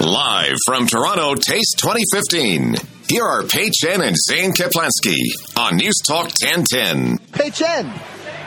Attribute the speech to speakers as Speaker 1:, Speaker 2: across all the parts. Speaker 1: Live from Toronto Taste 2015, here are Pei Chen and Zane Kaplansky on News Talk 1010.
Speaker 2: Hey, Chen.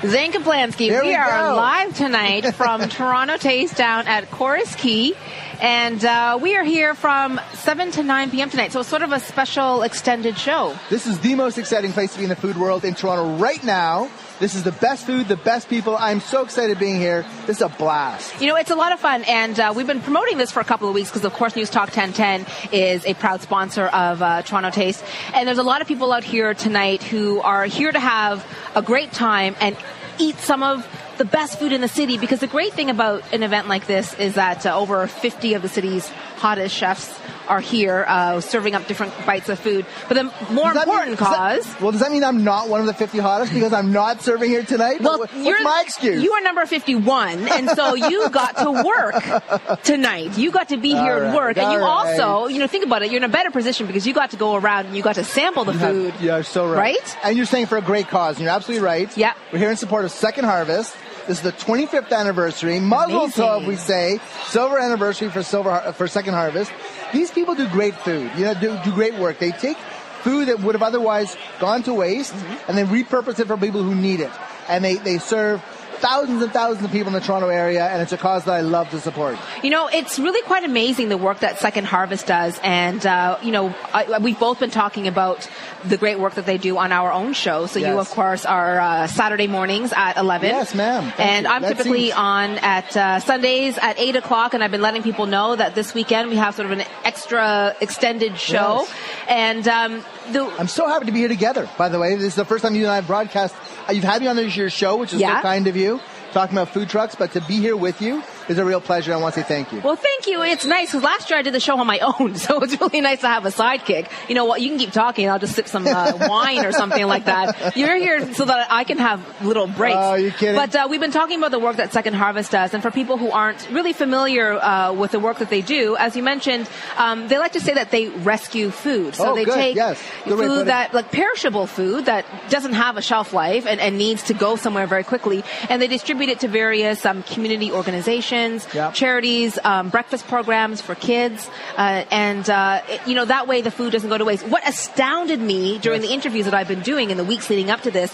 Speaker 3: Zane Kaplansky,
Speaker 2: There
Speaker 3: we,
Speaker 2: we
Speaker 3: are
Speaker 2: go.
Speaker 3: live tonight from Toronto Taste down at Chorus Key. And uh, we are here from 7 to 9 p.m. tonight. So it's sort of a special extended show.
Speaker 2: This is the most exciting place to be in the food world in Toronto right now. This is the best food, the best people. I'm so excited being here. This is a blast.
Speaker 3: You know, it's a lot of fun, and uh, we've been promoting this for a couple of weeks because, of course, News Talk 1010 is a proud sponsor of uh, Toronto Taste. And there's a lot of people out here tonight who are here to have a great time and eat some of the best food in the city because the great thing about an event like this is that uh, over 50 of the city's hottest chefs are here uh, serving up different bites of food. But the more
Speaker 2: Does that mean-
Speaker 3: important
Speaker 2: does that-
Speaker 3: cause.
Speaker 2: well, does that mean I'm not one of the 50 hottest because I'm not serving here tonight?
Speaker 3: Well,
Speaker 2: What- what's
Speaker 3: you're,
Speaker 2: my excuse?
Speaker 3: You are number 51, and so you got to work tonight. You got to be here
Speaker 2: All
Speaker 3: and
Speaker 2: right,
Speaker 3: work. And you
Speaker 2: all right.
Speaker 3: also, you know, think about it, you're in a better position because you got to go around and you got to sample the
Speaker 2: You have-
Speaker 3: food.
Speaker 2: you're so right.
Speaker 3: Right?
Speaker 2: And you're saying for a great cause, and you're absolutely right.
Speaker 3: Yep.
Speaker 2: We're here in support of Second Harvest. This is the 25th anniversary, Mazel
Speaker 3: Amazing.
Speaker 2: Tov, we say, silver anniversary for silver Har- for Second Harvest. These people do great food. You know, do, do great work. They take food that would have otherwise gone to waste,
Speaker 3: Mm-hmm.
Speaker 2: and they repurpose it for people who need it. And they they serve thousands and thousands of people in the Toronto area, and it's a cause that I love to support.
Speaker 3: You know, it's really quite amazing the work that Second Harvest does, and uh, you know, I, we've both been talking about the great work that they do on our own show. So you,
Speaker 2: Yes.
Speaker 3: of course, are uh, Saturday mornings at eleven.
Speaker 2: Yes, ma'am. Thank
Speaker 3: and
Speaker 2: you.
Speaker 3: I'm
Speaker 2: That
Speaker 3: typically
Speaker 2: seems-
Speaker 3: on at uh, Sundays at eight o'clock, and I've been letting people know that this weekend we have sort of an extra extended show,
Speaker 2: Yes.
Speaker 3: and um, the.
Speaker 2: I'm so happy to be here together, by the way. This is the first time you and I have broadcast. Uh, You've had me on this year's show, which is
Speaker 3: Yeah.
Speaker 2: so kind of you, talking about food trucks, but to be here with you is a real pleasure. I want to say thank you.
Speaker 3: well, thank you. It's nice because last year I did the show on my own, so it's really nice to have a sidekick. You know what? You can keep talking. I'll just sip some uh, wine or something like that. You're here so that I can have little breaks.
Speaker 2: Oh, you kidding?
Speaker 3: But uh, we've been talking about the work that Second Harvest does, and for people who aren't really familiar uh, with the work that they do, as you mentioned, um, they like to say that they rescue food. So
Speaker 2: Oh,
Speaker 3: they
Speaker 2: good.
Speaker 3: take
Speaker 2: Yes. Good way to put
Speaker 3: food
Speaker 2: it.
Speaker 3: that like perishable food that doesn't have a shelf life and, and needs to go somewhere very quickly. And they distribute it to various um, community organizations,
Speaker 2: Yep.
Speaker 3: charities, um, breakfast programs for kids. Uh, and, uh, it- you know, that way the food doesn't go to waste. What astounded me during the interviews that I've been doing in the weeks leading up to this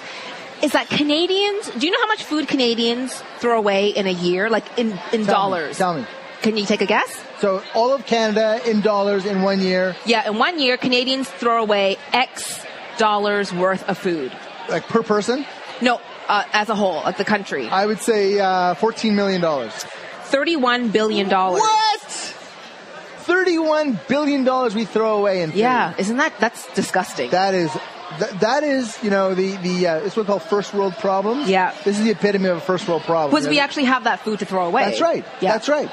Speaker 3: is that Canadians, do you know how much food Canadians throw away in a year? Like in, in
Speaker 2: Tell me,
Speaker 3: dollars?
Speaker 2: tell me.
Speaker 3: Can you take a guess?
Speaker 2: So all of Canada in dollars in one year,
Speaker 3: Yeah, in one year, Canadians throw away X dollars worth of food.
Speaker 2: like per person,
Speaker 3: No, uh, as a whole, like the country,
Speaker 2: I would say uh, $14 million.
Speaker 3: thirty-one billion dollars.
Speaker 2: What? $31 billion we throw away in food.
Speaker 3: Yeah, isn't that that's disgusting?
Speaker 2: That is, th- that is, you know, the, the, uh, it's what we call first world problems.
Speaker 3: Yeah.
Speaker 2: This is the epitome of a first world problem.
Speaker 3: because
Speaker 2: You know,
Speaker 3: we actually have that food to throw away.
Speaker 2: Oh, That's right.
Speaker 3: Yeah.
Speaker 2: That's right.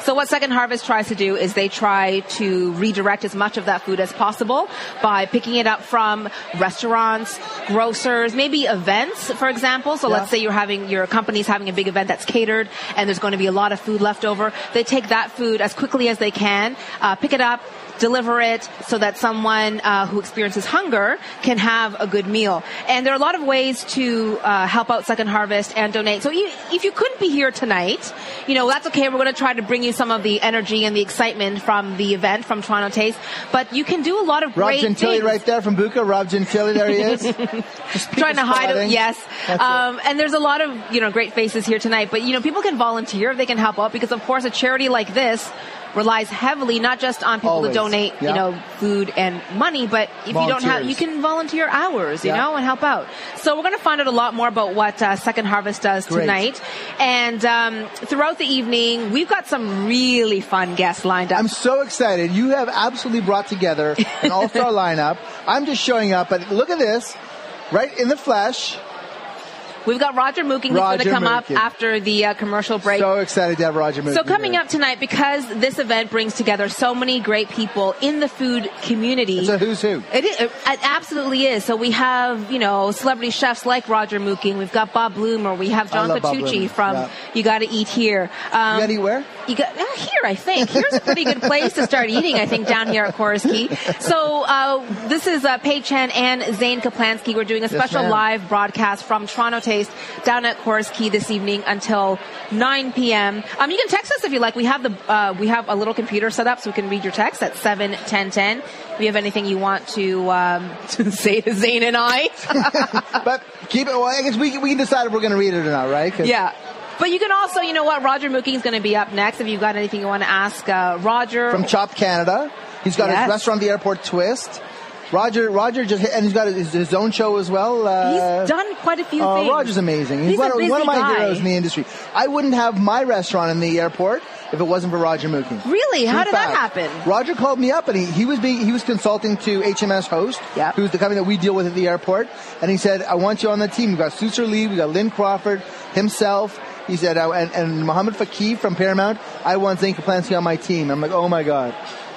Speaker 3: So what Second Harvest tries to do is they try to redirect as much of that food as possible by picking it up from restaurants, grocers, maybe events, for example. So
Speaker 2: Yeah.
Speaker 3: let's say you're having, your company's having a big event that's catered and there's going to be a lot of food left over. They take that food as quickly as they can, uh, pick it up, deliver it so that someone uh, who experiences hunger can have a good meal. And there are a lot of ways to uh, help out Second Harvest and donate. So you, if you couldn't be here tonight, you know, that's okay. We're going to try to bring you some of the energy and the excitement from the event from Toronto Taste. But you can do a lot of
Speaker 2: Rob
Speaker 3: great
Speaker 2: Gentile
Speaker 3: things.
Speaker 2: right there from Buca. Rob Gentile, there he is.
Speaker 3: Trying to hide it,
Speaker 2: spotting.
Speaker 3: yes.
Speaker 2: That's it.
Speaker 3: Um, and there's a lot of you know great faces here tonight, but you know people can volunteer if they can help out because of course a charity like this relies heavily not just on people
Speaker 2: Always.
Speaker 3: to donate
Speaker 2: Yeah.
Speaker 3: you know food and money, but if you don't have
Speaker 2: Volunteers.
Speaker 3: you can volunteer hours you
Speaker 2: Yeah.
Speaker 3: know and help out. So we're going to find out a lot more about what uh, Second Harvest does
Speaker 2: Great.
Speaker 3: tonight, and um, throughout the evening we've got some really fun guests lined up.
Speaker 2: I'm so excited. You have absolutely brought together an all-star lineup. I'm just showing up, but look at this. Right in the flesh.
Speaker 3: we've got Roger Mooking who's going to
Speaker 2: Roger
Speaker 3: come up
Speaker 2: Mooking.
Speaker 3: after the uh, commercial break.
Speaker 2: So excited to have Roger Moody
Speaker 3: So coming
Speaker 2: here.
Speaker 3: up tonight, because this event brings together so many great people in the food community.
Speaker 2: It's a who's who.
Speaker 3: It, is, it absolutely is. So we have, you know, celebrity chefs like Roger Mooking. We've got Bob Bloomer. We have John
Speaker 2: love Bob
Speaker 3: Petrucci
Speaker 2: Bloomer.
Speaker 3: from
Speaker 2: Yeah.
Speaker 3: You Gotta Eat Here. Um,
Speaker 2: You gotta eat where?
Speaker 3: You got, uh, here, I think. Here's a pretty good place to start eating, I think, down here at Koroski. So uh, this is uh, Pei Chen and Zane Kaplansky. We're doing a special
Speaker 2: ma'am.
Speaker 3: live broadcast from Toronto Taste Taste down at Chorus Key this evening until 9 p.m. Um, you can text us if you like. We have the uh, we have a little computer set up so we can read your text at 7 10 10. If you have anything you want to, um, to say to Zane and I,
Speaker 2: But keep it. Well, I guess we, we can decide if we're going to read it or not, right? 'Cause-
Speaker 3: yeah. But you can also, you know what, Roger Mooking is going to be up next. If you've got anything you want to ask uh, Roger,
Speaker 2: From Chop Canada, he's got
Speaker 3: Yes.
Speaker 2: his restaurant, the airport twist. Roger, Roger just hit, and he's got his, his own show as well. Uh,
Speaker 3: he's done quite a few
Speaker 2: Oh,
Speaker 3: things.
Speaker 2: Roger's amazing. He's,
Speaker 3: He's
Speaker 2: one,
Speaker 3: a
Speaker 2: of-
Speaker 3: busy
Speaker 2: one of my
Speaker 3: guy.
Speaker 2: heroes in the industry. I wouldn't have my restaurant in the airport if it wasn't for Roger Mooking.
Speaker 3: Really? How
Speaker 2: True
Speaker 3: did that
Speaker 2: fact.
Speaker 3: happen?
Speaker 2: Roger called me up and he, he was being, he was consulting to HMS Host,
Speaker 3: Yep.
Speaker 2: who's the company that we deal with at the airport, and he said, "I want you on the team. We've got Suser Lee, we've got Lynn Crawford, himself." He said, "I- and, and Mohammed Faqih from Paramount. I want Zane Kaplansky on my team." I'm like, "Oh my god."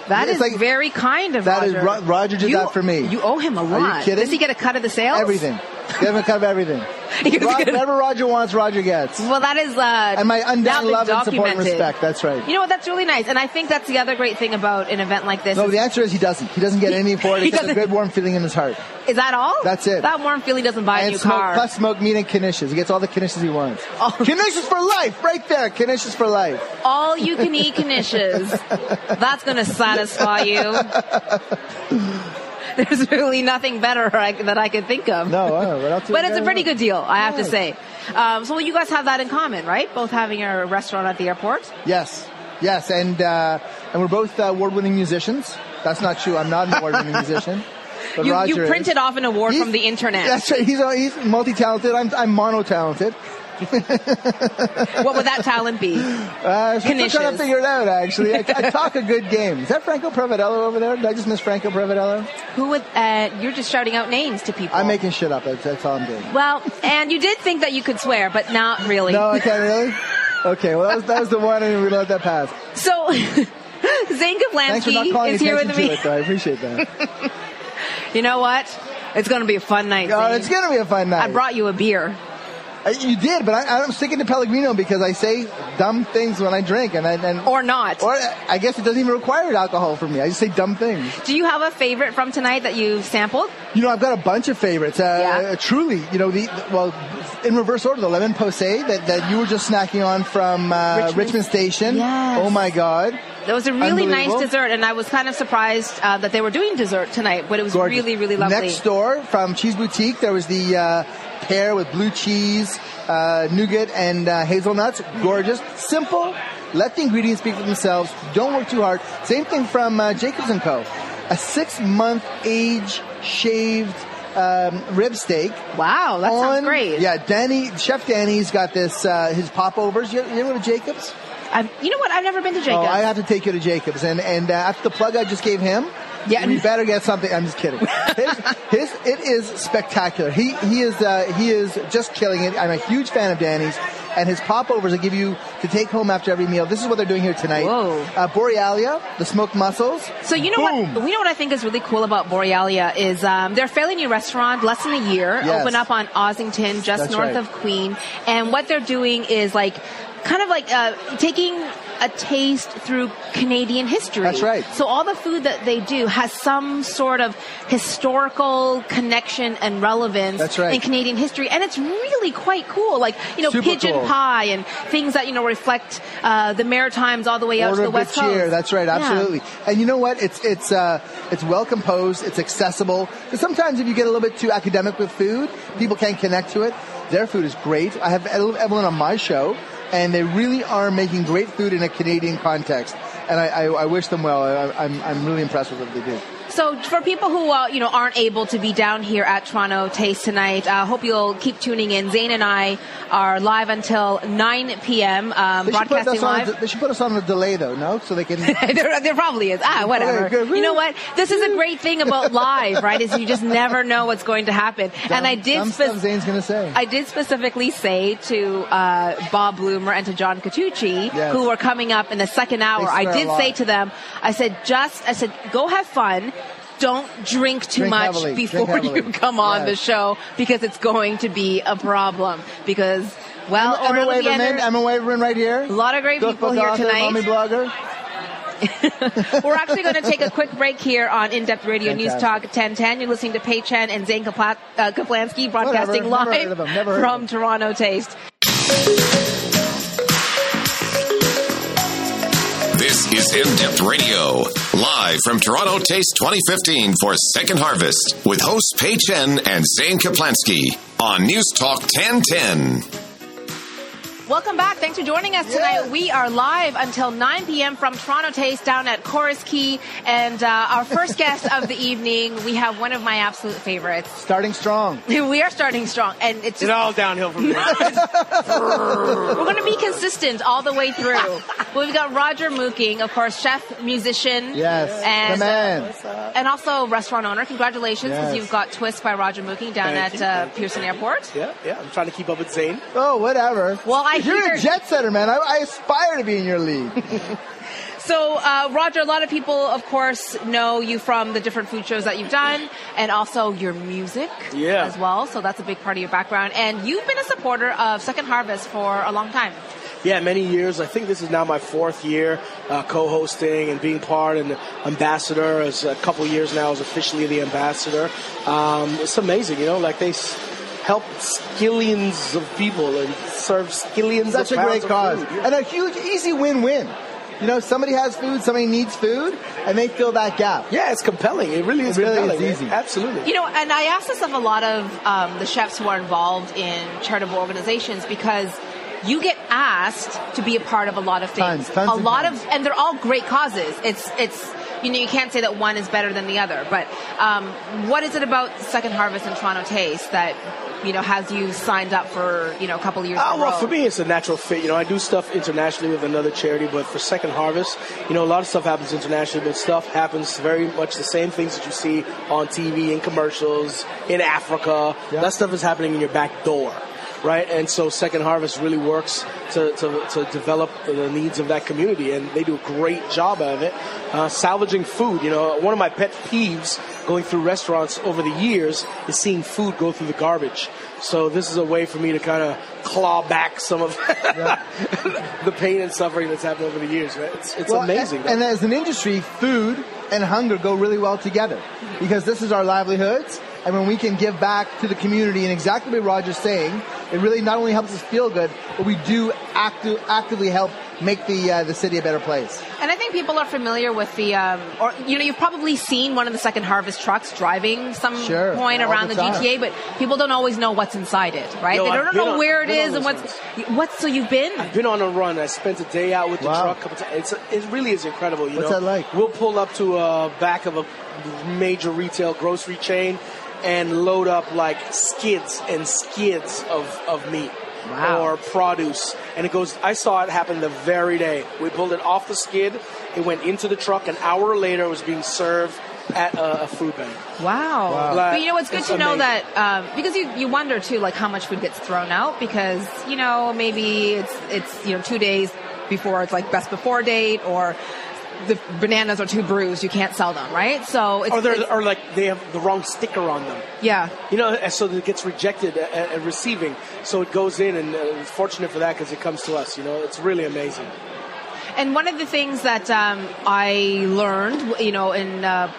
Speaker 3: That is
Speaker 2: It's like-
Speaker 3: very kind of
Speaker 2: That is-
Speaker 3: Roger.
Speaker 2: Ro- Roger did
Speaker 3: You-
Speaker 2: that for me.
Speaker 3: You owe him a lot.
Speaker 2: you kidding?
Speaker 3: Does he get a cut of the sales?
Speaker 2: Everything. Give him a cut of everything.
Speaker 3: He's
Speaker 2: Ro-
Speaker 3: good.
Speaker 2: whatever Roger wants, Roger gets.
Speaker 3: Well, that is uh,
Speaker 2: And my
Speaker 3: now
Speaker 2: undying
Speaker 3: been
Speaker 2: love and support and
Speaker 3: documented.
Speaker 2: respect. That's right.
Speaker 3: You know what? That's really nice, and I think that's the other great thing about an event like this.
Speaker 2: No,
Speaker 3: is,
Speaker 2: the answer is he doesn't. He doesn't get anything for it
Speaker 3: He
Speaker 2: except a
Speaker 3: doesn't.
Speaker 2: good warm feeling in his heart.
Speaker 3: is that all?
Speaker 2: That's it.
Speaker 3: That warm feeling doesn't buy a
Speaker 2: and
Speaker 3: new
Speaker 2: smoke,
Speaker 3: car.
Speaker 2: plus smoke meat and knishes. He gets all the knishes he wants.
Speaker 3: Oh.
Speaker 2: Knishes for life, right there. Knishes for life.
Speaker 3: All you can eat knishes. That's going to satisfy you. There's really nothing better I, that I could think of.
Speaker 2: No, uh, what else do
Speaker 3: But
Speaker 2: we
Speaker 3: it's a
Speaker 2: got?
Speaker 3: pretty good deal, I have to
Speaker 2: Nice.
Speaker 3: say. Um, so you guys have that in common, right? Both having your restaurant at the airport.
Speaker 2: Yes, yes, and uh, and we're both uh, award-winning musicians. That's not true. I'm not an award-winning musician. But
Speaker 3: You,
Speaker 2: Roger
Speaker 3: you
Speaker 2: is.
Speaker 3: printed off an award
Speaker 2: He's-
Speaker 3: from the internet.
Speaker 2: That's right. He's, uh, he's multi-talented. I'm, I'm mono-talented.
Speaker 3: What would that talent be?
Speaker 2: Uh, so I'm trying
Speaker 3: Knishes.
Speaker 2: to figure it out, actually. I, I talk a good game. Is that Franco Prevedello over there? Did I just miss Franco Prevedello?
Speaker 3: Who would? Uh, you're just shouting out names to people.
Speaker 2: I'm making shit up. That's, that's all I'm doing.
Speaker 3: Well, and you did think that you could swear, but not really.
Speaker 2: No, I can't really? Okay, well, that was, that was the one, and we let that pass.
Speaker 3: So. Zane
Speaker 2: Thanks for not
Speaker 3: Kaplansky
Speaker 2: calling
Speaker 3: is here with
Speaker 2: attention to
Speaker 3: me.
Speaker 2: it, though. I appreciate that.
Speaker 3: You know what? It's going to be a fun night.
Speaker 2: Oh,
Speaker 3: Zane.
Speaker 2: it's going to be a fun night.
Speaker 3: I brought you a beer.
Speaker 2: Uh, you did, but I, I'm sticking to Pellegrino because I say dumb things when I drink, and I, and
Speaker 3: Or not.
Speaker 2: or I guess it doesn't even require alcohol from me. I just say dumb things.
Speaker 3: Do you have a favorite from tonight that you've sampled?
Speaker 2: You know, I've got a bunch of favorites. Uh,
Speaker 3: Yeah.
Speaker 2: Truly, you know, the well, in reverse order, the lemon posé that, that you were just snacking on from uh,
Speaker 3: Richmond.
Speaker 2: Richmond. Station.
Speaker 3: Yes.
Speaker 2: Oh my God,
Speaker 3: That was a really nice
Speaker 2: Unbelievable.
Speaker 3: dessert, and I was kind of surprised uh, that they were doing dessert tonight, but it was
Speaker 2: gorgeous!
Speaker 3: really, really lovely.
Speaker 2: Next door from Cheese Boutique, there was the uh, pear with blue cheese, uh, nougat, and uh, hazelnuts. Gorgeous, simple. Let the ingredients speak for themselves. Don't work too hard. Same thing from uh, Jacobs and Co. A six-month age shaved um, rib steak.
Speaker 3: wow, that
Speaker 2: on-
Speaker 3: sounds great.
Speaker 2: Yeah, Danny, Chef Danny's got this, uh, his popovers. You, you know to Jacobs?
Speaker 3: I've- you know what? I've never been to Jacob.
Speaker 2: Oh, I have to take you to Jacobs. And, and uh, after the plug I just gave him,
Speaker 3: Yeah.
Speaker 2: we better get something. I'm just kidding. His, his it is spectacular. He, he is, uh, he is just killing it. I'm a huge fan of Danny's. And his popovers I give you to take home after every meal. This is what they're doing here tonight.
Speaker 3: Whoa.
Speaker 2: Uh, Borealia, the smoked mussels.
Speaker 3: So you know
Speaker 2: Boom.
Speaker 3: what? You know what I think is really cool about Borealia is um, they're a fairly new restaurant, less than a year,
Speaker 2: Yes.
Speaker 3: open up on Ossington, just
Speaker 2: That's
Speaker 3: north
Speaker 2: right.
Speaker 3: of Queen, and what they're doing is like. Kind of like uh, taking a taste through Canadian history.
Speaker 2: That's right.
Speaker 3: So all the food that they do has some sort of historical connection and relevance
Speaker 2: That's right.
Speaker 3: in Canadian history, and it's really quite cool. Like you know,
Speaker 2: Super
Speaker 3: pigeon
Speaker 2: cool.
Speaker 3: pie and things that you know reflect uh, the Maritimes all the way out to
Speaker 2: Order
Speaker 3: the
Speaker 2: of good
Speaker 3: West Coast.
Speaker 2: cheer. That's right,
Speaker 3: Yeah.
Speaker 2: absolutely. And you know what? It's it's uh, it's well composed. It's accessible. 'Cause sometimes if you get a little bit too academic with food, people can't connect to it. Their food is great. I have Ed- Evelyn on my show, and they really are making great food in a Canadian context. And I, I, I wish them well. I, I'm I'm really impressed with what they do.
Speaker 3: So for people who uh, you know aren't able to be down here at Toronto Taste tonight, I uh, hope you'll keep tuning in. Zane and I are live until 9 p.m. Um,
Speaker 2: They should, put
Speaker 3: broadcasting
Speaker 2: us on,
Speaker 3: live.
Speaker 2: they should put us on a delay though, no? So they can.
Speaker 3: there, there probably is. Ah, whatever.
Speaker 2: Okay, good.
Speaker 3: You know what? This is a great thing about live, right? Is you just never know what's going to happen. and I did
Speaker 2: Some
Speaker 3: spec-
Speaker 2: stuff Zane's gonna say.
Speaker 3: I did specifically say to uh, Bob Bloomer and to John Catucci,
Speaker 2: Yes.
Speaker 3: who were coming up in the second hour,
Speaker 2: They
Speaker 3: I
Speaker 2: swear a
Speaker 3: did say
Speaker 2: lot.
Speaker 3: to them, I said, just, I said, go have fun. Don't drink too
Speaker 2: Drink
Speaker 3: much
Speaker 2: heavily. Drink
Speaker 3: before
Speaker 2: heavily.
Speaker 3: you come on
Speaker 2: Yes.
Speaker 3: the show because it's going to be a problem. Because, well,
Speaker 2: Emma
Speaker 3: Orlando
Speaker 2: Waverman,
Speaker 3: Leander-
Speaker 2: Emma Waverman right here.
Speaker 3: a lot of great people
Speaker 2: Cookbook
Speaker 3: here
Speaker 2: author,
Speaker 3: tonight.
Speaker 2: Mommy blogger.
Speaker 3: We're actually going to take a quick break here on In Depth Radio News Talk
Speaker 2: Fantastic.
Speaker 3: 1010. You're listening to Pei Chen and Zane Kapla- uh, Kaplansky broadcasting
Speaker 2: Whatever. Never heard
Speaker 3: live
Speaker 2: of 'em. Never heard of
Speaker 3: from Toronto Taste.
Speaker 1: This is In Depth Radio, live from Toronto Taste 2015 for Second Harvest with hosts Pei Chen and Zane Kaplansky on News Talk 1010.
Speaker 3: Welcome back. Thanks for joining us tonight.
Speaker 2: Yeah.
Speaker 3: We are live until 9 p.m. from Toronto Taste down at Chorus Key. And uh, our first guest of the evening, we have one of my absolute favorites.
Speaker 2: Starting strong.
Speaker 3: We are starting strong, and it's
Speaker 4: It's
Speaker 3: just,
Speaker 4: all downhill from here.
Speaker 3: we're going to be consistent all the way through. We've got Roger Mooking, of course, chef, musician,
Speaker 2: Yes,
Speaker 3: and
Speaker 2: the man.
Speaker 3: and also restaurant owner. Congratulations, 'cause
Speaker 2: Yes.
Speaker 3: you've got Twist by Roger Mooking down at
Speaker 4: Thank you,
Speaker 3: uh,
Speaker 4: thank
Speaker 3: Pearson Airport.
Speaker 4: yeah, yeah. I'm trying to keep up with Zane.
Speaker 2: Oh, whatever.
Speaker 3: Well, I
Speaker 2: You're
Speaker 3: hear-
Speaker 2: a jet setter, man. I, I aspire to be in your league.
Speaker 3: So, uh, Roger, a lot of people, of course, know you from the different food shows that you've done and also your music
Speaker 4: Yeah.
Speaker 3: as well. So, that's a big part of your background. And you've been a supporter of Second Harvest for a long time.
Speaker 4: Yeah, many years. I think this is now my fourth year uh, co-hosting and being part and ambassador. As a couple years now as officially the ambassador. Um, it's amazing, you know. Like they s- help skillions of people and serve skillions.
Speaker 2: Such a
Speaker 4: of
Speaker 2: great
Speaker 4: pounds
Speaker 2: cause.
Speaker 4: Of food.
Speaker 2: And a huge, easy win-win. You know, somebody has food, somebody needs food, and they fill that gap.
Speaker 4: Yeah, it's compelling. It really is
Speaker 2: really is
Speaker 4: compelling.
Speaker 2: easy.
Speaker 4: Absolutely.
Speaker 3: You know, and I ask this of a lot of um, the chefs who are involved in charitable organizations because you get asked to be a part of a lot of things.
Speaker 2: Tons, tons
Speaker 3: a
Speaker 2: and
Speaker 3: lot
Speaker 2: tons.
Speaker 3: of, and they're all great causes. It's, it's, you know, you can't say that one is better than the other. But um, what is it about Second Harvest and Toronto Taste that you know has you signed up for you know a couple
Speaker 2: Uh,
Speaker 3: years?
Speaker 4: Ah,
Speaker 3: in a
Speaker 4: well,
Speaker 3: row?
Speaker 4: for me, it's a natural fit. You know, I do stuff internationally with another charity, but for Second Harvest, you know, a lot of stuff happens internationally, but stuff happens very much the same things that you see on TV, in commercials, in Africa.
Speaker 2: Yeah.
Speaker 4: That stuff is happening in your back door. Right, and so Second Harvest really works to, to, to develop the needs of that community, and they do a great job of it. Uh, salvaging food, you know, one of my pet peeves going through restaurants over the years is seeing food go through the garbage. So this is a way for me to kind of claw back some of the pain and suffering that's happened over the years. Right? It's, it's
Speaker 2: Well,
Speaker 4: amazing.
Speaker 2: And, and as an industry, food and hunger go really well together because this is our livelihoods. And when we can give back to the community and exactly what Roger's saying, it really not only helps us feel good, but we do acti- actively help make the uh, the city a better place.
Speaker 3: And I think people are familiar with the, um, or you know, you've probably seen one of the Second Harvest trucks driving some
Speaker 2: Sure,
Speaker 3: point
Speaker 2: all
Speaker 3: around the,
Speaker 2: the time.
Speaker 3: GTA, but people don't always know what's inside it, right?
Speaker 4: No,
Speaker 3: they
Speaker 4: I've
Speaker 3: don't
Speaker 4: been
Speaker 3: know
Speaker 4: on-
Speaker 3: where
Speaker 4: I've
Speaker 3: it
Speaker 4: been
Speaker 3: is
Speaker 4: on
Speaker 3: and
Speaker 4: those
Speaker 3: what's what. So you've been.
Speaker 4: I've been on a run. I spent a day out with the
Speaker 2: Wow.
Speaker 4: truck. a couple ti- It's it really is incredible. You
Speaker 2: What's
Speaker 4: know?
Speaker 2: that like?
Speaker 4: We'll pull up to a back of a major retail grocery chain and load up like skids and skids of of meat.
Speaker 3: Wow.
Speaker 4: Or produce, and it goes. I saw it happen the very day we pulled it off the skid. It went into the truck. An hour later, it was being served at a, a food bank.
Speaker 3: Wow.
Speaker 4: Like,
Speaker 3: But you know, it's good
Speaker 4: it's
Speaker 3: to know
Speaker 4: amazing.
Speaker 3: that um, because you, you wonder too, like how much food gets thrown out because you know maybe it's it's you know two days before it's like best before date or the bananas are too bruised, you can't sell them, right? So it's,
Speaker 4: Or
Speaker 3: it's-
Speaker 4: they're or like they have the wrong sticker on them.
Speaker 3: yeah.
Speaker 4: You know, and so it gets rejected at, at receiving. So it goes in, and uh, it's fortunate for that because it comes to us. You know, it's really amazing.
Speaker 3: And one of the things that um, I learned, you know, in uh,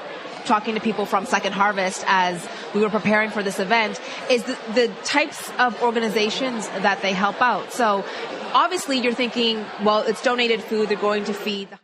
Speaker 3: talking to people from Second Harvest as we were preparing for this event, is the, the types of organizations that they help out. So obviously, you're thinking, well, it's donated food; they're going to feed. the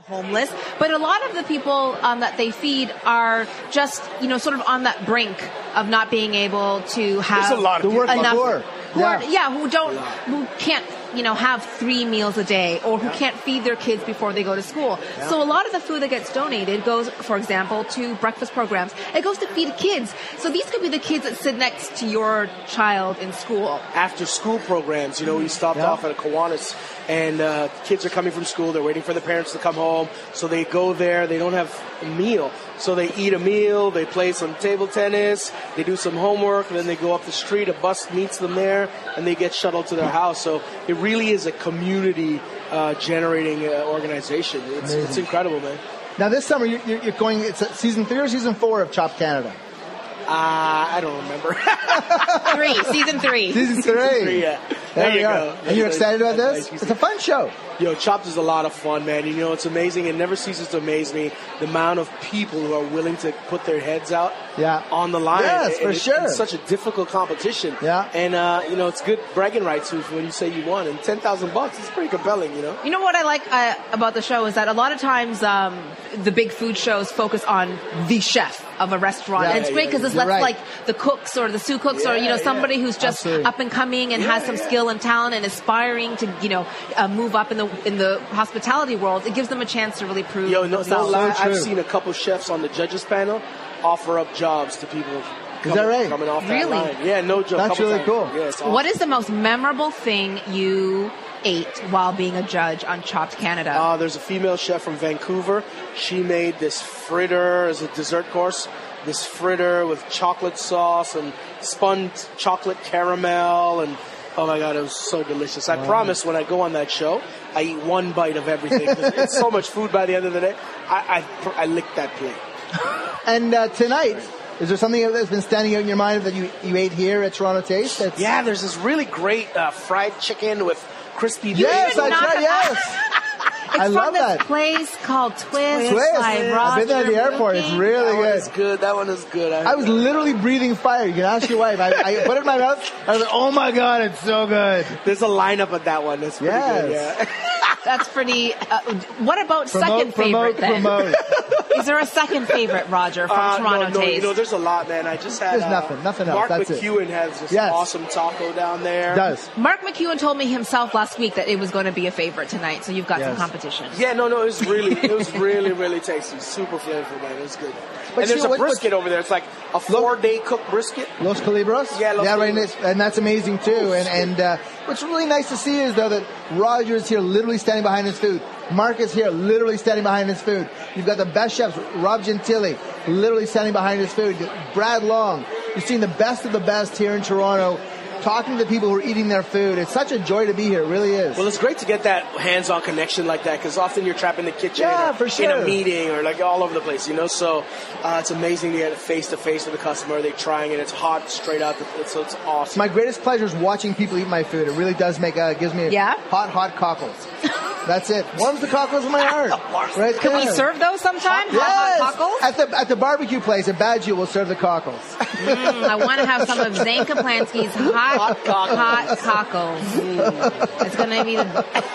Speaker 3: homeless, but a lot of the people um, that they feed are just, you know, sort of on that brink of not being able to have
Speaker 4: a lot of The people.
Speaker 2: working
Speaker 3: enough,
Speaker 2: poor.
Speaker 3: who are-
Speaker 2: Yeah.
Speaker 3: yeah, who don't, who can't, you know, have three meals a day or who can't feed their kids before they go to school. So a lot of the food that gets donated goes, for example, to breakfast programs. It goes to feed kids. So these could be the kids that sit next to your child in school.
Speaker 4: After school programs, you know, we stopped
Speaker 2: Yeah.
Speaker 4: off at a Kiwanis, and uh, kids are coming from school. They're waiting for the parents to come home, so they go there. They don't have a meal, so they eat a meal. They play some table tennis. They do some homework, and then they go up the street. A bus meets them there, and they get shuttled to their house. So it really is a community uh, generating uh, organization. It's, it's incredible, man.
Speaker 2: Now this summer you're, you're going. It's uh, season three or season four of Chop Canada.
Speaker 4: Uh, I don't remember.
Speaker 3: Three, season three.
Speaker 2: Season three.
Speaker 4: Three, yeah.
Speaker 2: There,
Speaker 4: you
Speaker 2: we are.
Speaker 4: go.
Speaker 2: And you're
Speaker 4: That's-
Speaker 2: excited about
Speaker 4: that's
Speaker 2: this?
Speaker 4: nice.
Speaker 2: It's a fun show.
Speaker 4: Yo, Chopped is a lot of fun, man. You know, it's amazing. It never ceases to amaze me the amount of people who are willing to put their heads out
Speaker 2: Yeah.
Speaker 4: on the line.
Speaker 2: Yes,
Speaker 4: And
Speaker 2: for
Speaker 4: it-
Speaker 2: sure.
Speaker 4: It's such a difficult competition.
Speaker 2: Yeah.
Speaker 4: And, uh, you know, it's good bragging rights when you say you won. And 10000 bucks is pretty compelling, you know?
Speaker 3: You know what I like uh, about the show is that a lot of times um, the big food shows focus on the chef of a restaurant,
Speaker 2: Yeah,
Speaker 3: and it's
Speaker 4: yeah,
Speaker 3: great because
Speaker 4: yeah.
Speaker 3: this
Speaker 2: You're
Speaker 3: lets
Speaker 2: right.
Speaker 3: like the cooks or the sous cooks or you
Speaker 4: Yeah,
Speaker 3: know
Speaker 4: yeah.
Speaker 3: somebody who's just
Speaker 2: Absolutely.
Speaker 3: up and coming and has some skill and talent and aspiring to you know uh, move up in the in the hospitality world. It gives them a chance to really prove
Speaker 4: Yo, no, no
Speaker 3: themselves.
Speaker 4: lie, I've
Speaker 2: true.
Speaker 4: seen a couple chefs on the judges panel offer up jobs to people. coming-
Speaker 2: that right?
Speaker 4: Coming off
Speaker 3: Really?
Speaker 4: that line. Yeah, no joke.
Speaker 2: That's
Speaker 4: couple
Speaker 2: really
Speaker 4: times.
Speaker 2: cool.
Speaker 4: Yeah, it's awesome.
Speaker 3: What is the most memorable thing you ate while being a judge on Chopped Canada?
Speaker 4: Uh, there's a female chef from Vancouver. She made this fritter as a dessert course. This fritter with chocolate sauce and spun chocolate caramel and oh my god, it was so delicious. I promise when I go on that show, I eat one bite of everything. 'cause it's so much food by the end of the day. I I, pr- I licked that plate.
Speaker 2: And uh, tonight, is there something that's been standing out in your mind that you, you ate here at Toronto Taste? That's,
Speaker 4: Yeah, there's this really great uh, fried chicken with crispy.
Speaker 2: Yes,
Speaker 4: bacon.
Speaker 2: I
Speaker 3: not-
Speaker 2: tried. Yes.
Speaker 3: it's
Speaker 2: I
Speaker 3: from
Speaker 2: love
Speaker 3: this
Speaker 2: that.
Speaker 3: place called Twist.
Speaker 2: Twist.
Speaker 3: by
Speaker 2: I've been there at the
Speaker 3: Roger
Speaker 2: airport. It's
Speaker 3: Wilkie.
Speaker 2: really
Speaker 4: That one
Speaker 2: good.
Speaker 4: is good. That one is good.
Speaker 2: I was literally breathing fire. You can ask your wife. I, I put it in my mouth. I was like, oh my god, it's so good.
Speaker 4: There's a lineup of that one. That's pretty good.
Speaker 2: Yes.
Speaker 4: Yeah.
Speaker 3: That's pretty. Uh, what about second favorite
Speaker 2: Promote, promote,
Speaker 3: then?
Speaker 2: promote.
Speaker 3: Is there a second favorite, Roger, from
Speaker 4: Uh,
Speaker 3: Toronto
Speaker 4: no, no,
Speaker 3: Taste?
Speaker 4: You know, there's a lot, man. I just had
Speaker 2: There's
Speaker 4: uh,
Speaker 2: nothing, nothing else.
Speaker 4: Mark
Speaker 2: That's it.
Speaker 4: McEwen has this
Speaker 2: Yes.
Speaker 4: awesome taco down there.
Speaker 2: It does.
Speaker 3: Mark McEwen told me himself last week that it was going to be a favorite tonight, so you've got some
Speaker 2: Yes.
Speaker 3: competition.
Speaker 4: Yeah, no, no, it was really, it was really, really tasty. Super flavorful, man. It was good. and
Speaker 2: see,
Speaker 4: there's a
Speaker 2: what- what-
Speaker 4: brisket over there. It's like a four-day cooked brisket.
Speaker 2: Los Calibros?
Speaker 4: Yeah, Oh, Los
Speaker 2: yeah,
Speaker 4: Calibros.
Speaker 2: right. Next, and that's amazing too. And and uh, what's really nice to see is though that Roger is here, literally standing behind his food. Mark is here, literally standing behind his food. You've got the best chefs, Rob Gentili, literally standing behind his food. Brad Long, you've seen the best of the best here in Toronto, talking to people who are eating their food. It's such a joy to be here. It really is.
Speaker 4: Well, it's great to get that hands-on connection like that because often you're trapped in the kitchen,
Speaker 2: Yeah,
Speaker 4: or
Speaker 2: for
Speaker 4: in
Speaker 2: sure.
Speaker 4: a meeting, or like all over the place, you know. So uh, it's amazing to get face-to-face with the customer. They're trying it. It's hot straight out. The, so it's awesome.
Speaker 2: my greatest pleasure is watching people eat my food. It really does make uh, gives me
Speaker 3: Yeah?
Speaker 2: hot, hot cockles. That's it. Warms the cockles in my heart. Right
Speaker 3: Can we
Speaker 2: there.
Speaker 3: serve those sometime? Hot hot cockles?
Speaker 2: At the at the barbecue place at Baggio, we'll serve the cockles.
Speaker 3: Mm, I want to have some of Zane Kaplansky's hot,
Speaker 4: Hot cockles.
Speaker 3: hot cockles. Mm. It's going to be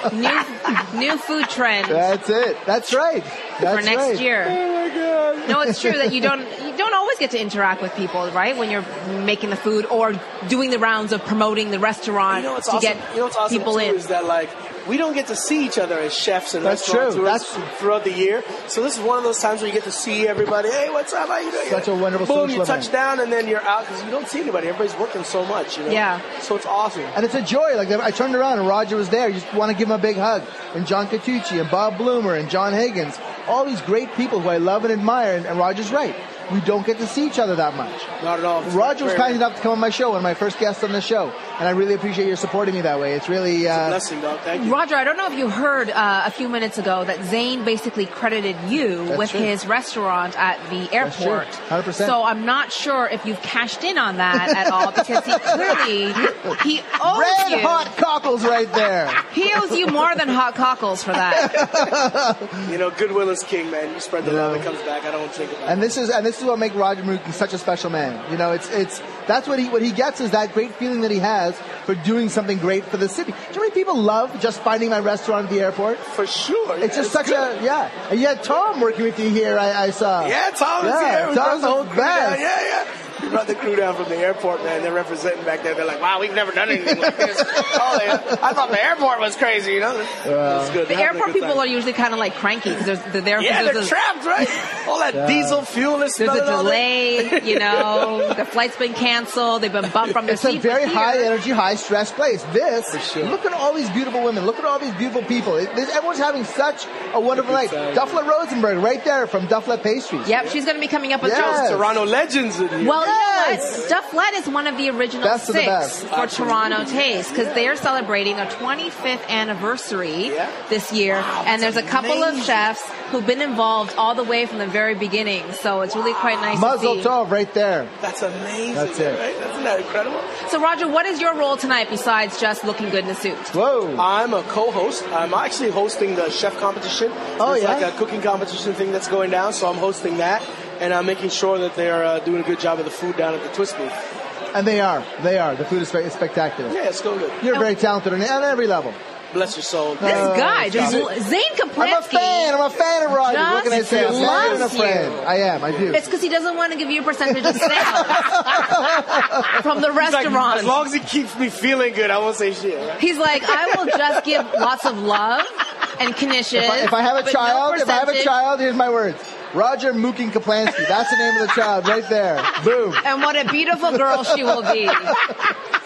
Speaker 3: the new, new food trend
Speaker 2: That's it. That's right.
Speaker 3: for
Speaker 2: That's
Speaker 3: next
Speaker 2: right.
Speaker 3: year.
Speaker 4: Oh my god.
Speaker 3: No, it's true that you don't you don't always get to interact with people, right? When you're making the food or doing the rounds of promoting the restaurant
Speaker 4: You know what's
Speaker 3: to
Speaker 4: awesome?
Speaker 3: get
Speaker 4: you know what's awesome
Speaker 3: people
Speaker 4: too
Speaker 3: in.
Speaker 4: is that like we don't get to see each other as chefs and
Speaker 2: That's
Speaker 4: restaurateurs
Speaker 2: true. That's-
Speaker 4: throughout the year. So this is one of those times where you get to see everybody. Hey, what's up? How you doing?
Speaker 2: Such a wonderful
Speaker 4: Boom!
Speaker 2: social
Speaker 4: you
Speaker 2: event.
Speaker 4: touch down and then you're out because you don't see anybody. Everybody's working so much. You know?
Speaker 3: Yeah.
Speaker 4: So it's awesome.
Speaker 2: And it's a joy. Like I turned around and Roger was there. You just want to give him a big hug. And John Catucci and Bob Bloomer and John Higgins, all these great people who I love and admire. And, and Roger's right. We don't get to see each other that much.
Speaker 4: Not at all. It's
Speaker 2: Roger was
Speaker 4: very-
Speaker 2: kind enough to come on my show, one of my first guests on the show, and I really appreciate your supporting me that way. It's really uh,
Speaker 4: Blessing, dog. Thank you.
Speaker 3: Roger, I don't know if you heard uh, a few minutes ago that Zayn basically credited you
Speaker 2: That's
Speaker 3: with
Speaker 2: true.
Speaker 3: his restaurant at the
Speaker 2: true.
Speaker 3: airport.
Speaker 2: 100%.
Speaker 3: So I'm not sure if you've cashed in on that at all because he clearly he owes
Speaker 2: red
Speaker 3: you.
Speaker 2: hot cockles right there.
Speaker 3: He owes you more than hot cockles for that.
Speaker 4: You know, goodwill is king, man. You spread the love, it comes back. I don't think about
Speaker 2: And
Speaker 4: it.
Speaker 2: this is and this is what makes Roger Mookin such a special man. You know, it's it's that's what he what he gets is that great feeling that he has for doing something great for the city. Do you know how many people love just finding my restaurant at the airport?
Speaker 4: For sure.
Speaker 2: It's
Speaker 4: yeah,
Speaker 2: just such
Speaker 4: good.
Speaker 2: a yeah. And you had Tom working with you here. I, I saw.
Speaker 4: Yeah, Tom is
Speaker 2: Yeah,
Speaker 4: here. We brought
Speaker 2: Tom's
Speaker 4: the whole
Speaker 2: the
Speaker 4: crew down.
Speaker 2: best.
Speaker 4: Yeah, yeah. We brought the crew down from the airport, man. They're representing back there. They're like, wow, we've never done anything like this. oh, yeah. I thought the airport was crazy, you know? it was good.
Speaker 3: The airport people are usually kind of like cranky because they're, they're there
Speaker 4: Yeah,
Speaker 3: because
Speaker 4: they're
Speaker 3: there's a-
Speaker 4: trapped, right? All that diesel fuel is
Speaker 3: There's a
Speaker 4: smelling all that-
Speaker 3: delay, you know. the flight's been canceled. They've been bumped from their
Speaker 2: It's a
Speaker 3: seat for
Speaker 2: very high
Speaker 3: here.
Speaker 2: energy, high stress place. This,
Speaker 4: sure.
Speaker 2: look at all these beautiful women. Look at all these beautiful people. It, this, everyone's having such a wonderful night.
Speaker 4: time.
Speaker 2: Dufflet Rosenberg, right there from Dufflet Pastries.
Speaker 3: Yep, she's going to be coming up on
Speaker 2: Yes.
Speaker 3: Jones.
Speaker 4: Toronto legends in here.
Speaker 3: Well,
Speaker 2: Yes.
Speaker 3: you know what? Dufflet is one of the original
Speaker 2: Best of the
Speaker 3: six
Speaker 2: best.
Speaker 3: for Toronto Taste because they are celebrating a 25th anniversary
Speaker 4: Yeah.
Speaker 3: this year, and there's a couple of
Speaker 4: amazing.
Speaker 3: chefs who've been involved all the way from the very beginning. So it's really quite nice
Speaker 2: Mazel
Speaker 3: to see.
Speaker 2: Tov right there.
Speaker 4: That's amazing.
Speaker 2: That's it.
Speaker 4: Right? Isn't that incredible?
Speaker 3: So Roger, what is your role tonight besides just looking good in a suit?
Speaker 2: Whoa.
Speaker 4: I'm a co-host. I'm actually hosting the chef competition.
Speaker 2: Oh,
Speaker 4: It's
Speaker 2: yeah?
Speaker 4: like a cooking competition thing that's going down, so I'm hosting that, and I'm making sure that they're uh, doing a good job of the food down at the Twist booth.
Speaker 2: And they are. They are. The food is, spe- is spectacular.
Speaker 4: Yeah, it's going good.
Speaker 2: You're very talented on, on every level.
Speaker 4: Bless your soul.
Speaker 3: This
Speaker 2: Uh,
Speaker 3: guy, just
Speaker 2: stop
Speaker 3: l- Zane Kaplansky.
Speaker 2: I'm a fan. I'm a fan of Roger. What can I
Speaker 3: Just
Speaker 2: say? I'm a fan and a
Speaker 3: loves
Speaker 2: friend.
Speaker 3: you.
Speaker 2: I am. I do.
Speaker 3: It's because he doesn't want to give you a percentage of sales from the
Speaker 4: It's like,
Speaker 3: restaurant.
Speaker 4: as long as it keeps me feeling good, I won't say shit. Right?
Speaker 3: He's like, I will just give lots of love and conditions.
Speaker 2: If I, if I have a
Speaker 3: but no
Speaker 2: child, if I have a
Speaker 3: percentage.
Speaker 2: child, here's my words. Roger Mooking Kaplansky. That's the name of the child right there. Boom.
Speaker 3: and what a beautiful girl she will be.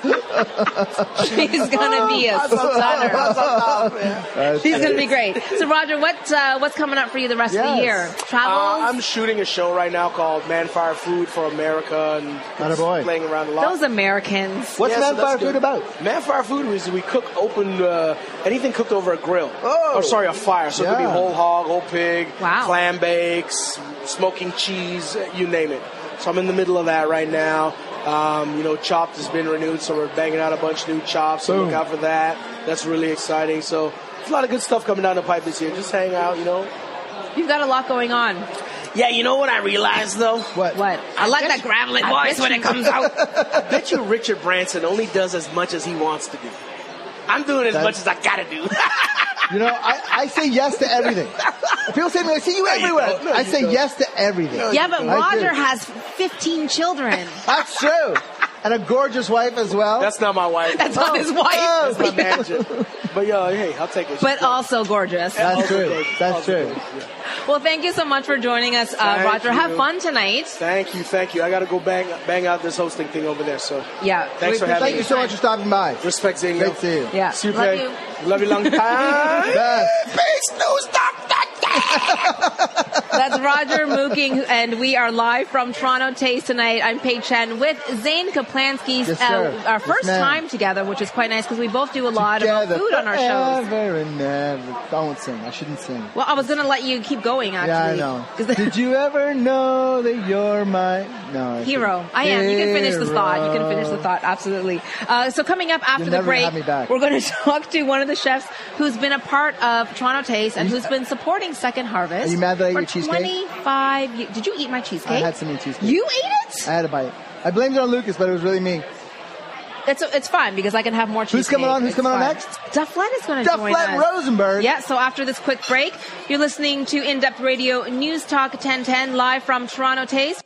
Speaker 3: Oh, She's gonna be a stunner.
Speaker 2: That's
Speaker 3: She's
Speaker 2: it.
Speaker 3: gonna be great. So, Roger, what uh, what's coming up for you the rest of
Speaker 2: Yes.
Speaker 3: the year?
Speaker 4: Uh,
Speaker 3: Travels.
Speaker 4: I'm shooting a show right now called Manfire Food for America and
Speaker 2: Atta boy.
Speaker 4: playing around a lot.
Speaker 3: Those Americans.
Speaker 2: What's
Speaker 4: Yeah, so
Speaker 2: Mad
Speaker 4: that's
Speaker 2: Fire
Speaker 4: good.
Speaker 2: Food about?
Speaker 4: Man Fire Food is we cook open uh, anything cooked over a grill.
Speaker 2: Oh.
Speaker 4: or sorry, a fire. So it could be
Speaker 2: Yeah.
Speaker 4: whole hog, whole pig,
Speaker 3: Wow.
Speaker 4: clam bakes, smoking cheese, you name it. So I'm in the middle of that right now. Um, you know, Chopped has been renewed, so we're banging out a bunch of new chops. So look
Speaker 2: Boom.
Speaker 4: out for that. That's really exciting. So there's a lot of good stuff coming down the pipe this year. Just hang out, you know.
Speaker 3: You've got a lot going on.
Speaker 4: Yeah, you know what I realized though.
Speaker 2: What?
Speaker 3: What?
Speaker 4: I like that
Speaker 3: gravelly
Speaker 4: voice when it comes out. I bet you Richard Branson only does as much as he wants to do. I'm doing as
Speaker 2: That-
Speaker 4: much as I gotta do.
Speaker 2: You know, I, I say yes to everything. People say to me, I see you
Speaker 4: you
Speaker 2: everywhere.
Speaker 4: don't. No,
Speaker 2: I
Speaker 4: you
Speaker 2: say
Speaker 4: don't.
Speaker 2: yes to everything.
Speaker 3: Yeah, but
Speaker 2: I do.
Speaker 3: Roger has 15 children.
Speaker 2: That's true. And a gorgeous wife as well.
Speaker 4: That's not my wife.
Speaker 3: That's not his
Speaker 2: Oh.
Speaker 3: wife.
Speaker 4: That's my manager. But yo, hey, I'll take it.
Speaker 3: But also gorgeous.
Speaker 2: That's
Speaker 4: Also
Speaker 2: true.
Speaker 4: gorgeous.
Speaker 2: That's
Speaker 4: Also
Speaker 2: true.
Speaker 4: gorgeous, yeah.
Speaker 3: Well, thank you so much for joining us, uh,
Speaker 4: Thank
Speaker 3: Roger. Have
Speaker 4: you.
Speaker 3: fun tonight.
Speaker 4: Thank you, thank you. I gotta go bang bang out this hosting thing over there. So
Speaker 3: Yeah.
Speaker 4: Thanks
Speaker 3: we
Speaker 4: for having
Speaker 3: appreciate
Speaker 4: me.
Speaker 2: Thank you
Speaker 3: your
Speaker 2: so
Speaker 3: time.
Speaker 2: much for stopping by.
Speaker 4: respect, Zingo.
Speaker 2: Great to see you.
Speaker 3: Yeah.
Speaker 4: Super.
Speaker 3: Love you.
Speaker 4: Love you long time.
Speaker 2: Yes.
Speaker 4: Peace, news, doc, doc, doc.
Speaker 3: That's Roger Mooking, and we are live from Toronto Taste tonight. I'm Paige Chen with Zane Kaplansky's uh,
Speaker 2: Yes, sir.
Speaker 3: our
Speaker 2: Yes,
Speaker 3: first
Speaker 2: ma'am.
Speaker 3: time together, which is quite nice because we both do a lot about food on our shows.
Speaker 2: Forever and ever. I won't sing. I shouldn't sing.
Speaker 3: Well, I was going to let you keep going,
Speaker 2: Yeah, I
Speaker 3: actually.
Speaker 2: know.
Speaker 3: 'Cause
Speaker 2: Did you ever know that you're my no I
Speaker 3: Hero.
Speaker 2: shouldn't.
Speaker 3: I am. You can finish the thought. You can finish the
Speaker 2: Hero.
Speaker 3: thought. Absolutely. Uh, so coming up after
Speaker 2: You'll
Speaker 3: the
Speaker 2: never
Speaker 3: break,
Speaker 2: have me back.
Speaker 3: we're going to talk to one of the chefs who's been a part of Toronto Taste and who's been supporting Second Harvest.
Speaker 2: Are you mad that I ate
Speaker 3: for
Speaker 2: your cheesecake?
Speaker 3: 25 ye- Did you eat my cheesecake?
Speaker 2: I had some of your cheesecake.
Speaker 3: You ate
Speaker 2: I
Speaker 3: it?
Speaker 2: had a bite. I blamed it on Lucas, but it was really me.
Speaker 3: It's, it's fine because I can have more cheesecake.
Speaker 2: Who's coming on? Who's
Speaker 3: It's
Speaker 2: coming on
Speaker 3: fine.
Speaker 2: next?
Speaker 3: Duff Lett is going to
Speaker 2: Duff
Speaker 3: join
Speaker 2: Lett
Speaker 3: us.
Speaker 2: Rosenberg.
Speaker 3: Yeah, so after this quick break, you're listening to In Depth Radio News Talk 1010 live from Toronto Taste.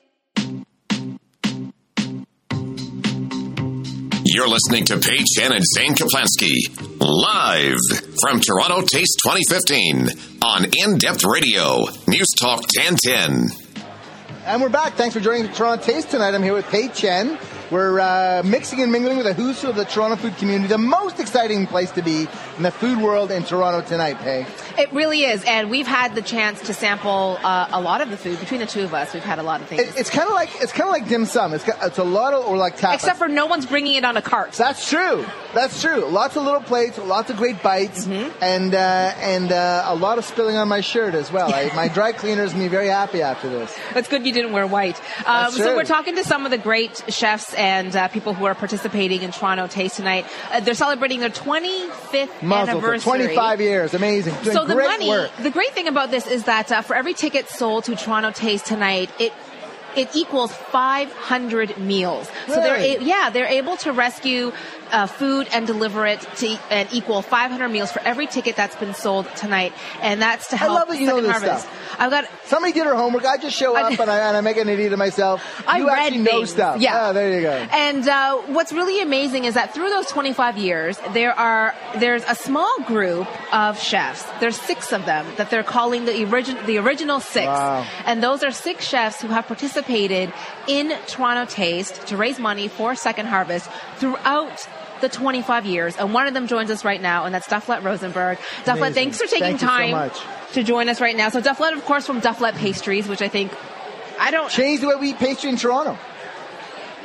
Speaker 1: You're listening to Paige Chen and Zane Kaplansky live from Toronto Taste 2015 on In Depth Radio, News Talk 1010.
Speaker 2: And we're back. Thanks for joining Toronto Taste tonight. I'm here with Paige Chen. We're uh, mixing and mingling with a who's who of the Toronto food community, the most exciting place to be in the food world in Toronto tonight, Pay.
Speaker 3: It really is, and we've had the chance to sample uh, a lot of the food between the two of us. We've had a lot of things,
Speaker 2: It, it's kind of like it's kind of like dim sum. It's, got- it's a lot of or like tapas.
Speaker 3: except for no one's bringing it on a cart.
Speaker 2: That's true. That's true. Lots of little plates, lots of great bites,
Speaker 3: Mm-hmm.
Speaker 2: and uh, and uh, a lot of spilling on my shirt as well. I, my dry cleaners made me very happy after this.
Speaker 3: That's good you didn't wear white. Um,
Speaker 2: That's
Speaker 3: so
Speaker 2: true.
Speaker 3: we're talking to some of the great chefs and uh, people who are participating in Toronto Taste tonight. Uh, they're celebrating their 25th
Speaker 2: Muzzle for
Speaker 3: anniversary.
Speaker 2: 25 years. Amazing. Doing
Speaker 3: so the
Speaker 2: great
Speaker 3: money,
Speaker 2: work.
Speaker 3: the great thing about this is that uh, for every ticket sold to Toronto Taste tonight, it it equals 500 meals. So they're
Speaker 2: Really?
Speaker 3: a- yeah, they're able to rescue uh, food and deliver it to e- and equal 500 meals for every ticket that's been sold tonight, and that's to help
Speaker 2: love that you know
Speaker 3: Second
Speaker 2: this
Speaker 3: Harvest. I've got
Speaker 2: Somebody did her homework. I just show
Speaker 3: I
Speaker 2: up
Speaker 3: did-
Speaker 2: and I, and I make an idiot of myself.
Speaker 3: I
Speaker 2: you
Speaker 3: read
Speaker 2: actually know
Speaker 3: things.
Speaker 2: stuff. Ah,
Speaker 3: Yeah.
Speaker 2: there you go.
Speaker 3: And uh, what's really amazing is that through those 25 years, there are there's a small group of chefs. There's six of them that they're calling the original the original six.
Speaker 2: Wow.
Speaker 3: And those are six chefs who have participated in Toronto Taste to raise money for Second Harvest throughout. The 25 years, and one of them joins us right now, and that's Dufflet Rosenberg. Dufflet,
Speaker 2: Amazing.
Speaker 3: thanks for taking
Speaker 2: Thank you so
Speaker 3: time
Speaker 2: much.
Speaker 3: to join us right now. So, Dufflet, of course, from Dufflet Pastries, which I think I don't
Speaker 2: Changed the way we eat pastry in Toronto.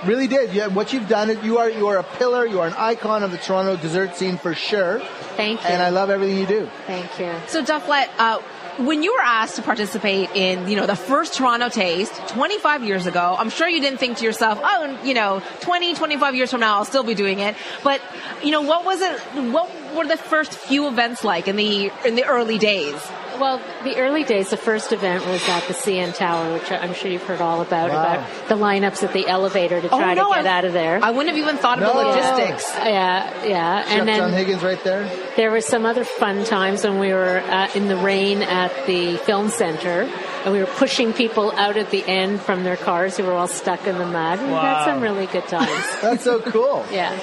Speaker 2: Really did. Yeah, what you've done, is you are you are a pillar. You are an icon of the Toronto dessert scene for sure.
Speaker 3: thank you.
Speaker 2: And I love everything you do.
Speaker 5: Thank you.
Speaker 3: So, Dufflet, uh, when you were asked to participate in, you know, the first Toronto Taste 25 years ago, I'm sure you didn't think to yourself, oh, you know, 20, 25 years from now, I'll still be doing it. But, you know, what was it, what were the first few events like in the, in the early days?
Speaker 5: Well, the early days, the first event was at the CN Tower, which I'm sure you've heard all about,
Speaker 2: Wow.
Speaker 5: about the lineups at the elevator to try to get
Speaker 3: Oh, I,
Speaker 5: out of there.
Speaker 3: I wouldn't have even thought of the
Speaker 2: No.
Speaker 3: logistics.
Speaker 5: yeah, yeah.
Speaker 2: Chef
Speaker 5: And then
Speaker 2: John Higgins right there.
Speaker 5: There were some other fun times when we were uh, in the rain at the film center, and we were pushing people out at the end from their cars who were all stuck in the mud. We had some really good times.
Speaker 2: That's so cool.
Speaker 5: yeah.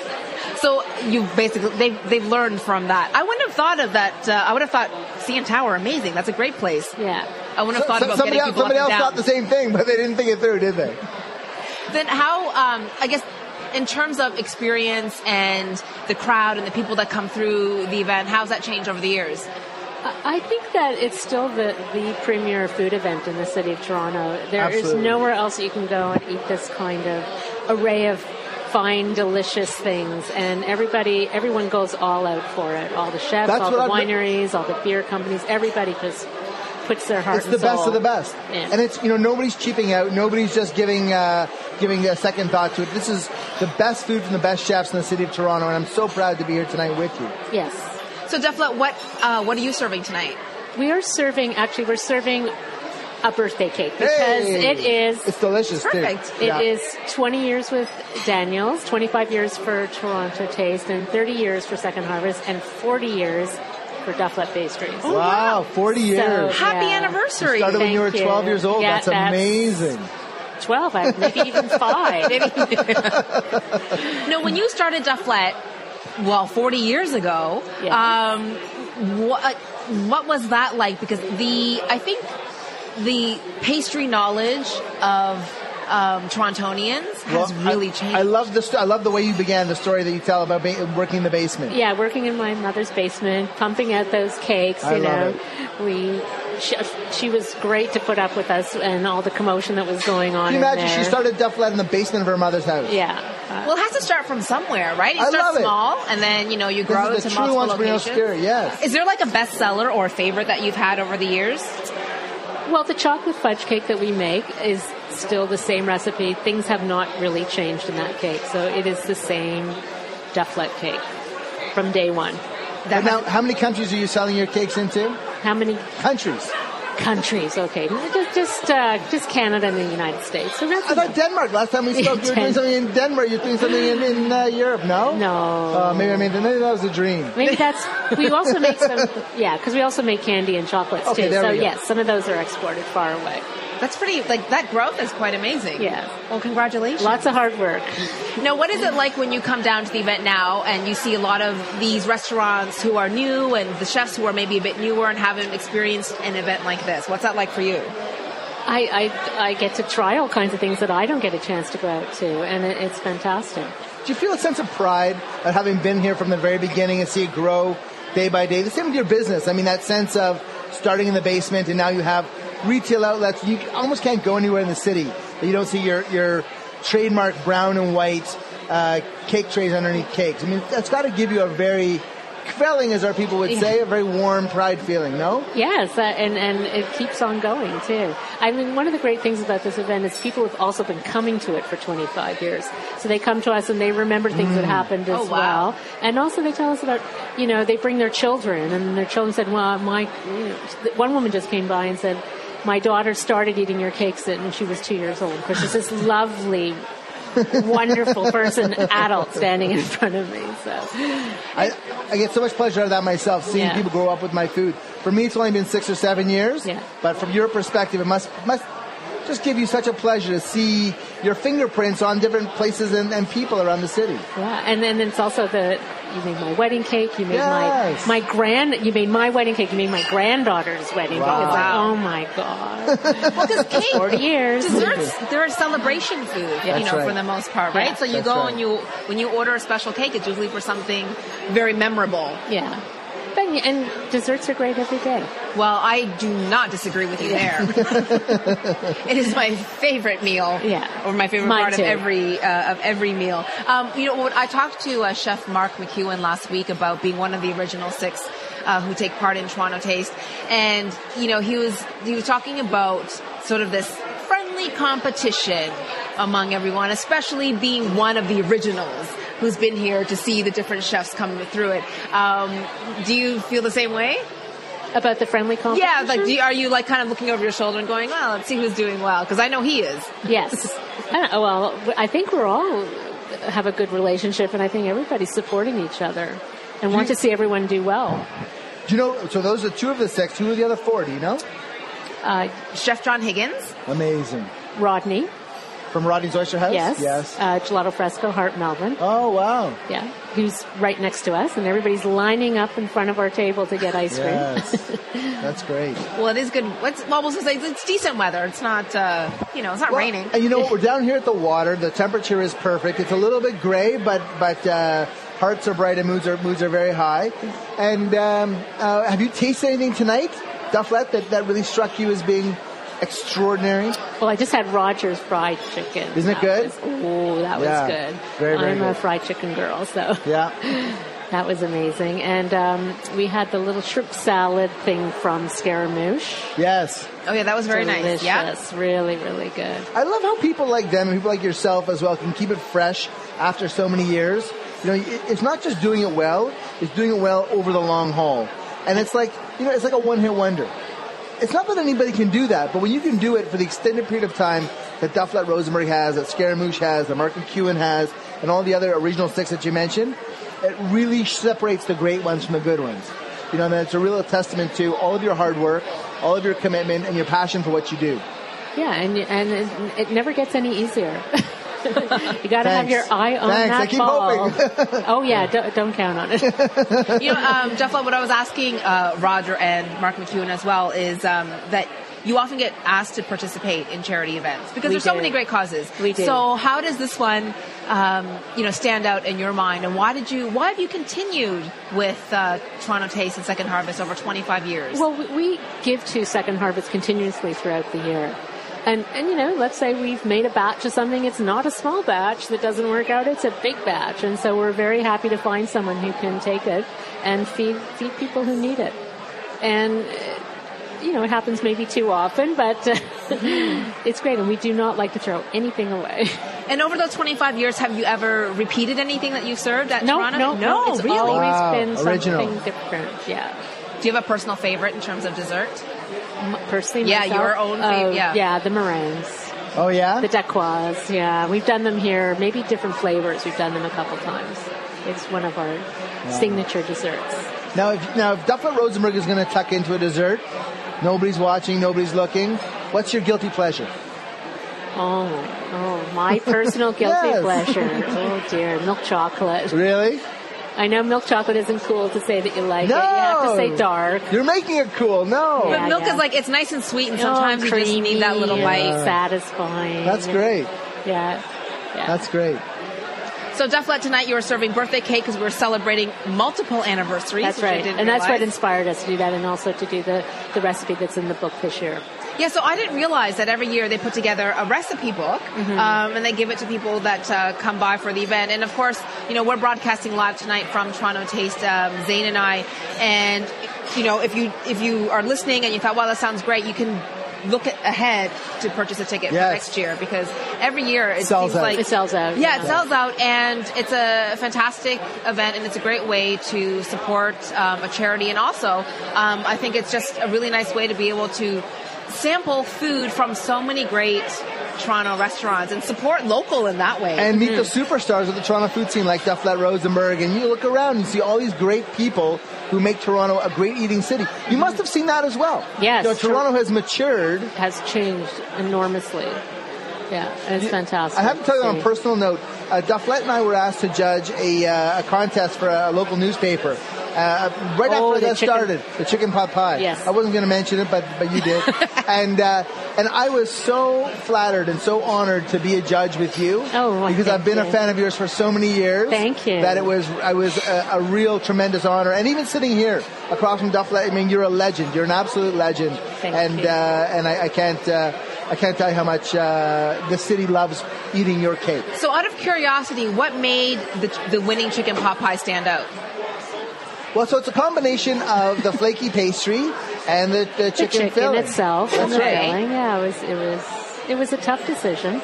Speaker 3: So you basically they've they've learned from that. I wouldn't have thought of that. Uh, I would have thought CN Tower, amazing. That's a great place.
Speaker 5: Yeah.
Speaker 3: I wouldn't have
Speaker 2: So-
Speaker 3: thought
Speaker 2: so-
Speaker 3: about
Speaker 2: somebody
Speaker 3: getting
Speaker 2: else,
Speaker 3: people
Speaker 2: somebody
Speaker 3: up
Speaker 2: else
Speaker 3: and down.
Speaker 2: thought the same thing, but they didn't think it through, did they?
Speaker 3: Then how? Um, I guess in terms of experience and the crowd and the people that come through the event, how's that changed over the years?
Speaker 5: I I think that it's still the, the premier food event in the city of Toronto. There is
Speaker 2: Absolutely.
Speaker 5: nowhere else that you can go and eat this kind of array of fine, delicious things. And everybody, everyone goes all out for it. All the chefs,
Speaker 2: That's
Speaker 5: all
Speaker 2: what
Speaker 5: the
Speaker 2: I've-
Speaker 5: wineries, all the beer companies, everybody just puts their heart
Speaker 2: It's
Speaker 5: and
Speaker 2: the best
Speaker 5: soul
Speaker 2: of the best,
Speaker 5: in.
Speaker 2: and it's you know nobody's cheaping out. Nobody's just giving uh, giving a second thought to it. This is the best food from the best chefs in the city of Toronto, and I'm so proud to be here tonight with you.
Speaker 5: Yes.
Speaker 3: So Defla, what uh, what are you serving tonight?
Speaker 5: We are serving, actually, we're serving a birthday cake because
Speaker 2: Hey!
Speaker 5: it is.
Speaker 2: it's delicious
Speaker 3: Perfect.
Speaker 2: too.
Speaker 5: It
Speaker 2: Yeah.
Speaker 5: is 20 years with Daniels, 25 years for Toronto Taste, and 30 years for Second Harvest, and 40 years for Dufflet Pastries.
Speaker 2: Wow, 40 years.
Speaker 5: So-
Speaker 3: Oh, Happy
Speaker 5: Yeah.
Speaker 3: anniversary!
Speaker 2: Started when
Speaker 5: Thank
Speaker 2: you were 12
Speaker 5: you.
Speaker 2: years old.
Speaker 5: Yeah,
Speaker 2: that's,
Speaker 5: that's-
Speaker 2: amazing.
Speaker 5: 12, I- maybe even five.
Speaker 3: no, when you started Dufflet, well, 40 years ago,
Speaker 5: Yes.
Speaker 3: um, what what was that like? Because the I think the pastry knowledge of um, Torontonians has
Speaker 2: Well,
Speaker 3: really
Speaker 2: I,
Speaker 3: changed.
Speaker 2: I love the st- I love the way you began the story that you tell about ba- working in the basement.
Speaker 5: yeah, working in my mother's basement, pumping out those cakes.
Speaker 2: I
Speaker 5: you
Speaker 2: love
Speaker 5: know, we. She, she was great to put up with us and all the commotion that was going on.
Speaker 2: Can you
Speaker 5: in
Speaker 2: imagine she
Speaker 5: there.
Speaker 2: started Duff Lad in the basement of her mother's house?
Speaker 5: Yeah.
Speaker 3: well, it has to start from somewhere, right? You
Speaker 2: I
Speaker 3: start
Speaker 2: love it.
Speaker 3: small, and then you know you
Speaker 2: This
Speaker 3: grow
Speaker 2: is the
Speaker 3: to
Speaker 2: true
Speaker 3: multiple
Speaker 2: entrepreneurial
Speaker 3: locations.
Speaker 2: spirit, yes.
Speaker 3: Is there like a bestseller or a favorite that you've had over the years?
Speaker 5: Well, the chocolate fudge cake that we make is still the same recipe. Things have not really changed in that cake, so it is the same dufflet cake from day one.
Speaker 2: And now, how many countries are you selling your cakes into?
Speaker 5: How many
Speaker 2: Countries.
Speaker 5: countries? Okay, just just uh, just Canada and the United States. So that's
Speaker 2: I thought Denmark. Last time we spoke, you were doing
Speaker 5: Den-
Speaker 2: something in Denmark. You're doing something in, in uh, Europe, no?
Speaker 5: No.
Speaker 2: Uh, maybe I mean maybe that was a dream.
Speaker 5: Maybe that's. We also make some. Yeah, because we also make candy and chocolates
Speaker 2: Okay,
Speaker 5: too.
Speaker 2: there
Speaker 5: So
Speaker 2: we go.
Speaker 5: yes, some of those are exported far away.
Speaker 3: That's pretty like that growth is quite amazing.
Speaker 5: Yeah.
Speaker 3: Well, congratulations.
Speaker 5: Lots of hard work.
Speaker 3: Now, what is it like when you come down to the event now and you see a lot of these restaurants who are new and the chefs who are maybe a bit newer and haven't experienced an event like this? What's that like for you?
Speaker 5: I, I I get to try all kinds of things that I don't get a chance to go out to, and it, it's fantastic.
Speaker 2: Do you feel a sense of pride at having been here from the very beginning and see it grow day by day? The same with your business. I mean, that sense of starting in the basement and now you have retail outlets. You almost can't go anywhere in the city that you don't see your your trademark brown and white uh, cake trays underneath cakes. I mean, that's got to give you a very quelling, as our people would say, a very warm pride feeling. No,
Speaker 5: Yes, uh, and and it keeps on going too. I mean, one of the great things about this event is people have also been coming to it for 25 years, so they come to us and they remember things that happened as
Speaker 3: Oh, wow.
Speaker 5: well, and also they tell us about you know they bring their children and their children said, well, my you know, one woman just came by and said, my daughter started eating your cakes when she was two years old because she's this lovely. wonderful person, adult standing in front of me. So,
Speaker 2: I, I get so much pleasure out of that myself, seeing
Speaker 5: Yeah.
Speaker 2: people grow up with my food. For me, it's only been six or seven years.
Speaker 5: Yeah.
Speaker 2: But from your perspective, it must must just give you such a pleasure to see your fingerprints on different places and, and people around the city.
Speaker 5: Yeah, and then it's also the you made my wedding cake. You made
Speaker 2: Yes.
Speaker 5: my my grand. You made my wedding cake. You made my granddaughter's wedding cake. It's like,
Speaker 3: Wow.
Speaker 5: oh my god,
Speaker 3: Well, because cake,
Speaker 5: forty years.
Speaker 3: desserts, they're a celebration food, you know,
Speaker 2: right.
Speaker 3: for the most part, right?
Speaker 5: Yeah.
Speaker 3: so you
Speaker 2: That's
Speaker 3: go
Speaker 2: right.
Speaker 3: and you when you order a special cake, it's usually for something very memorable.
Speaker 5: Yeah, but, and desserts are great every day.
Speaker 3: Well, I do not disagree with you there. it is my favorite meal.
Speaker 5: Yeah.
Speaker 3: Or my favorite
Speaker 5: Mine
Speaker 3: part
Speaker 5: too.
Speaker 3: of every uh, of every meal. Um, you know, when I talked to uh, Chef Mark McEwen last week about being one of the original six uh, who take part in Toronto Taste, and you know he was he was talking about sort of this friendly competition among everyone, especially being one of the originals who's been here to see the different chefs coming through it. Um, do you feel the same way?
Speaker 5: About the friendly competition?
Speaker 3: Yeah, like, do you, are you like kind of looking over your shoulder and going, well, let's see who's doing well? Because I know he is.
Speaker 5: Yes. I don't- well, I think we're all have a good relationship, and I think everybody's supporting each other and
Speaker 3: Hmm.
Speaker 5: want to see everyone do well.
Speaker 2: Do you know? So those are two of the six. Who are the other four? Do you know?
Speaker 5: Uh,
Speaker 3: Chef John Higgins,
Speaker 2: Amazing.
Speaker 5: Rodney,
Speaker 2: From Rodney's Oyster House.
Speaker 5: yes.
Speaker 2: Yes.
Speaker 5: Uh, Gelato Fresco, Hart, Melbourne.
Speaker 2: oh wow.
Speaker 5: Yeah, who's right next to us, and everybody's lining up in front of our table to get ice cream.
Speaker 2: Yes. That's great.
Speaker 3: well, it is good. What's, well, I was gonna say it's decent weather. It's not, uh, you know, it's not
Speaker 2: Well,
Speaker 3: raining.
Speaker 2: And you know what? We're down here at the water. The temperature is perfect. It's a little bit gray, but but uh, hearts are bright and moods are moods are very high. And um, uh, have you tasted anything tonight, Dufflet, that that really struck you as being extraordinary?
Speaker 5: Well, I just had Rogers fried chicken.
Speaker 2: Isn't it good?
Speaker 5: oh, that
Speaker 2: Yeah.
Speaker 5: was good.
Speaker 2: Very, very
Speaker 5: I'm a
Speaker 2: good.
Speaker 5: fried chicken girl, so
Speaker 2: Yeah.
Speaker 5: that was amazing. And um, we had the little shrimp salad thing from Scaramouche.
Speaker 2: Yes.
Speaker 3: oh yeah, that was very nice.
Speaker 5: Delicious.
Speaker 3: Yeah.
Speaker 5: Really, really good.
Speaker 2: I love how people like them and people like yourself as well can keep it fresh after so many years. You know, it- it's not just doing it well; it's doing it well over the long haul. And it's like you know, it's like a one-hit wonder. It's not that anybody can do that, but when you can do it for the extended period of time that Dufflet Rosemary has, that Scaramouche has, that Mark McEwen has, and all the other original six that you mentioned, it really separates the great ones from the good ones. You know, and it's a real testament to all of your hard work, all of your commitment, and your passion for what you do.
Speaker 5: Yeah, and and it, it never gets any easier. you got to have
Speaker 2: Thanks.
Speaker 5: your eye on
Speaker 2: Thanks,
Speaker 5: that
Speaker 2: I keep
Speaker 5: ball.
Speaker 2: hoping.
Speaker 5: oh yeah, don't, don't count on it. uh,
Speaker 3: you know, um, Jeff, what I was asking uh, Roger and Mark McEwen as well is um, that you often get asked to participate in charity events because
Speaker 5: We
Speaker 3: there's so
Speaker 5: do.
Speaker 3: many great causes.
Speaker 5: We do.
Speaker 3: So how does this one, um, you know, stand out in your mind, and why did you? Why have you continued with uh, Toronto Taste and Second Harvest over 25 years?
Speaker 5: Well, we- we give to Second Harvest continuously throughout the year. And, and you know, let's say we've made a batch of something. It's not a small batch that doesn't work out. It's a big batch. And so we're very happy to find someone who can take it and feed, feed people who need it. And, uh, you know, it happens maybe too often, but uh,
Speaker 2: Mm-hmm.
Speaker 5: it's great. And we do not like to throw anything away.
Speaker 3: and over those 25 years, have you ever repeated anything that you served at
Speaker 5: No,
Speaker 3: Toronto?
Speaker 5: no, no. It's
Speaker 3: really.
Speaker 5: always
Speaker 2: Wow,
Speaker 5: been
Speaker 2: original.
Speaker 5: something different. Yeah.
Speaker 3: Do you have a personal favorite in terms of dessert?
Speaker 5: M- Personally,
Speaker 3: Yeah,
Speaker 5: myself,
Speaker 3: your own fav-
Speaker 5: oh,
Speaker 3: yeah.
Speaker 5: Yeah, the meringues.
Speaker 2: Oh yeah.
Speaker 5: The Decois, yeah. We've done them here, maybe different flavors. We've done them a couple times. It's one of our signature desserts.
Speaker 2: Now, if now if Dufflet Rosenberg is going to tuck into a dessert, nobody's watching, nobody's looking. What's your guilty pleasure?
Speaker 5: Oh, oh, my personal guilty
Speaker 2: Yes.
Speaker 5: pleasure. Oh dear, milk chocolate.
Speaker 2: Really?
Speaker 5: I know milk chocolate isn't cool to say that you like it. You have to say dark.
Speaker 2: You're making it cool. No.
Speaker 5: Yeah.
Speaker 3: But milk is like it's nice and sweet, and
Speaker 5: Oh,
Speaker 3: sometimes you just
Speaker 5: creamy,
Speaker 3: need that little bite.
Speaker 5: Satisfying.
Speaker 2: That's great.
Speaker 5: Yeah. yeah.
Speaker 2: That's great.
Speaker 3: So Dufflet, tonight you are serving birthday cake because we're celebrating multiple anniversaries.
Speaker 5: That's
Speaker 3: which I
Speaker 5: right.
Speaker 3: didn't
Speaker 5: And that's what
Speaker 3: realize.
Speaker 5: inspired us to do that and also to do the, the recipe that's in the book this year.
Speaker 3: Yeah, so I didn't realize that every year they put together a recipe book um, and they give it to people that uh, come by for the event. And of course, you know, we're broadcasting live tonight from Toronto Taste, um, Zane and I. And, you know, if you, if you are listening and you thought, wow, that sounds great, you can look at, ahead to purchase a ticket
Speaker 2: Yes.
Speaker 3: for next year because every year it
Speaker 2: Sells
Speaker 3: seems
Speaker 2: out.
Speaker 3: like
Speaker 5: It sells out.
Speaker 3: Yeah, it sells out, and it's a fantastic event, and it's a great way to support um, a charity. And also, um, I think it's just a really nice way to be able to sample food from so many great Toronto restaurants and support local in that way.
Speaker 2: And meet the superstars of the Toronto food scene like Dufflet Rosenberg, and you look around and see all these great people who make Toronto a great eating city. You must have seen that as well.
Speaker 5: Yes.
Speaker 2: You know, Toronto has matured.
Speaker 5: has changed enormously. Yeah, it's fantastic.
Speaker 2: I have to tell you on
Speaker 5: see.
Speaker 2: a personal note, uh, Dufflet and I were asked to judge a, uh, a contest for a local newspaper. Uh, right
Speaker 5: Oh,
Speaker 2: after
Speaker 5: the
Speaker 2: that
Speaker 5: chicken-
Speaker 2: started, the chicken pot pie.
Speaker 5: Yes.
Speaker 2: I wasn't going to mention it, but but you did, and uh, and I was so flattered and so honored to be a judge with you.
Speaker 5: Oh, well,
Speaker 2: because
Speaker 5: thank
Speaker 2: I've been a
Speaker 5: you.
Speaker 2: fan of yours for so many years.
Speaker 5: Thank you.
Speaker 2: That it was I was a, a real tremendous honor, and even sitting here across from Dufflet, I mean, you're a legend. You're an absolute legend.
Speaker 5: Thank
Speaker 2: and
Speaker 5: you.
Speaker 2: Uh, and I, I can't uh, I can't tell you how much uh, the city loves eating your cake.
Speaker 3: Mm-hmm. so, out of curiosity, what made the, the winning chicken pot pie stand out?
Speaker 2: Well, so it's a combination of the flaky pastry and the, the
Speaker 5: The
Speaker 2: chicken,
Speaker 5: chicken
Speaker 2: filling.
Speaker 5: itself and
Speaker 2: That's
Speaker 5: the
Speaker 2: right.
Speaker 5: filling. Yeah, it was it was it was a tough decision.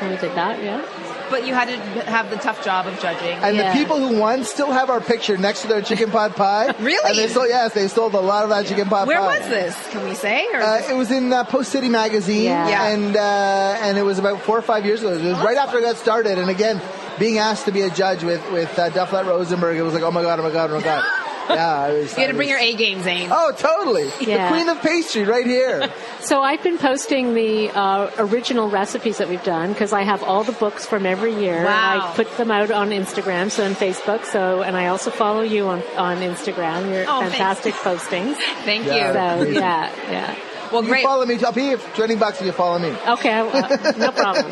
Speaker 5: And we did that, yeah.
Speaker 3: But you had to have the tough job of judging.
Speaker 2: And
Speaker 5: Yeah.
Speaker 2: the people who won still have our picture next to their chicken pot pie.
Speaker 3: Really?
Speaker 2: And they sold, yes, they sold a lot of that chicken pot
Speaker 3: Where
Speaker 2: pie.
Speaker 3: was this? Can we say? Or
Speaker 2: Uh, it was in uh, Post City magazine,
Speaker 5: Yeah.
Speaker 3: Yeah.
Speaker 2: and uh, and it was about four or five years ago. It was right after I got started, and again, being asked to be a judge with with uh, Dufflet Rosenberg, it was like, oh my god, oh my god, oh my god. yeah, I was,
Speaker 3: you had
Speaker 2: I
Speaker 3: to bring your
Speaker 2: was-
Speaker 3: A game, Zane.
Speaker 2: Oh, totally.
Speaker 5: Yeah.
Speaker 2: The queen of pastry right here.
Speaker 5: So I've been posting the uh, original recipes that we've done because I have all the books from every year. And
Speaker 3: Wow.
Speaker 5: I put them out on Instagram, so on Facebook. So and I also follow you on on Instagram. Your
Speaker 3: Oh,
Speaker 5: fantastic postings.
Speaker 3: Thank
Speaker 2: Yeah.
Speaker 3: you.
Speaker 5: So
Speaker 2: Amazing.
Speaker 5: yeah, yeah.
Speaker 3: Well,
Speaker 2: You
Speaker 3: great.
Speaker 2: follow me. I'll pay you 20 bucks if you follow me.
Speaker 5: Okay, I- uh, no problem.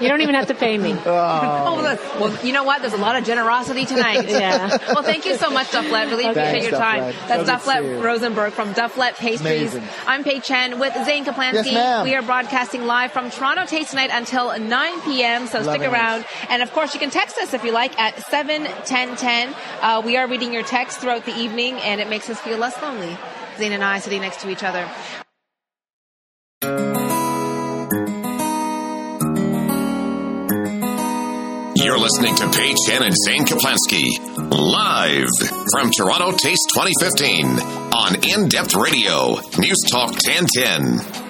Speaker 5: You don't even have to pay me.
Speaker 3: Oh, look. well, you know what? There's a lot of generosity tonight.
Speaker 5: Yeah.
Speaker 3: Well, thank you so much, Dufflet. Really appreciate
Speaker 2: Thanks,
Speaker 3: your time.
Speaker 2: Dufflet.
Speaker 3: That's
Speaker 2: Love to see
Speaker 3: Dufflet
Speaker 2: you.
Speaker 3: Rosenberg from Dufflet Pastries.
Speaker 2: Amazing.
Speaker 3: I'm Paige Chen with Zane Kaplansky.
Speaker 2: Yes, ma'am.
Speaker 3: We are broadcasting live from Toronto Taste Night until 9 p.m. So stick
Speaker 2: Loving it.
Speaker 3: around. And of course, you can text us if you like at 71010. Uh, we are reading your texts throughout the evening, and it makes us feel less lonely. Zane and I sitting next to each other.
Speaker 1: You're listening to Paige Chen and Zane Kaplansky live from Toronto Taste 2015 on In Depth Radio, News Talk 1010.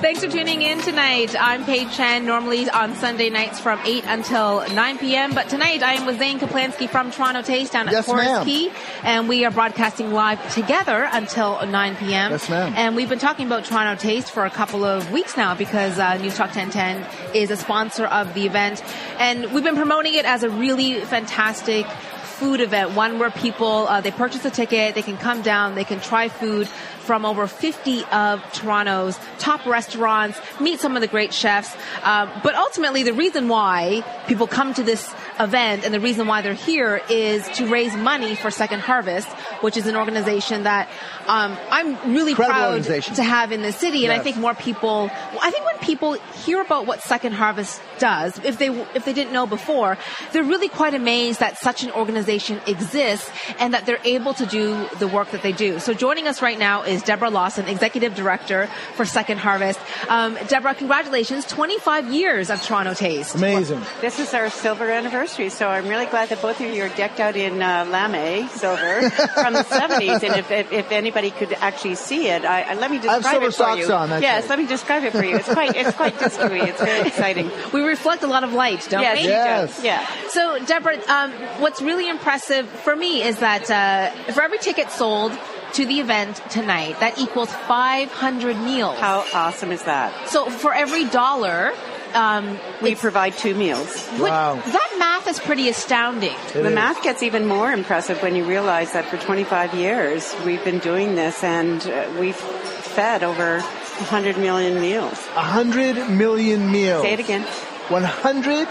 Speaker 3: Thanks for tuning in tonight. I'm Paige Chen, normally on Sunday nights from 8 until 9 p.m. But tonight I am with Zane Kaplansky from Toronto Taste down at
Speaker 2: Yes,
Speaker 3: Forest
Speaker 2: ma'am.
Speaker 3: Key. And we are broadcasting live together until 9 p.m.
Speaker 2: Yes, ma'am.
Speaker 3: And we've been talking about Toronto Taste for a couple of weeks now because uh, News Talk 1010 is a sponsor of the event. And we've been promoting it as a really fantastic food event, one where people, uh, they purchase a ticket, they can come down, they can try food from over 50 of Toronto's top restaurants, meet some of the great chefs. Um, but ultimately, the reason why people come to this event and the reason why they're here is to raise money for Second Harvest, which is an organization that um, I'm really
Speaker 2: Incredible
Speaker 3: proud
Speaker 2: organization.
Speaker 3: to have in the city. And I
Speaker 2: Yes.
Speaker 3: think more people, I think when people hear about what Second Harvest does, if they if they didn't know before, they're really quite amazed that such an organization exists and that they're able to do the work that they do. So joining us right now is Deborah Lawson, Executive Director for Second Harvest. Um, Deborah, congratulations, 25 years of Toronto Taste.
Speaker 2: Amazing.
Speaker 6: This is our silver anniversary, so I'm really glad that both of you are decked out in uh, lame silver from the 70s. And if, if, if anybody could actually see it, I, I, let me
Speaker 2: have
Speaker 6: describe it for
Speaker 2: silver
Speaker 6: you.
Speaker 2: socks on, that's
Speaker 6: yes,
Speaker 2: right.
Speaker 6: let me describe it for you. It's quite it's quite disco-y. It's very exciting.
Speaker 3: We reflect a lot of light, don't
Speaker 6: yes,
Speaker 3: we?
Speaker 6: you do.
Speaker 2: Yes.
Speaker 6: yeah.
Speaker 3: So, Deborah, um, what's really impressive for me is that uh, for every ticket sold to the event tonight, that equals 500 meals.
Speaker 6: How awesome is that?
Speaker 3: So, for every dollar, um,
Speaker 6: We
Speaker 3: it's-
Speaker 6: provide two meals.
Speaker 3: would-
Speaker 2: Wow.
Speaker 3: that math is pretty astounding.
Speaker 2: It
Speaker 6: the
Speaker 2: is.
Speaker 6: math gets even more impressive when you realize that for 25 years we've been doing this and uh, we've fed over 100 million meals.
Speaker 2: 100 million meals.
Speaker 6: Say it again.
Speaker 2: 100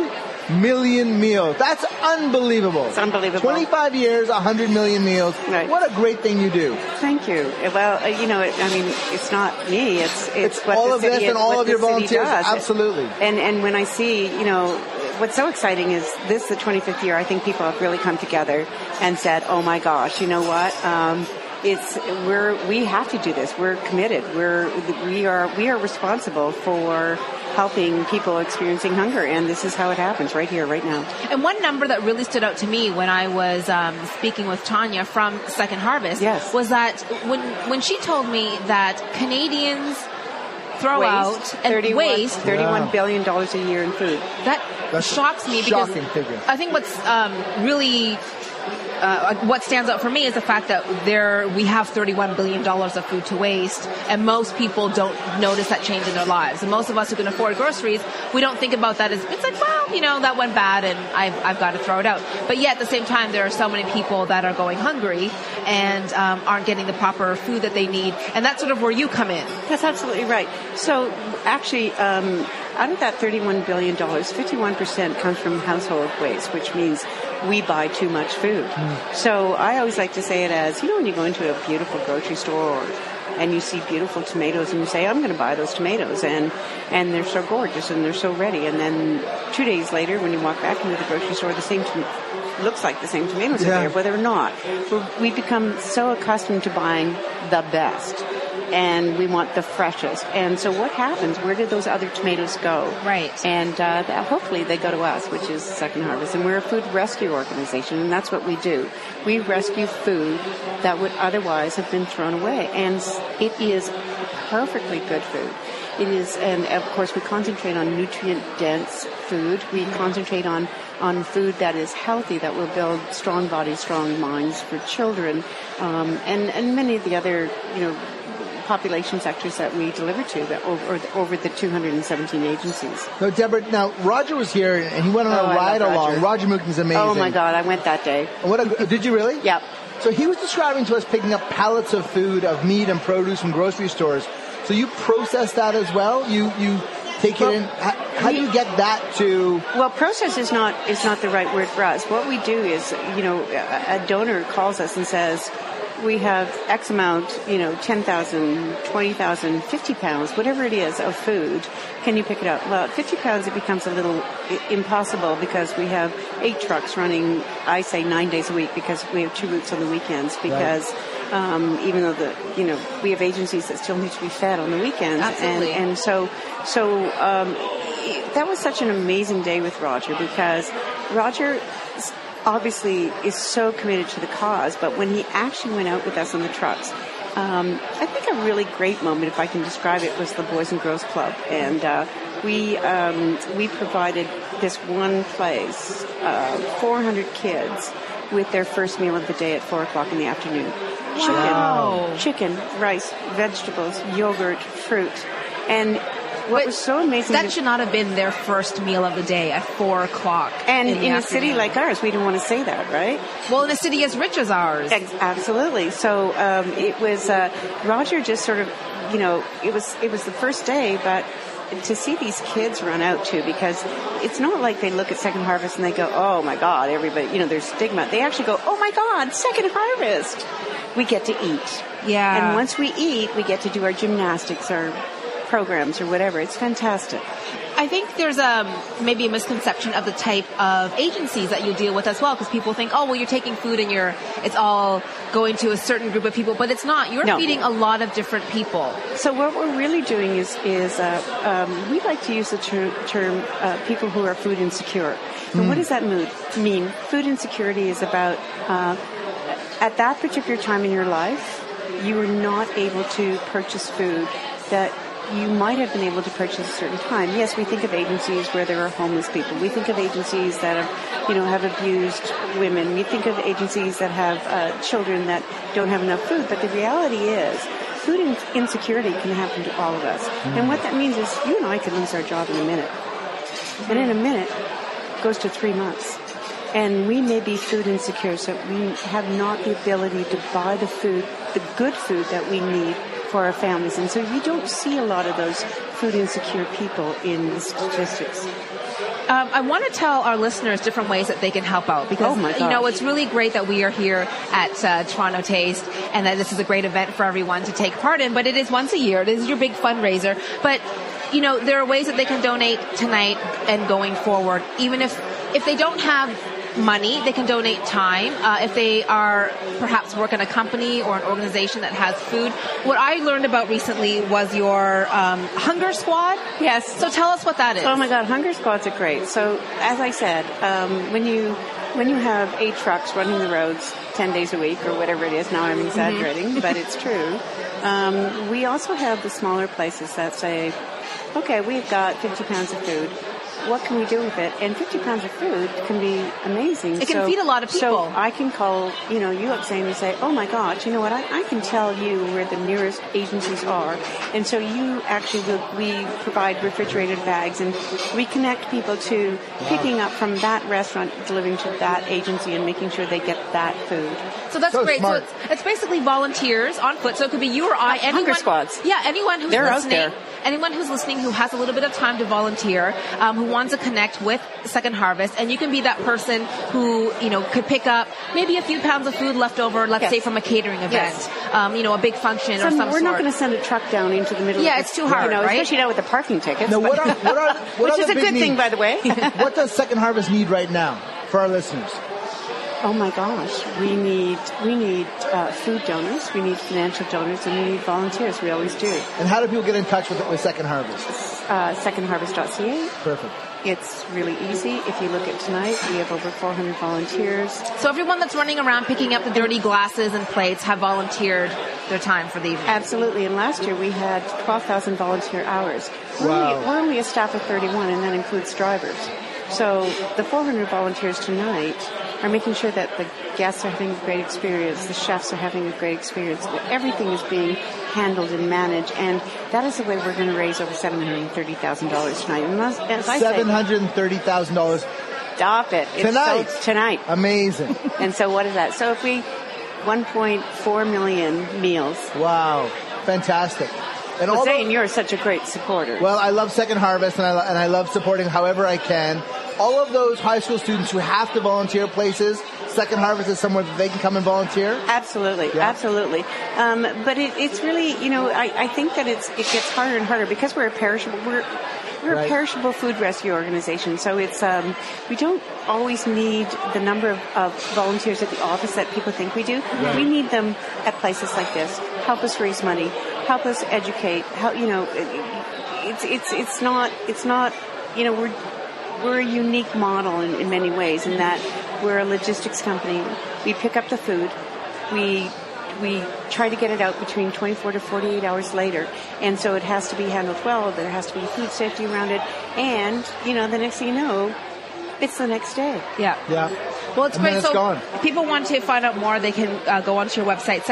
Speaker 2: million meals. That's unbelievable. It's
Speaker 6: unbelievable.
Speaker 2: 25 years, 100 million meals.
Speaker 6: Right.
Speaker 2: What a great thing you do.
Speaker 6: Thank you. Well, uh, you know, it, I mean, it's not me. It's it's,
Speaker 2: It's
Speaker 6: what
Speaker 2: all
Speaker 6: the
Speaker 2: of this
Speaker 6: city
Speaker 2: and all
Speaker 6: what
Speaker 2: of
Speaker 6: the
Speaker 2: your
Speaker 6: city
Speaker 2: volunteers.
Speaker 6: does.
Speaker 2: Absolutely.
Speaker 6: And and when I see, you know, what's so exciting is this the 25th year. I think people have really come together and said, "Oh my gosh, you know what." Um, it's we're we have to do this. We're committed. We're we are we are responsible for helping people experiencing hunger, and this is how it happens right here, right now.
Speaker 3: And one number that really stood out to me when I was um, speaking with Tanya from Second Harvest
Speaker 6: Yes.
Speaker 3: was that when when she told me that Canadians throw
Speaker 6: Waste,
Speaker 3: out and waste
Speaker 6: $31 billion dollars a year in food.
Speaker 3: That
Speaker 2: That's a
Speaker 3: shocks me because
Speaker 2: shocking figure.
Speaker 3: I think what's um, really uh, what stands out for me is the fact that there we have 31 billion dollars of food to waste, and most people don't notice that change in their lives. And most of us who can afford groceries, we don't think about that as it's like, well, you know, that went bad, and I've, I've got to throw it out. But yet, at the same time, there are so many people that are going hungry and um, aren't getting the proper food that they need, and that's sort of where you come in.
Speaker 6: That's absolutely right. So, actually, um, out of that $31 billion, 51% comes from household waste, which means we buy too much food. So, I always like to say it as you know, when you go into a beautiful grocery store or and you see beautiful tomatoes and you say, I'm going to buy those tomatoes. And, and they're so gorgeous and they're so ready. And then two days later, when you walk back into the grocery store, the same tom- looks like the same tomatoes
Speaker 2: Yeah.
Speaker 6: are there, whether or not. We're, we become so accustomed to buying the best. And we want the freshest. And so what happens? Where do those other tomatoes go?
Speaker 3: Right.
Speaker 6: And uh, that- hopefully they go to us, which is Second Harvest. And we're a food rescue organization, and that's what we do. We rescue food that would otherwise have been thrown away. And s- it is perfectly good food. It is, and of course we concentrate on nutrient dense food. We concentrate on, on food that is healthy, that will build strong bodies, strong minds for children, um, and, and many of the other, you know, population sectors that we deliver to that over, or the- over the 217 agencies.
Speaker 2: No, Deborah. Now Roger was here and he went on
Speaker 6: Oh,
Speaker 2: a
Speaker 6: I love
Speaker 2: ride along. Roger
Speaker 6: Roger.
Speaker 2: Mooking's amazing.
Speaker 6: Oh my God, I went that day.
Speaker 2: And What a, did you really?
Speaker 6: Yep.
Speaker 2: So he was describing to us picking up pallets of food, of meat and produce from grocery stores. So you process that as well. You you take
Speaker 6: Well,
Speaker 2: it in. How, how do
Speaker 6: we-
Speaker 2: you get that to?
Speaker 6: Well, process is not is not the right word for us. What we do is, you know, a a donor calls us and says, we have X amount, you know, 10,000, 20,000, 50 pounds, whatever it is of food. Can you pick it up? Well, at 50 pounds, it becomes a little i- impossible because we have eight trucks running, I say nine days a week because we have two routes on the weekends because um, even though the, you know, we have agencies that still need to be fed on the weekends.
Speaker 3: Absolutely.
Speaker 6: And, and so, so, um, that was such an amazing day with Roger because Roger s- obviously is so committed to the cause, but when he actually went out with us on the trucks, um, I think a really great moment, if I can describe it, was the Boys and Girls Club, and uh, we um, we provided this one place, uh, 400 kids with their first meal of the day at four o'clock in the afternoon. Chicken,
Speaker 3: Wow.
Speaker 6: chicken, rice, vegetables, yogurt, fruit, and what
Speaker 3: But
Speaker 6: was so amazing
Speaker 3: That
Speaker 6: is-
Speaker 3: should not have been their first meal of the day at four o'clock.
Speaker 6: and in,
Speaker 3: the
Speaker 6: a city
Speaker 3: afternoon.
Speaker 6: like ours, we don't want to say that, right?
Speaker 3: well, in a city as rich as ours,
Speaker 6: Ex- Absolutely. So um, it was uh, Roger just sort of, you know, it was it was the first day, but to see these kids run out too, because it's not like they look at Second Harvest and they go, oh my God, everybody, you know, there's stigma. They actually go, oh my God, Second Harvest. We get to eat.
Speaker 3: Yeah.
Speaker 6: And once we eat, we get to do our gymnastics, our programs, or whatever. It's fantastic.
Speaker 3: I think there's um, maybe a misconception of the type of agencies that you deal with as well, because people think, oh, well, you're taking food and you're it's all going to a certain group of people, but it's not. You're
Speaker 6: No.
Speaker 3: feeding a lot of different people.
Speaker 6: So what we're really doing is is uh, um, we like to use the ter- term uh, people who are food insecure. And what does that mood mean? Food insecurity is about uh, at that particular time in your life, you were not able to purchase food that you might have been able to purchase at a certain time. Yes, we think of agencies where there are homeless people. We think of agencies that have, you know, have abused women. We think of agencies that have uh, children that don't have enough food. But the reality is, food in- insecurity can happen to all of us. And what that means is, you and I could lose our job in a minute. And in a minute, goes to three months. And we may be food insecure, so we have not the ability to buy the food, the good food that we need for our families. And so you don't see a lot of those food insecure people in the statistics.
Speaker 3: Um, I want to tell our listeners different ways that they can help out because
Speaker 6: Oh my
Speaker 3: you know
Speaker 6: gosh.
Speaker 3: it's really great that we are here at uh, Toronto Taste and that this is a great event for everyone to take part in. But it is once a year; it is your big fundraiser. But you know there are ways that they can donate tonight and going forward, even if if they don't have money. They can donate time. Uh, if they are perhaps work in a company or an organization that has food. What I learned about recently was your um, hunger squad.
Speaker 6: Yes.
Speaker 3: So tell us what that is.
Speaker 6: Oh my God, hunger squads are great. So as I said, um, when you when you have eight trucks running the roads ten days a week or whatever it is, now I'm exaggerating,
Speaker 3: Mm-hmm.
Speaker 6: but it's true. Um, we also have the smaller places that say, okay, we've got 50 pounds of food. What can we do with it? And 50 pounds of food can be amazing.
Speaker 3: It can feed a lot of
Speaker 6: So
Speaker 3: people.
Speaker 6: I can call, you know, you up, Zane, and say, oh my gosh, you know what, I, I can tell you where the nearest agencies are. And so you actually, will, we provide refrigerated bags and we connect people to picking up from that restaurant, delivering to that agency and making sure they get that food.
Speaker 3: So that's
Speaker 2: So
Speaker 3: great.
Speaker 2: smart.
Speaker 3: So it's, it's basically volunteers on foot. So it could be you or I.
Speaker 6: Hunger
Speaker 3: Anyone,
Speaker 6: squads.
Speaker 3: Yeah, anyone who's
Speaker 6: They're out
Speaker 3: listening.
Speaker 6: there.
Speaker 3: Anyone who's listening who has a little bit of time to volunteer, um, who wants to connect with Second Harvest, and you can be that person who you know could pick up maybe a few pounds of food left over, let's
Speaker 6: Yes.
Speaker 3: say from a catering event,
Speaker 6: Yes.
Speaker 3: um, you know, a big function or
Speaker 6: Some-
Speaker 3: some
Speaker 6: we're not
Speaker 3: sort.
Speaker 6: going to send a truck down into the middle.
Speaker 3: Yeah,
Speaker 6: of
Speaker 3: it's too hard,
Speaker 6: You know,
Speaker 3: right?
Speaker 6: especially now with the parking tickets.
Speaker 2: Now,
Speaker 6: but-
Speaker 2: what are, what are, what
Speaker 6: which
Speaker 2: are
Speaker 6: is
Speaker 2: the
Speaker 6: a
Speaker 2: big
Speaker 6: good thing,
Speaker 2: needs?
Speaker 6: by the way.
Speaker 2: what does Second Harvest need right now for our listeners?
Speaker 6: Oh my gosh, we need we need uh, food donors, we need financial donors, and we need volunteers. We always do.
Speaker 2: And how do people get in touch with, with Second Harvest?
Speaker 6: Uh, secondharvest.ca.
Speaker 2: Perfect.
Speaker 6: It's really easy. If you look at tonight, we have over 400 volunteers.
Speaker 3: So everyone that's running around picking up the dirty glasses and plates have volunteered their time for the evening.
Speaker 6: Absolutely. And last year we had 12,000 volunteer hours. We're,
Speaker 2: Wow.
Speaker 6: only, we're only a staff of 31, and that includes drivers. So the 400 volunteers tonight are making sure that the guests are having a great experience, the chefs are having a great experience, that everything is being handled and managed. And that is the way we're going to raise over $730,000 tonight. And as, as I
Speaker 2: Seven
Speaker 6: say,
Speaker 2: hundred and thirty thousand dollars
Speaker 6: stop it. It's
Speaker 2: tonight.
Speaker 6: So, tonight.
Speaker 2: Amazing.
Speaker 6: And so what is that? So if we, 1.4 million meals.
Speaker 2: wow. Fantastic. And all
Speaker 6: Zane, you're such a great supporter.
Speaker 2: Well, I love Second Harvest, and I, lo- and I love supporting however I can. All of those high school students who have to volunteer places, Second Harvest is somewhere that they can come and volunteer.
Speaker 6: Absolutely,
Speaker 2: Yeah.
Speaker 6: absolutely. Um, but it, it's really, you know, I, I think that it's it gets harder and harder because we're a perishable we're we're
Speaker 2: Right.
Speaker 6: a perishable food rescue organization. So it's um, we don't always need the number of, of volunteers at the office that people think we do. We need them at places like this. Help us raise money. Help us educate. Help you know, it- it's it's it's not it's not you know we're we're a unique model in, in many ways in that we're a logistics company. We pick up the food. We we try to get it out between 24 to 48 hours later, and so it has to be handled well. There has to be food safety around it, and you know, the next thing you know, it's the next day.
Speaker 3: Yeah.
Speaker 2: Yeah.
Speaker 3: Well, it's
Speaker 2: And
Speaker 3: great.
Speaker 2: then it's
Speaker 3: so
Speaker 2: gone.
Speaker 3: if people want to find out more, they can uh, go onto your website,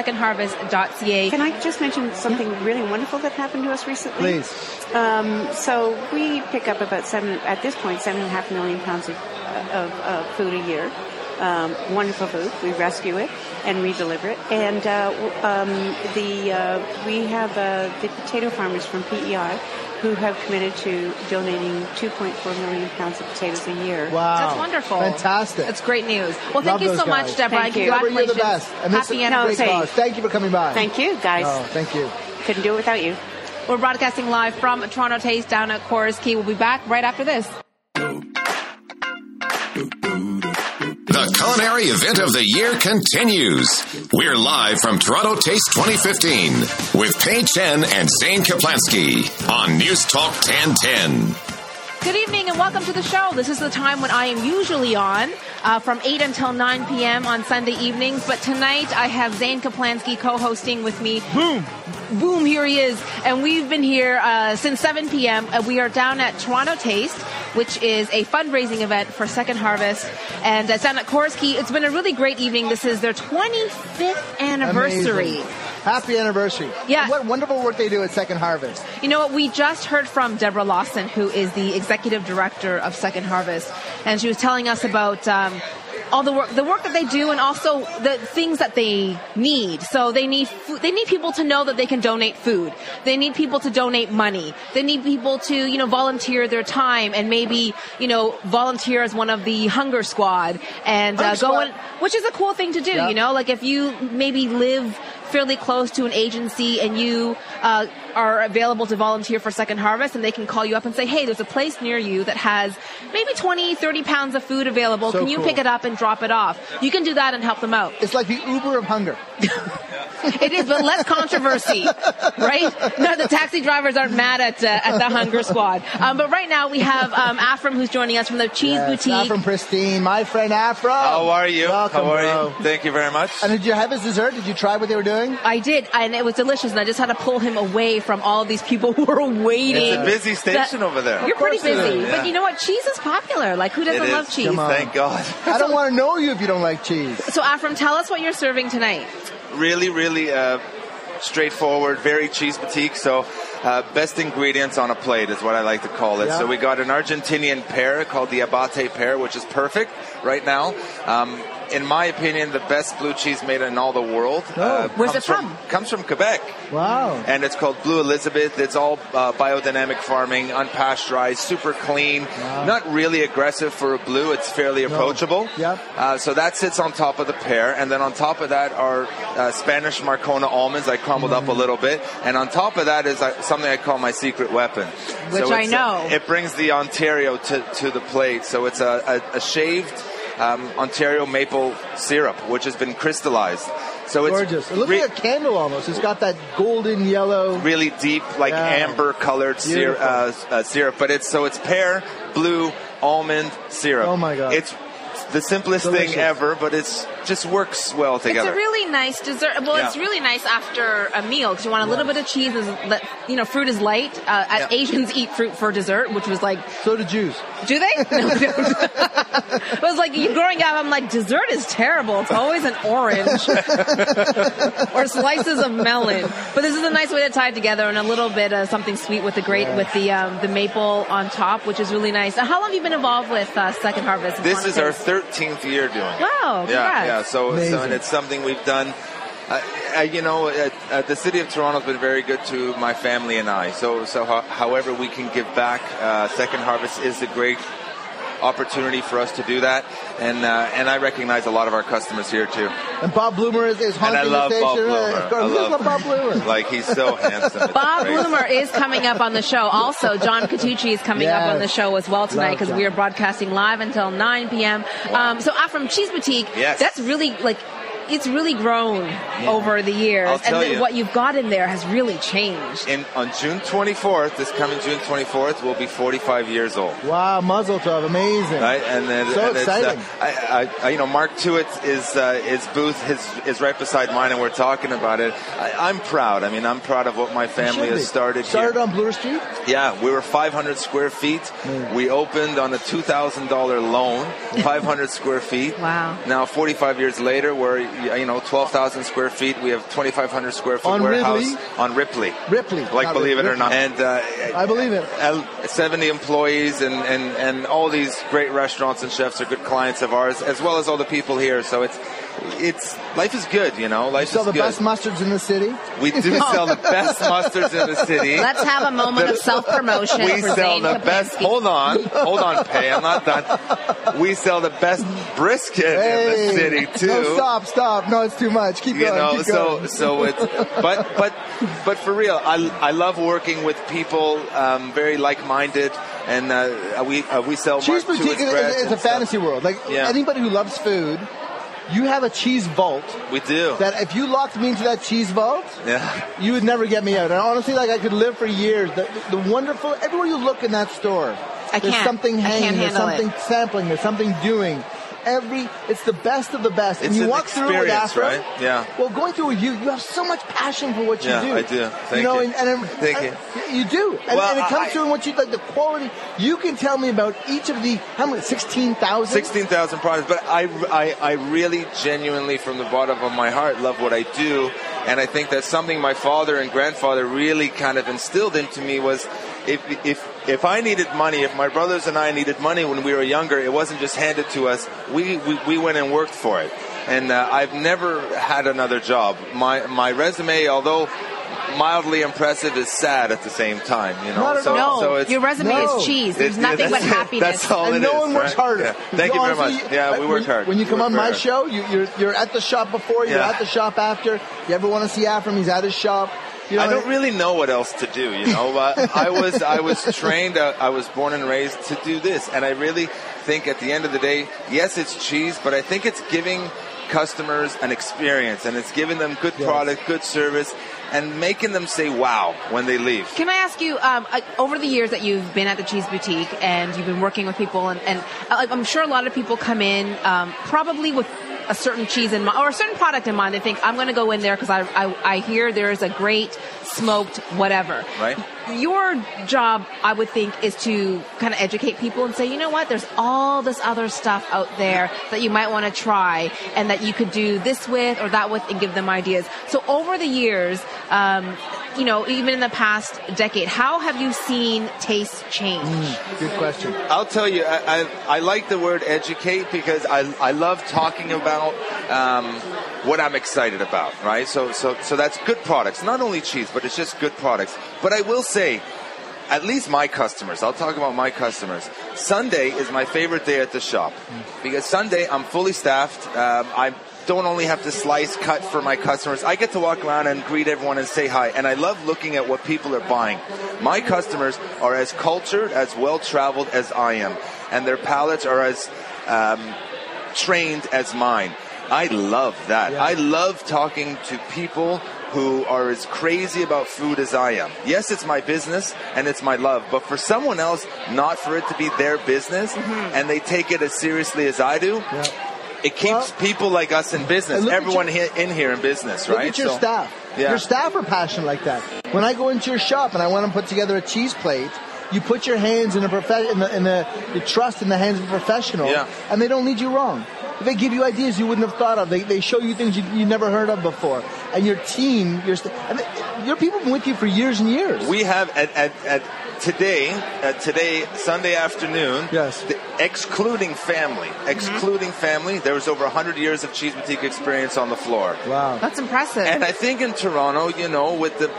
Speaker 3: secondharvest.ca.
Speaker 6: Can I just mention something really wonderful that happened to us recently?
Speaker 2: Please.
Speaker 6: Um, so we pick up about seven, at this point, seven and a half million pounds of, of, of food a year. Um, wonderful food. We rescue it and we deliver it. And uh, w- um, the uh, we have uh, the potato farmers from PEI who have committed to donating 2.4 million pounds of potatoes a year.
Speaker 2: Wow.
Speaker 3: That's wonderful.
Speaker 2: Fantastic.
Speaker 3: That's great news. Well,
Speaker 2: Love
Speaker 3: thank you
Speaker 2: those
Speaker 3: so
Speaker 2: guys.
Speaker 3: much, Deborah.
Speaker 6: Thank
Speaker 3: and
Speaker 6: you.
Speaker 2: Deborah,
Speaker 3: Congratulations.
Speaker 2: you're the best. And this
Speaker 3: Happy
Speaker 2: is a great
Speaker 6: anniversary.
Speaker 2: cause. Uh, Thank you for coming by.
Speaker 6: Thank you, guys.
Speaker 2: Oh, thank you.
Speaker 6: Couldn't do it without you.
Speaker 3: We're broadcasting live from Toronto Taste down at Chorus Key. We'll be back right after this.
Speaker 1: The culinary event of the year continues. We're live from Toronto Taste 2015 with Pei Chen and Zane Kaplansky on News Talk 1010.
Speaker 3: Good evening and welcome to the show. This is the time when I am usually on uh, from 8 until 9 p.m. on Sunday evenings. But tonight I have Zane Kaplansky co hosting with me. Boom! Boom, here he is. And we've been here uh, since 7 p.m. Uh, we are down at Toronto Taste, which is a fundraising event for Second Harvest. And it's down at Chorus Key. It's been a really great evening. This is their 25th anniversary.
Speaker 2: Amazing. Happy anniversary.
Speaker 3: Yeah.
Speaker 2: And what wonderful work they do at Second Harvest.
Speaker 3: You know what? We just heard from Deborah Lawson, who is the executive director of Second Harvest, and she was telling us about um, all the work, the work that they do, and also the things that they need. So they need food, they need people to know that they can donate food. They need people to donate money. They need people to you know volunteer their time and maybe you know volunteer as one of the hunger squad and uh,
Speaker 2: Hunger
Speaker 3: go
Speaker 2: squad.
Speaker 3: and which is a cool thing to do.
Speaker 2: Yeah.
Speaker 3: You know, like if you maybe live fairly close to an agency and you uh, are available to volunteer for Second Harvest, and they can call you up and say, "Hey, there's a place near you that has maybe 20, 30 pounds of food available.
Speaker 2: So
Speaker 3: can you
Speaker 2: cool.
Speaker 3: pick it up and drop it off? You can do that and help them out."
Speaker 2: It's like the Uber of hunger.
Speaker 3: It is, but less controversy, right? No, the taxi drivers aren't mad at uh, at the Hunger Squad. Um, but right now we have um, Afram who's joining us from the Cheese
Speaker 2: Yes,
Speaker 3: Boutique.
Speaker 2: Afram Pristine, my friend Afro.
Speaker 7: How are you?
Speaker 2: Welcome,
Speaker 7: How are
Speaker 2: bro.
Speaker 7: you? Thank you very much.
Speaker 2: And did you have his dessert? Did you try what they were doing?
Speaker 3: I did, and it was delicious. And I just had to pull him away from all of these people who were waiting.
Speaker 7: It's a busy station over there.
Speaker 3: You're
Speaker 7: Of
Speaker 3: pretty
Speaker 2: course it
Speaker 3: busy,
Speaker 7: is, yeah.
Speaker 3: but you know what? Cheese is popular. Like, who doesn't
Speaker 7: It
Speaker 3: love
Speaker 7: is.
Speaker 3: cheese?
Speaker 2: Come on.
Speaker 7: Thank God.
Speaker 2: I don't want to know you if you don't like cheese.
Speaker 3: So, Afram, tell us what you're serving tonight.
Speaker 7: Really, really uh, straightforward, very cheese boutique. So, uh, best ingredients on a plate is what I like to call it.
Speaker 2: Yeah.
Speaker 7: So, we got an Argentinian pear called the Abate pear, which is perfect right now. Um, in my opinion, the best blue cheese made in all the world. uh,
Speaker 2: Oh.
Speaker 3: Where's
Speaker 7: comes
Speaker 3: it
Speaker 7: Comes from Quebec.
Speaker 2: Wow.
Speaker 7: And it's called Blue Elizabeth. It's all uh, biodynamic farming, unpasteurized, super clean. Not really aggressive for a blue. It's fairly approachable.
Speaker 2: Yep.
Speaker 7: Uh, so that sits on top of the pear, and then on top of that are uh, Spanish Marcona almonds. I crumbled up a
Speaker 3: Mm.
Speaker 7: little bit, and on top of that is uh, something I call my secret weapon,
Speaker 3: Which I
Speaker 7: it's, uh,
Speaker 3: know.
Speaker 7: it brings the Ontario to, to the plate. So it's a, a, a shaved um, Ontario maple syrup, which has been crystallized. So it's
Speaker 2: Gorgeous. It looks
Speaker 7: re-
Speaker 2: like a candle almost. It's got that golden yellow.
Speaker 7: really deep, like
Speaker 2: Yeah.
Speaker 7: amber colored syrup,
Speaker 2: Beautiful.
Speaker 7: uh, uh, syrup. But it's so it's pear, blue, almond syrup.
Speaker 2: Oh my God.
Speaker 7: It's the simplest
Speaker 2: Delicious.
Speaker 7: thing ever, but it's just works well
Speaker 3: It's
Speaker 7: together.
Speaker 3: a really nice dessert. Well, it's
Speaker 7: Yeah.
Speaker 3: really nice after a meal because you want a little bit of cheese. Is li- you know, fruit is light. Uh,
Speaker 7: Yeah.
Speaker 3: Asians eat fruit for dessert, which was like,
Speaker 2: So do Jews.
Speaker 3: do they? No, they don't. it was like growing up. I'm like, dessert is terrible. It's always an orange or slices of melon. But this is a nice way to tie it together and a little bit of something sweet with the grape, with the um, the maple on top, which is really nice. Now, how long have you been involved with uh, Second Harvest?
Speaker 7: This is our
Speaker 3: Monotaste?
Speaker 7: 13th year doing it.
Speaker 3: Wow,
Speaker 7: Yeah,
Speaker 3: congrats.
Speaker 7: yeah. So, so
Speaker 2: Amazing.
Speaker 7: and it's something we've done. Uh, uh, you know, uh, uh, the city of Toronto's been very good to my family and I. So, so ho- however we can give back, uh, Second Harvest is a great opportunity for us to do that. And uh, and I recognize a lot of our customers here too.
Speaker 2: And Bob Bloomer is, is
Speaker 7: And
Speaker 2: haunting
Speaker 7: I love
Speaker 2: the station.
Speaker 7: Bob
Speaker 2: Uh,
Speaker 7: Bloomer. I
Speaker 2: who's
Speaker 7: love
Speaker 2: the Bob Bloomer.
Speaker 7: Like he's so handsome. It's
Speaker 3: Bob
Speaker 7: crazy.
Speaker 3: Bloomer is coming up on the show. Also, John Catucci is coming up
Speaker 2: Yes.
Speaker 3: on the show as well tonight
Speaker 2: Love
Speaker 3: because
Speaker 2: John.
Speaker 3: we are broadcasting live until 9 p.m. Um, so, from Cheese Boutique,
Speaker 7: Yes.
Speaker 3: that's really like. It's really grown over the years,
Speaker 7: I'll
Speaker 3: and
Speaker 7: tell
Speaker 3: then
Speaker 7: you.
Speaker 3: what you've got in there has really changed.
Speaker 7: In, on June 24th, this coming June 24th, we'll be 45 years old.
Speaker 2: Wow, muzzle tov. Amazing.
Speaker 7: Right, and then
Speaker 2: So
Speaker 7: and it's,
Speaker 2: exciting.
Speaker 7: Uh, I, I, I, you know, Mark Tewitt is uh, his booth is is right beside mine, and we're talking about it. I, I'm proud. I mean, I'm proud of what my family
Speaker 2: Should be.
Speaker 7: has started.
Speaker 2: Started
Speaker 7: here.
Speaker 2: on Bloor Street?
Speaker 7: Yeah, we were 500 square feet.
Speaker 2: Mm.
Speaker 7: We opened on a $2,000 loan, 500 square feet.
Speaker 3: Wow.
Speaker 7: Now, 45 years later, we're you know 12,000 square feet. We have 2,500 square foot
Speaker 2: On
Speaker 7: warehouse
Speaker 2: Ridley?
Speaker 7: on Ripley.
Speaker 2: Ripley,
Speaker 7: like
Speaker 2: not
Speaker 7: believe it
Speaker 2: Ridley.
Speaker 7: or not. And uh,
Speaker 2: I believe it.
Speaker 7: L- 70 employees and, and, and all these great restaurants and chefs are good clients of ours, as well as all the people here. So it's it's life is good, you know. Life
Speaker 2: Sell
Speaker 7: is
Speaker 2: the
Speaker 7: good.
Speaker 2: best mustards in the city.
Speaker 7: we do sell the best mustards in the city.
Speaker 3: Let's have a moment of self promotion.
Speaker 7: we
Speaker 3: for
Speaker 7: sell
Speaker 3: Zane
Speaker 7: the
Speaker 3: Kapansky.
Speaker 7: best. Hold on, hold on, Pay. I'm not done. We sell the best brisket in the city too.
Speaker 2: No, stop, stop. No, it's too much. Keep
Speaker 7: you
Speaker 2: going.
Speaker 7: know
Speaker 2: keep
Speaker 7: so
Speaker 2: going.
Speaker 7: so it's uh, but but but for real i i love working with people um very like-minded and uh we uh, we sell
Speaker 2: Cheese
Speaker 7: Mark
Speaker 2: boutique
Speaker 7: Tewitt
Speaker 2: is,
Speaker 7: breads
Speaker 2: is
Speaker 7: and
Speaker 2: a
Speaker 7: stuff.
Speaker 2: fantasy world. Like
Speaker 7: Yeah.
Speaker 2: anybody who loves food, you have a cheese vault.
Speaker 7: we do
Speaker 2: That if you locked me into that cheese vault,
Speaker 7: yeah
Speaker 2: you would never get me out. And honestly, like I could live for years. The, the wonderful, everywhere you look in that store,
Speaker 3: I
Speaker 2: there's
Speaker 3: can't.
Speaker 2: something
Speaker 3: I can't
Speaker 2: hanging, there's
Speaker 3: handle it.
Speaker 2: something sampling, there's something doing. Every, it's the best of the best. and
Speaker 7: It's
Speaker 2: you
Speaker 7: an
Speaker 2: walk through it with
Speaker 7: experience,
Speaker 2: Afro.
Speaker 7: right? Yeah.
Speaker 2: Well, going through with you, you have so much passion for what you
Speaker 7: Yeah,
Speaker 2: do.
Speaker 7: I do. Thank
Speaker 2: you know,
Speaker 7: you.
Speaker 2: and, and, and-
Speaker 7: Thank you.
Speaker 2: You do, and,
Speaker 7: Well,
Speaker 2: and it comes
Speaker 7: I-
Speaker 2: to what you like the quality. You can tell me about each of the how many sixteen thousand.
Speaker 7: 16,000 products but I, I I really genuinely from the bottom of my heart love what I do and I think that's something my father and grandfather really kind of instilled into me was if if if I needed money, if my brothers and I needed money when we were younger, it wasn't just handed to us. We we, we went and worked for it. And uh, I've never had another job. My my resume, although mildly impressive, is sad at the same time. You know,
Speaker 2: Not at
Speaker 7: so,
Speaker 2: all.
Speaker 7: so it's,
Speaker 3: Your resume
Speaker 2: No.
Speaker 3: is cheese. There's
Speaker 7: it-
Speaker 3: nothing
Speaker 7: that's
Speaker 3: but
Speaker 7: it.
Speaker 3: happiness.
Speaker 7: That's all
Speaker 2: and
Speaker 7: it
Speaker 2: no
Speaker 7: is,
Speaker 2: one works
Speaker 7: right?
Speaker 2: harder.
Speaker 7: Yeah. Thank you very
Speaker 2: Honestly,
Speaker 7: much. Yeah, we
Speaker 2: when
Speaker 7: work
Speaker 2: you-
Speaker 7: hard.
Speaker 2: When you
Speaker 7: We
Speaker 2: come
Speaker 7: work
Speaker 2: on
Speaker 7: very
Speaker 2: my
Speaker 7: hard.
Speaker 2: show, you, you're you're at the shop before, you're
Speaker 7: Yeah.
Speaker 2: at the shop after. You ever want to see Afram? He's at his shop. You know,
Speaker 7: I don't
Speaker 2: and-
Speaker 7: really know what else to do, you know. But I was I was trained, uh, I was born and raised to do this, and I really think at the end of the day, yes, it's cheese, but I think it's giving customers an experience, and it's giving them good product, good service, and making them say "wow" when they leave.
Speaker 3: Can I ask you, um, uh, over the years that you've been at the Cheese Boutique and you've been working with people, and, and I- I'm sure a lot of people come in um, probably with a certain cheese in mind or a certain product in mind. They think, I'm going to go in there because I, I, I hear there's a great smoked whatever.
Speaker 7: Right.
Speaker 3: Your job, I would think, is to kind of educate people and say, you know what, there's all this other stuff out there that you might want to try and that you could do this with or that with and give them ideas. So over the years, um, you know, even in the past decade, how have you seen taste change?
Speaker 2: Mm, Good question.
Speaker 7: I'll tell you, I, I, I like the word educate because I, I love talking about um, what I'm excited about, right? So, so, so that's good products, not only cheese, but it's just good products. But I will say, at least my customers, I'll talk about my customers. Sunday is my favorite day at the shop
Speaker 2: Hmm.
Speaker 7: because Sunday I'm fully staffed. Um, I don't only have to slice cut for my customers. I get to walk around and greet everyone and say hi. And I love looking at what people are buying. My customers are as cultured, as well traveled as I am, and their palates are as um, trained as mine. I love that. I love talking to people who are as crazy about food as I am. Yes, it's my business and it's my love, but for someone else, not for it to be their business, and they take it as seriously as I do. It keeps people like us in business.
Speaker 2: And look at
Speaker 7: Everyone
Speaker 2: your-
Speaker 7: he- in here in business,
Speaker 2: Look
Speaker 7: right?
Speaker 2: at your
Speaker 7: So-
Speaker 2: staff.
Speaker 7: Yeah.
Speaker 2: Your staff are passionate like that. When I go into your shop and I want to put together a cheese plate, you put your hands in a profe- in the, in the you trust in the hands of a professional,
Speaker 7: Yeah.
Speaker 2: and they don't lead you wrong. They give you ideas you wouldn't have thought of. They, they show you things you, you never heard of before. And your team, your st- I mean, your people have been with you for years and years.
Speaker 7: We have at, at, at today, at today Sunday afternoon.
Speaker 2: Yes. Mm-hmm.
Speaker 7: the- excluding family, excluding family. There was over 100 years of cheese boutique experience on the floor.
Speaker 2: wow.
Speaker 3: That's impressive.
Speaker 7: And I think in Toronto, you know, with the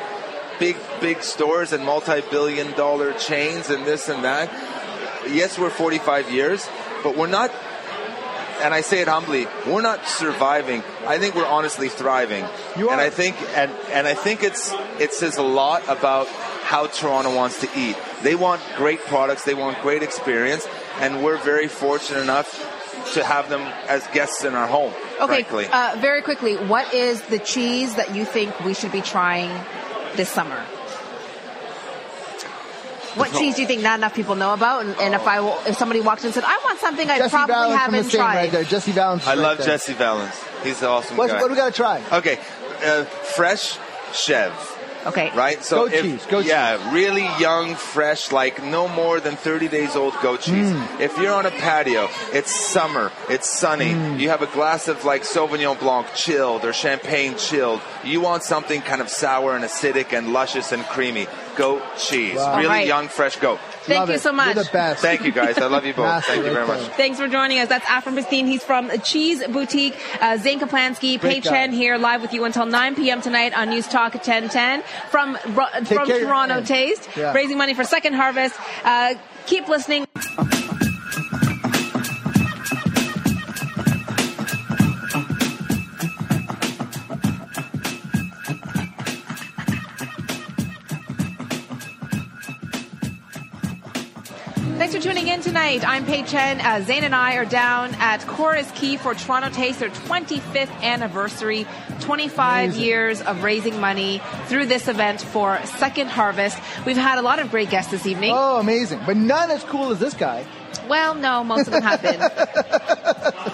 Speaker 7: big, big stores and multi-billion dollar chains and this and that, yes, we're 45 years, but we're not, and I say it humbly, we're not surviving. I think we're honestly thriving.
Speaker 2: You
Speaker 7: And
Speaker 2: are.
Speaker 7: I think, and, and I think it's, it says a lot about how Toronto wants to eat. They want great products, they want great experience, and we're very fortunate enough to have them as guests in our home.
Speaker 3: Okay,
Speaker 7: frankly.
Speaker 3: uh, very quickly, what is the cheese that you think we should be trying this summer? What cheese do you think not enough people know about? And, and if I will, if somebody walked in and said, "I want something I
Speaker 2: Jesse
Speaker 3: probably
Speaker 2: Valance from the
Speaker 3: haven't
Speaker 2: same
Speaker 3: tried,"
Speaker 2: right there. Jesse Valance.
Speaker 7: I
Speaker 2: right
Speaker 7: love
Speaker 2: there.
Speaker 7: Jesse Valens. He's an awesome
Speaker 2: What's,
Speaker 7: guy.
Speaker 2: what do we got to try?
Speaker 7: okay, uh, fresh Chev,
Speaker 3: okay,
Speaker 7: right? So
Speaker 2: Goat
Speaker 7: if-
Speaker 2: cheese, goat
Speaker 7: yeah, really young, fresh, like no more than 30 days old goat cheese.
Speaker 2: Mm.
Speaker 7: If you're on a patio, it's summer, it's sunny.
Speaker 2: Mm.
Speaker 7: You have a glass of like Sauvignon Blanc chilled or champagne chilled. You want something kind of sour and acidic and luscious and creamy. Goat cheese,
Speaker 2: Wow.
Speaker 7: really
Speaker 3: Alright.
Speaker 7: young, fresh goat.
Speaker 3: Thank
Speaker 2: Love
Speaker 3: you
Speaker 2: it.
Speaker 3: so much.
Speaker 2: You're the best.
Speaker 7: Thank you guys. I love you both.
Speaker 2: Master
Speaker 7: Thank you
Speaker 2: right
Speaker 7: very
Speaker 2: there.
Speaker 7: much.
Speaker 3: Thanks for joining us. That's Afrin Pristine. He's from Cheese Boutique. Uh, Zane Kaplansky, Pei
Speaker 2: Great guy.
Speaker 3: Chen here live with you until 9 p.m. tonight on News Talk 1010 from, Ro- from
Speaker 2: care.
Speaker 3: Toronto
Speaker 2: Yeah.
Speaker 3: Taste,
Speaker 2: Yeah.
Speaker 3: raising money for Second Harvest. Uh, keep listening. Thanks for tuning in tonight. I'm Paige Chen. Uh, Zane and I are down at Chorus Key for Toronto Taste, their 25th anniversary, 25 years of raising money through this event for Second Harvest. We've had a lot of great guests this evening.
Speaker 2: Oh, amazing. But none as cool as this guy.
Speaker 3: Well, no, most of them have been.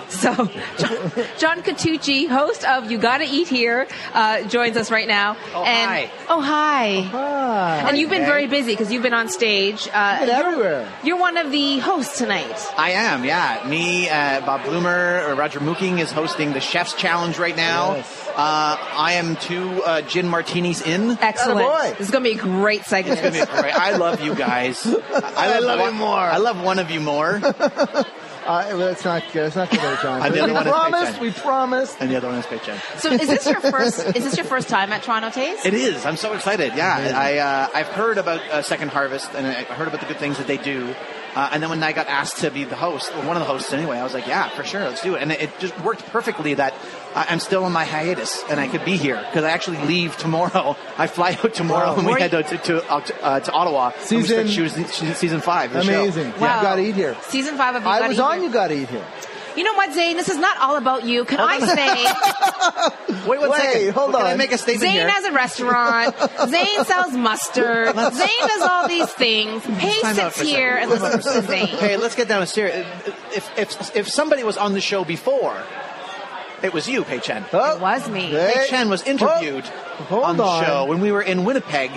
Speaker 3: so, John, John Catucci, host of You Gotta Eat Here, uh, joins us right now. Oh, and,
Speaker 8: hi.
Speaker 3: Oh, hi.
Speaker 2: Ah.
Speaker 3: And you've been
Speaker 8: Meg.
Speaker 3: very busy because you've been on stage. Uh,
Speaker 2: been
Speaker 3: you're-
Speaker 2: everywhere.
Speaker 3: You're one of the hosts tonight.
Speaker 8: I am, yeah. Me, uh, Bob Bloomer, uh, Roger Mooking is hosting the Chef's Challenge right now.
Speaker 2: Yes.
Speaker 8: Uh, I am two uh, gin martinis in.
Speaker 3: Excellent.
Speaker 2: Attaboy.
Speaker 3: This is going to be a great segment.
Speaker 8: It's gonna be great. I love you guys. I,
Speaker 2: I love
Speaker 8: one-
Speaker 2: you more.
Speaker 8: I love one of you more, and
Speaker 2: Uh, well, let's not let's not get there, John.
Speaker 8: I'm the
Speaker 2: we
Speaker 8: other one that's
Speaker 2: promised.
Speaker 8: paycheck.
Speaker 2: We promised.
Speaker 8: the other one is Pitchin.
Speaker 3: So, is this your first? Is this your first time at Toronto Taste?
Speaker 8: It is. I'm so excited. Yeah, I uh, I've heard about uh, Second Harvest and I heard about the good things that they do. Uh, and then when I got asked to be the host, or one of the hosts anyway, I was like, yeah, for sure, let's do it. And it, it just worked perfectly that I- I'm still on my hiatus and I could be here because I actually leave tomorrow. I fly out tomorrow
Speaker 2: Wow.
Speaker 8: and we
Speaker 2: Were
Speaker 8: head out to to, Oct- uh, to Ottawa. and we
Speaker 2: Season-
Speaker 8: start choosing- choosing season five. of the show.
Speaker 2: Amazing. You
Speaker 3: Wow.
Speaker 2: gotta eat here.
Speaker 3: Season five of You
Speaker 2: I
Speaker 3: Gotta
Speaker 2: was
Speaker 3: Eat
Speaker 2: on.
Speaker 3: Here.
Speaker 2: You gotta eat here.
Speaker 3: You know what, Zane? This is not all about you. Can I say?
Speaker 8: Wait one
Speaker 2: Wait,
Speaker 8: second.
Speaker 2: hold
Speaker 8: Can I
Speaker 2: on.
Speaker 8: make a statement
Speaker 3: Zane
Speaker 8: here?
Speaker 3: has a restaurant. Zane sells mustard. Zane does all these things. Paige
Speaker 8: Time out
Speaker 3: sits
Speaker 8: for a
Speaker 3: here and
Speaker 8: second.
Speaker 3: listens to Zane.
Speaker 8: Okay, let's get down to serious. If, if, if somebody was on the show before, it was you, Pei Chen.
Speaker 2: Oh,
Speaker 3: It was me.
Speaker 2: Hey.
Speaker 8: Pei Chen was interviewed
Speaker 2: Oh, hold
Speaker 8: on the
Speaker 2: on.
Speaker 8: show when we were in Winnipeg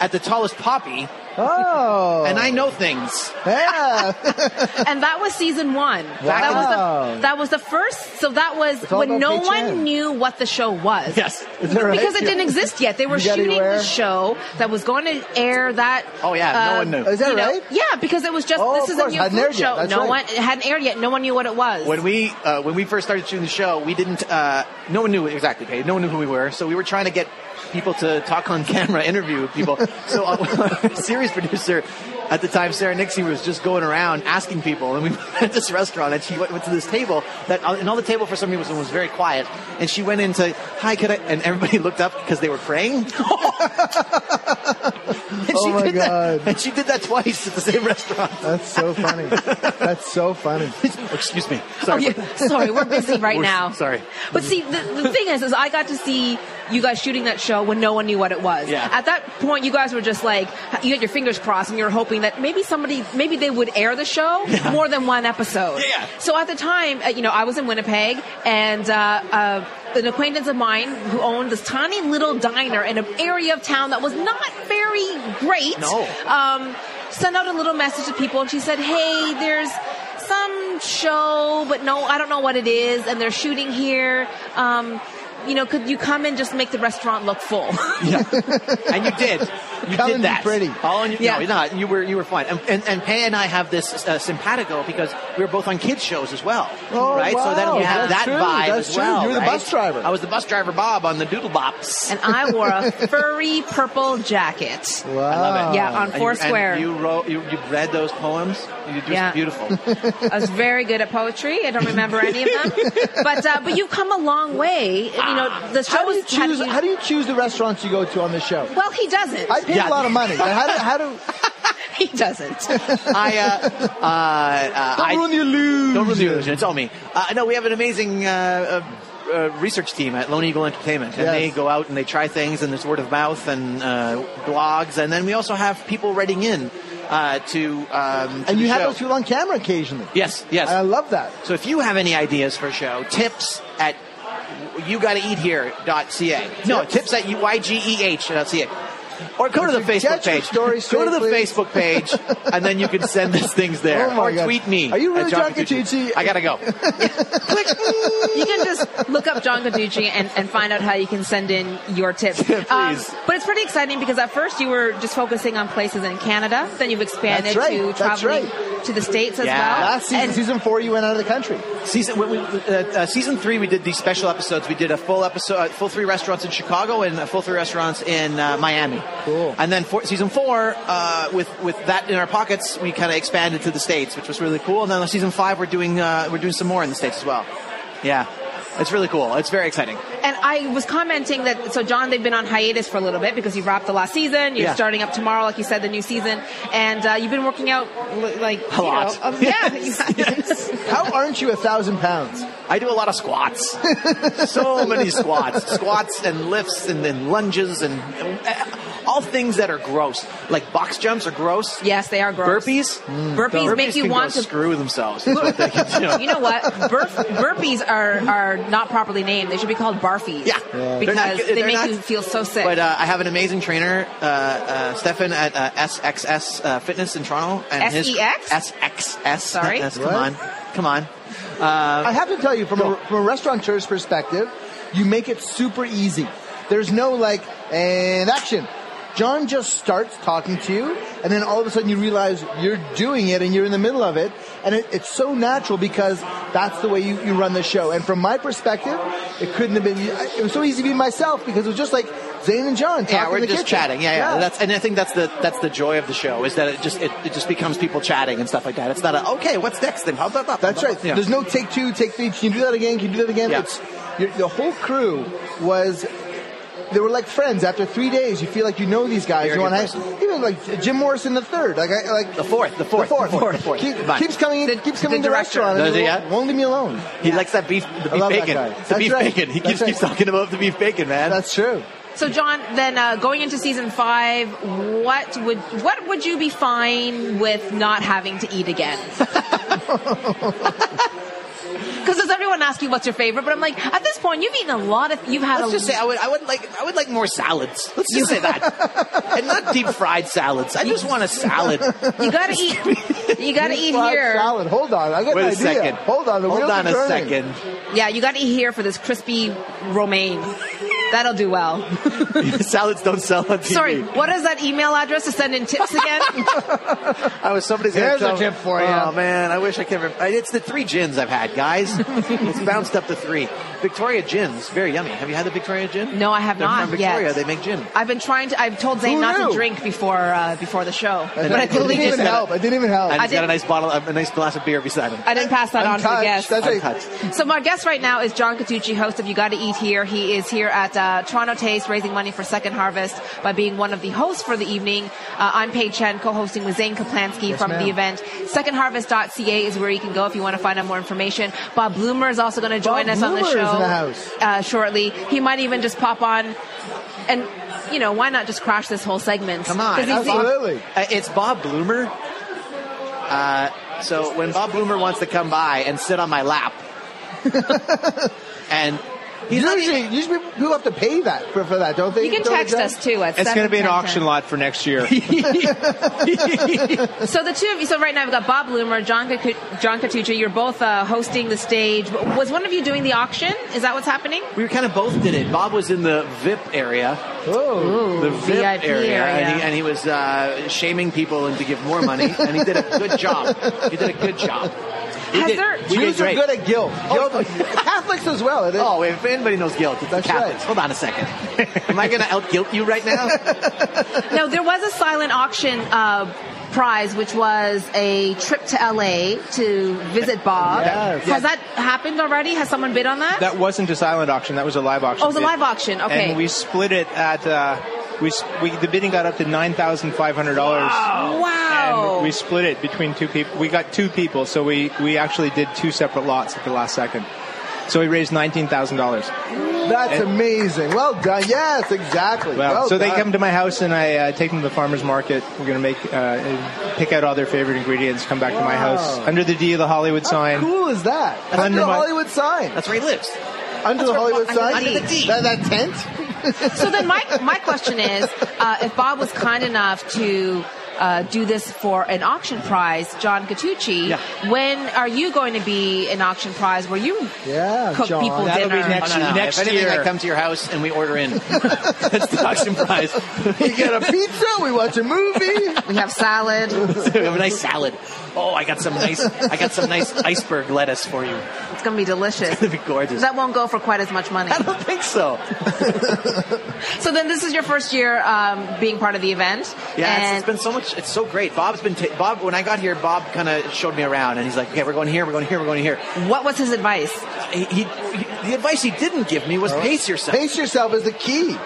Speaker 8: at the Tallest Poppy
Speaker 2: Oh.
Speaker 8: and I know things.
Speaker 2: Yeah.
Speaker 3: and that was season one. That was
Speaker 2: Wow.
Speaker 3: the that was the first. So that was
Speaker 2: all
Speaker 3: when
Speaker 2: about
Speaker 3: no
Speaker 2: Big
Speaker 3: one
Speaker 2: Ten.
Speaker 3: knew what the show was.
Speaker 8: Yes.
Speaker 2: Is that right?
Speaker 3: Because it didn't exist yet. They were
Speaker 2: You gotta
Speaker 3: shooting
Speaker 2: beware.
Speaker 3: the show that was going to air that. um,
Speaker 8: Oh, yeah, no one knew.
Speaker 2: Is that
Speaker 3: you know-
Speaker 2: right?
Speaker 3: Yeah, because it was just
Speaker 2: Oh,
Speaker 3: this
Speaker 2: of
Speaker 3: is
Speaker 2: course,
Speaker 3: a new
Speaker 2: hadn't
Speaker 3: food
Speaker 2: aired yet.
Speaker 3: show.
Speaker 2: That's
Speaker 3: No
Speaker 2: right.
Speaker 3: one it hadn't aired yet. No one knew what it was.
Speaker 8: When we uh, when we first started shooting the show, we didn't. Uh, no one knew exactly. Okay, no one knew who we were, so we were trying to get people to talk on camera, interview people. so our series producer at the time, Sarah Nixie, was just going around asking people, and we went to this restaurant, and she went, went to this table that, uh, and all the table for some reason was very quiet, and she went into, "Hi, could I?" And everybody looked up because they were praying. And
Speaker 2: Oh
Speaker 8: she
Speaker 2: my
Speaker 8: did that-
Speaker 2: God.
Speaker 8: and she did that twice at the same restaurant.
Speaker 2: That's so funny. That's so funny.
Speaker 8: Excuse me.
Speaker 3: Oh,
Speaker 8: Sorry.
Speaker 3: yeah. Sorry, we're busy right
Speaker 8: We're s-
Speaker 3: now.
Speaker 8: sorry.
Speaker 3: But see, the, the thing is, is I got to see you guys shooting that show when no one knew what it was.
Speaker 8: Yeah.
Speaker 3: At that point, you guys were just like, you had your fingers crossed and you were hoping that maybe somebody, maybe they would air the show more than one episode.
Speaker 8: Yeah.
Speaker 3: So at the time, uh, you know, I was in Winnipeg and, uh, uh, an acquaintance of mine who owned this tiny little diner in an area of town that was not very great
Speaker 8: No.
Speaker 3: um, sent out a little message to people and she said, Hey, there's some show, but no, I don't know what it is, and they're shooting here. Um, you know, could you come and just make the restaurant look full?
Speaker 8: and you did. You
Speaker 2: Come
Speaker 8: did
Speaker 2: and be
Speaker 8: that.
Speaker 2: pretty.
Speaker 8: All on your,
Speaker 3: Yeah.
Speaker 8: No, you're not. You were you were fine. And and, and Pei and I have this uh, simpatico because we were both on kids shows as well.
Speaker 2: Oh,
Speaker 8: right. So then we
Speaker 2: wow.
Speaker 8: have that
Speaker 2: That's true.
Speaker 8: vibe
Speaker 2: That's
Speaker 8: as
Speaker 2: true.
Speaker 8: well.
Speaker 2: You were the
Speaker 8: right?
Speaker 2: bus driver.
Speaker 8: I was the bus driver Bob on the Doodle Bops.
Speaker 3: and I wore a furry purple jacket.
Speaker 2: Wow.
Speaker 8: I love it.
Speaker 3: Yeah, on
Speaker 8: And you-
Speaker 3: Foursquare.
Speaker 8: And you wrote, you, you read those poems. You just
Speaker 3: Yeah.
Speaker 8: beautiful.
Speaker 3: I was very good at poetry. I don't remember any of them, but uh, but you've come a long way. You know, the show
Speaker 2: Ah. How do you
Speaker 3: was had-
Speaker 2: choose? How do you choose the restaurants you go to on the show?
Speaker 3: well, he doesn't.
Speaker 2: I paid
Speaker 8: Yeah.
Speaker 2: a lot of money. but How do? How do?
Speaker 3: he doesn't.
Speaker 8: I uh, uh, uh,
Speaker 2: Don't
Speaker 8: I,
Speaker 2: ruin the illusion.
Speaker 8: Don't ruin the illusion. It's all me. Uh, no, we have an amazing uh, uh, uh, research team at Lone Eagle Entertainment, and
Speaker 2: Yes.
Speaker 8: they go out and they try things, and there's word of mouth and uh, blogs, and then we also have people writing in uh, to. Um, to
Speaker 2: And you
Speaker 8: the
Speaker 2: have
Speaker 8: show.
Speaker 2: those people on camera occasionally.
Speaker 8: Yes, yes.
Speaker 2: And I love that.
Speaker 8: so if you have any ideas for a show, tips at you got to eat here.ca. No, tips at E ygeh.ca. Or go to the
Speaker 2: uh, Would you
Speaker 8: Facebook
Speaker 2: get your
Speaker 8: page.
Speaker 2: story
Speaker 8: go to the
Speaker 2: straight, please?
Speaker 8: Facebook page, and then you can send us things there.
Speaker 2: Oh my
Speaker 8: or
Speaker 2: God.
Speaker 8: tweet me.
Speaker 2: Are you
Speaker 8: at
Speaker 2: really
Speaker 8: John
Speaker 2: John Kikuchi?
Speaker 8: I gotta go.
Speaker 3: you can just look up John Guiducci and, and find out how you can send in your tips. Um,
Speaker 8: Please.
Speaker 3: but it's pretty exciting because at first you were just focusing on places in Canada, then you've expanded
Speaker 2: That's right,
Speaker 3: to
Speaker 2: that's
Speaker 3: traveling to the states as
Speaker 8: Yeah.
Speaker 3: well.
Speaker 2: Last season,
Speaker 3: And-
Speaker 2: season four, you went out of the country.
Speaker 8: Season when we, uh, uh, season three, we did these special episodes. We did a full episode, uh, full three restaurants in Chicago and a full three restaurants in uh, Miami.
Speaker 2: Cool.
Speaker 8: And then for, season four, uh, with with that in our pockets, we kind of expanded to the states, which was really cool. And then on season five, we're doing uh, we're doing some more in the states as well. Yeah, it's really cool. It's very exciting.
Speaker 3: And I was commenting that so John, they've been on hiatus for a little bit because you wrapped the last season. You're
Speaker 8: Yeah.
Speaker 3: starting up tomorrow, like you said, the new season, and uh, you've been working out li- like
Speaker 8: A
Speaker 3: you
Speaker 8: lot.
Speaker 3: Know, um, yeah, yes.
Speaker 2: How aren't you a thousand pounds?
Speaker 8: I do a lot of squats. so many squats. Squats and lifts and then lunges and uh, all things that are gross. Like box jumps are gross.
Speaker 3: they are gross.
Speaker 8: Burpees?
Speaker 2: Mm.
Speaker 3: Burpees make you
Speaker 8: can
Speaker 3: want
Speaker 8: go
Speaker 3: to-
Speaker 8: screw themselves. is what they can do.
Speaker 3: You know what? Burf, burpees are, are not properly named. They should be called barfies.
Speaker 8: Yeah. They're
Speaker 3: Because
Speaker 8: not-
Speaker 3: they
Speaker 8: they're
Speaker 3: make
Speaker 8: not-
Speaker 3: you feel so sick.
Speaker 8: But uh, I have an amazing trainer, uh, uh, Stefan at uh, SXS uh, Fitness in Toronto, and his
Speaker 3: SEX?
Speaker 8: SXS.
Speaker 3: E Sorry.
Speaker 8: Yes,
Speaker 2: What?
Speaker 8: come on, come on. Uh,
Speaker 2: I have to tell you, from a, from a restaurateur's perspective, you make it super easy. There's no like, and action. John just starts talking to you, and then all of a sudden you realize you're doing it and you're in the middle of it, and it, it's so natural because that's the way you, you run the show. And from my perspective, it couldn't have been, e, it was so easy to be myself because it was just like Zane and John talking
Speaker 8: Yeah, we're
Speaker 2: in the
Speaker 8: just
Speaker 2: kitchen.
Speaker 8: chatting. Yeah, yeah, That's and I think that's the that's the joy of the show is that it just it, it just becomes people chatting and stuff like that. It's not a okay, what's next? Then blah, blah, blah,
Speaker 2: That's
Speaker 8: blah,
Speaker 2: right.
Speaker 8: blah." Yeah.
Speaker 2: There's no take two, take three. Can you do that again? Can you do that again?
Speaker 8: Yeah.
Speaker 2: It's your, the whole crew was. They were like friends. After three days, you feel like you know these guys.
Speaker 8: You're a
Speaker 2: you
Speaker 8: good
Speaker 2: want
Speaker 8: person.
Speaker 2: to even like Jim Morrison the third, like I, like
Speaker 8: The fourth, the fourth,
Speaker 2: the fourth,
Speaker 8: the fourth, the fourth.
Speaker 2: Keep-
Speaker 8: Fine.
Speaker 2: keeps coming,
Speaker 3: The-
Speaker 2: in, keeps coming
Speaker 3: the
Speaker 2: to the
Speaker 3: director.
Speaker 2: restaurant. and
Speaker 8: Does he,
Speaker 2: won't-
Speaker 8: yeah?
Speaker 2: Won't leave me alone.
Speaker 8: He likes that beef, the beef
Speaker 2: love that
Speaker 8: bacon.
Speaker 2: guy.
Speaker 8: It's the
Speaker 2: That's
Speaker 8: beef
Speaker 2: right.
Speaker 8: bacon. He
Speaker 2: That's
Speaker 8: keeps,
Speaker 2: right.
Speaker 8: keeps talking about the beef bacon, man.
Speaker 2: That's true.
Speaker 3: So, John, then uh, going into season five, what would what would you be fine with not having to eat again? because does everyone ask you what's your favorite? But I'm like, at this point, you've eaten a lot of, you've had
Speaker 8: Let's
Speaker 3: a
Speaker 8: just say I would, I would like I would like more salads. Let's just say that, and not deep fried salads. I just want a salad.
Speaker 3: you gotta eat, you gotta eat
Speaker 2: Fried
Speaker 3: here.
Speaker 2: Salad. Hold on. I got
Speaker 8: Wait
Speaker 2: an
Speaker 8: a
Speaker 2: idea.
Speaker 8: second.
Speaker 2: Hold on. The
Speaker 8: Hold
Speaker 2: wheels
Speaker 8: on
Speaker 2: are
Speaker 8: a
Speaker 2: turning.
Speaker 8: second.
Speaker 3: Yeah, you gotta eat here for this crispy romaine. That'll do well.
Speaker 8: Salads don't sell on TV.
Speaker 3: Sorry, what is that email address to send in tips again?
Speaker 8: I was somebody's gonna
Speaker 2: There's a
Speaker 8: tell-
Speaker 2: tip for ya.
Speaker 8: Oh man, I wish I could. Remember. It's the three gins I've had, guys. it's bounced up to three. Victoria gins, very yummy. Have you had the Victoria gin?
Speaker 3: No, I have
Speaker 8: They're
Speaker 3: not
Speaker 8: From Victoria,
Speaker 3: yet.
Speaker 8: they make gin.
Speaker 3: I've been trying to. I've told Zane
Speaker 2: Who
Speaker 3: not
Speaker 2: knew?
Speaker 3: to drink before uh, before the show, but I
Speaker 8: then-
Speaker 2: It
Speaker 3: totally
Speaker 2: didn't
Speaker 3: just
Speaker 2: even help. It didn't even help.
Speaker 8: And
Speaker 3: I
Speaker 8: he's got a
Speaker 3: did-
Speaker 8: nice bottle, of, a nice glass of beer beside him.
Speaker 3: I didn't pass that on to the
Speaker 2: Untouched.
Speaker 3: guests.
Speaker 2: That's right.
Speaker 8: Untouched.
Speaker 3: So my guest right now is John Catucci, host of You Gotta Eat Here. He is here at uh, Toronto Taste, raising money for Second Harvest by being one of the hosts for the evening. Uh, I'm Paige Chen, co-hosting with Zane Kaplansky from
Speaker 2: ma'am.
Speaker 3: the event. SecondHarvest.ca is where you can go if you want to find out more information. Bob Bloomer is also going to join
Speaker 2: Bob
Speaker 3: us on the
Speaker 2: Bloomer
Speaker 3: show
Speaker 2: is in the house.
Speaker 3: Uh, shortly. He might even just pop on and, you know, why not just crash this whole segment?
Speaker 8: Come on,
Speaker 3: 'Cause he's the-
Speaker 2: Absolutely.
Speaker 8: Uh, it's Bob Bloomer. Uh, so when Bob Bloomer wants to come by and sit on my lap, and he's not even-
Speaker 2: Usually, usually people have to pay that for, for that, don't they?
Speaker 3: You can
Speaker 2: Don't they,
Speaker 3: text
Speaker 2: Jen?
Speaker 3: us too. At
Speaker 9: It's going to be an
Speaker 3: 710.
Speaker 9: auction lot for next year.
Speaker 3: So the two of you. So right now we've got Bob Bloomer, John Cat- John Catucci. You're both uh, hosting the stage. Was one of you doing the auction? Is that what's happening?
Speaker 8: we kind of both did it. Bob was in the VIP area,
Speaker 2: Oh.
Speaker 8: the VIP
Speaker 3: VIP
Speaker 8: area, And, he,
Speaker 3: area.
Speaker 8: and he was uh, shaming people into give more money, and he did a good job. He did a good job. He
Speaker 3: Has
Speaker 8: did,
Speaker 3: there-
Speaker 8: we did
Speaker 2: Jews are
Speaker 8: great.
Speaker 2: good at guilt. guilt Catholics as well. It is.
Speaker 8: Oh, if anybody knows guilt, it's
Speaker 2: That's
Speaker 8: the Catholics.
Speaker 2: right.
Speaker 8: Hold on a second. Am I going to out guilt you right now?
Speaker 3: No, there was a silent auction uh, prize, which was a trip to LA to visit Bob.
Speaker 2: Yes.
Speaker 3: Has that happened already? Has someone bid on that?
Speaker 9: That wasn't a silent auction. That was a live auction.
Speaker 3: Oh, it was a
Speaker 9: bid.
Speaker 3: live auction, okay.
Speaker 9: And we split it at. Uh, we, s- we the bidding got up to nine thousand five hundred dollars.
Speaker 3: Wow.
Speaker 9: And we split it between two people. We got two people, so we we actually did two separate lots at the last second. So we raised nineteen thousand dollars.
Speaker 2: That's amazing. Well done. Yes, exactly.
Speaker 9: Wow.
Speaker 2: Well
Speaker 9: so they
Speaker 2: done.
Speaker 9: come to my house and I uh, take them to the farmer's market. We're going to make uh, and pick out all their favorite ingredients, come back to my
Speaker 2: Wow.
Speaker 9: house under the D of the Hollywood
Speaker 2: How
Speaker 9: sign.
Speaker 2: cool is that? Under
Speaker 9: Under
Speaker 2: the
Speaker 9: my-
Speaker 2: Hollywood sign.
Speaker 8: That's where he lives.
Speaker 2: under the Hollywood
Speaker 3: under
Speaker 2: sign.
Speaker 3: the D.
Speaker 2: That, that tent.
Speaker 3: so then my, my question is uh, if bob was kind enough to uh, do this for an auction prize john Gattucci,
Speaker 8: Yeah.
Speaker 3: when are you going to be an auction prize where you
Speaker 2: Yeah,
Speaker 3: cook
Speaker 2: John.
Speaker 3: people
Speaker 9: That'll be
Speaker 3: dinner
Speaker 9: next-
Speaker 8: Oh, no, no.
Speaker 9: Next
Speaker 8: if anything,
Speaker 9: year.
Speaker 8: I come to your house and we order in. That's the auction prize.
Speaker 2: We get a pizza. We watch a movie.
Speaker 3: we have salad
Speaker 8: we have a nice salad. Oh, I got some nice. I got some nice iceberg lettuce for you.
Speaker 3: it's going to be delicious
Speaker 8: It'd be gorgeous.
Speaker 3: that won't go for quite as much money
Speaker 8: I don't think so.
Speaker 3: so then this is your first year um, being part of the event
Speaker 8: Yeah, it's,
Speaker 3: and
Speaker 8: it's been so much. It's so great. Bob's been ta- Bob. When I got here, Bob kind of showed me around, and he's like, "Okay, we're going here. We're going here. We're going here."
Speaker 3: what was his advice
Speaker 8: He, he, the advice he didn't give me was pace yourself.
Speaker 2: Pace yourself is the key.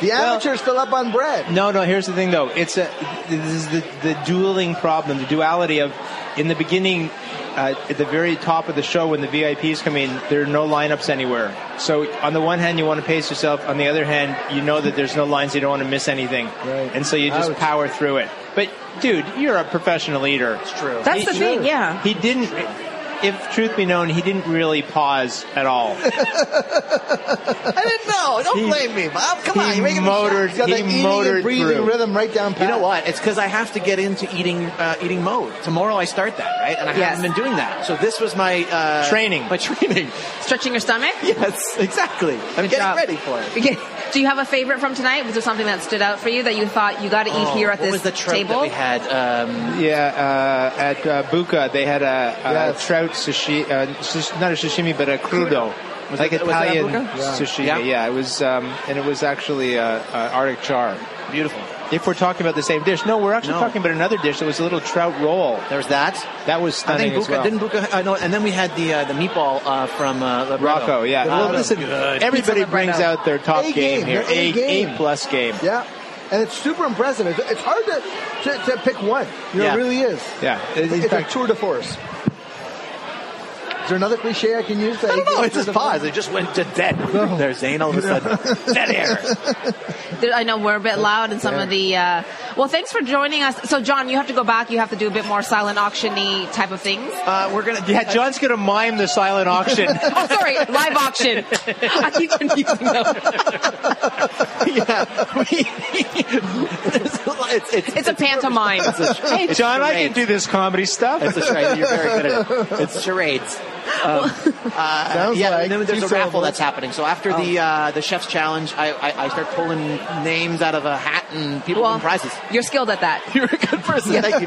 Speaker 2: The
Speaker 9: Well-
Speaker 2: amateurs fill up on bread.
Speaker 9: No, no. Here's the thing, though. It's a this is the, the dueling problem, the duality of in the beginning, uh, at the very top of the show when the VIPs come in, there are no lineups anywhere. So on the one hand, you want to pace yourself. On the other hand, you know that there's no lines. You don't want to miss anything,
Speaker 2: Right.
Speaker 9: and so you just
Speaker 2: Ouch.
Speaker 9: power through it. But dude, you're a professional eater. It's
Speaker 8: true.
Speaker 3: That's the thing, yeah.
Speaker 9: He didn't. If truth be known, he didn't really pause at all.
Speaker 8: I didn't know. Don't blame me, Bob. Come on,
Speaker 9: he
Speaker 8: you're making me shout.
Speaker 9: motored.
Speaker 2: He's got
Speaker 9: He
Speaker 2: that eating
Speaker 9: motored
Speaker 2: and breathing
Speaker 9: through.
Speaker 2: rhythm right down. Pat.
Speaker 8: You know what? It's because I have to get into eating uh, eating mode. Tomorrow I start that, right? And I
Speaker 3: Yes.
Speaker 8: haven't been doing that. So this was my uh,
Speaker 9: Training.
Speaker 8: My training.
Speaker 3: stretching your stomach
Speaker 8: Yes, exactly. I'm getting
Speaker 3: job.
Speaker 8: ready for it.
Speaker 3: do you have a favorite from tonight was there something that stood out for you that you thought you got to eat
Speaker 8: Oh,
Speaker 3: here at
Speaker 8: what
Speaker 3: this
Speaker 8: was the trout
Speaker 3: table
Speaker 8: that we had? Um,
Speaker 9: Yeah, uh, at uh, Buca they had a, a
Speaker 2: Yes.
Speaker 9: trout sashimi, uh, sash- not a sashimi, but a crudo,
Speaker 8: Was
Speaker 9: like
Speaker 8: that- was that at
Speaker 9: Italian
Speaker 8: Buca? Yeah.
Speaker 9: sashimi.
Speaker 8: Yeah.
Speaker 9: Yeah. it was, um, and it was actually uh, uh, Arctic char.
Speaker 8: Beautiful.
Speaker 9: If we're talking about the same dish, no, we're actually
Speaker 8: No.
Speaker 9: talking about another dish that was a little trout roll.
Speaker 8: There was that.
Speaker 9: That was
Speaker 8: I
Speaker 9: stunning
Speaker 8: think Buca,
Speaker 9: as well.
Speaker 8: didn't Buca, uh, no, and then we had the uh, the meatball uh, from uh, Libretto.
Speaker 9: Rocco, yeah. Uh, well,
Speaker 8: Libretto.
Speaker 9: listen,
Speaker 8: Good.
Speaker 9: everybody
Speaker 3: Pizza
Speaker 9: brings
Speaker 3: Libretto.
Speaker 9: out their top
Speaker 2: A game,
Speaker 9: game, here,
Speaker 2: their A
Speaker 9: A
Speaker 2: game.
Speaker 9: plus game.
Speaker 2: Yeah, and it's super impressive. It's, it's hard to, to, to pick one. You know,
Speaker 8: Yeah.
Speaker 2: It really is.
Speaker 9: Yeah. In
Speaker 2: It's a
Speaker 9: fact,
Speaker 2: tour de force. there another cliche I can use? That
Speaker 8: I don't know. It's just pause. It just went to dead. There's Zane all of a sudden. dead air.
Speaker 3: There- I know we're a bit loud in some of the. Uh, well, thanks for joining us. So, John, you have to go back. You have to do a bit more silent auctiony type of things.
Speaker 8: Uh, we're gonna.
Speaker 9: Yeah, John's gonna mime the silent auction.
Speaker 3: Oh, sorry, live auction. I keep confusing them.
Speaker 8: yeah. it's, it's,
Speaker 3: It's a pantomime. Hey,
Speaker 9: John, I can do this comedy stuff.
Speaker 8: It's a charade. You're very good at it. It's charades. Um, uh,
Speaker 2: Sounds
Speaker 8: yeah,
Speaker 2: like
Speaker 8: and then there's
Speaker 2: two
Speaker 8: a raffle
Speaker 2: syllables.
Speaker 8: that's happening. So after the uh, the chef's challenge, I, I, I start pulling names out of a hat and people
Speaker 3: well,
Speaker 8: win prizes.
Speaker 3: you're skilled at that.
Speaker 8: You're a good person. Thank you,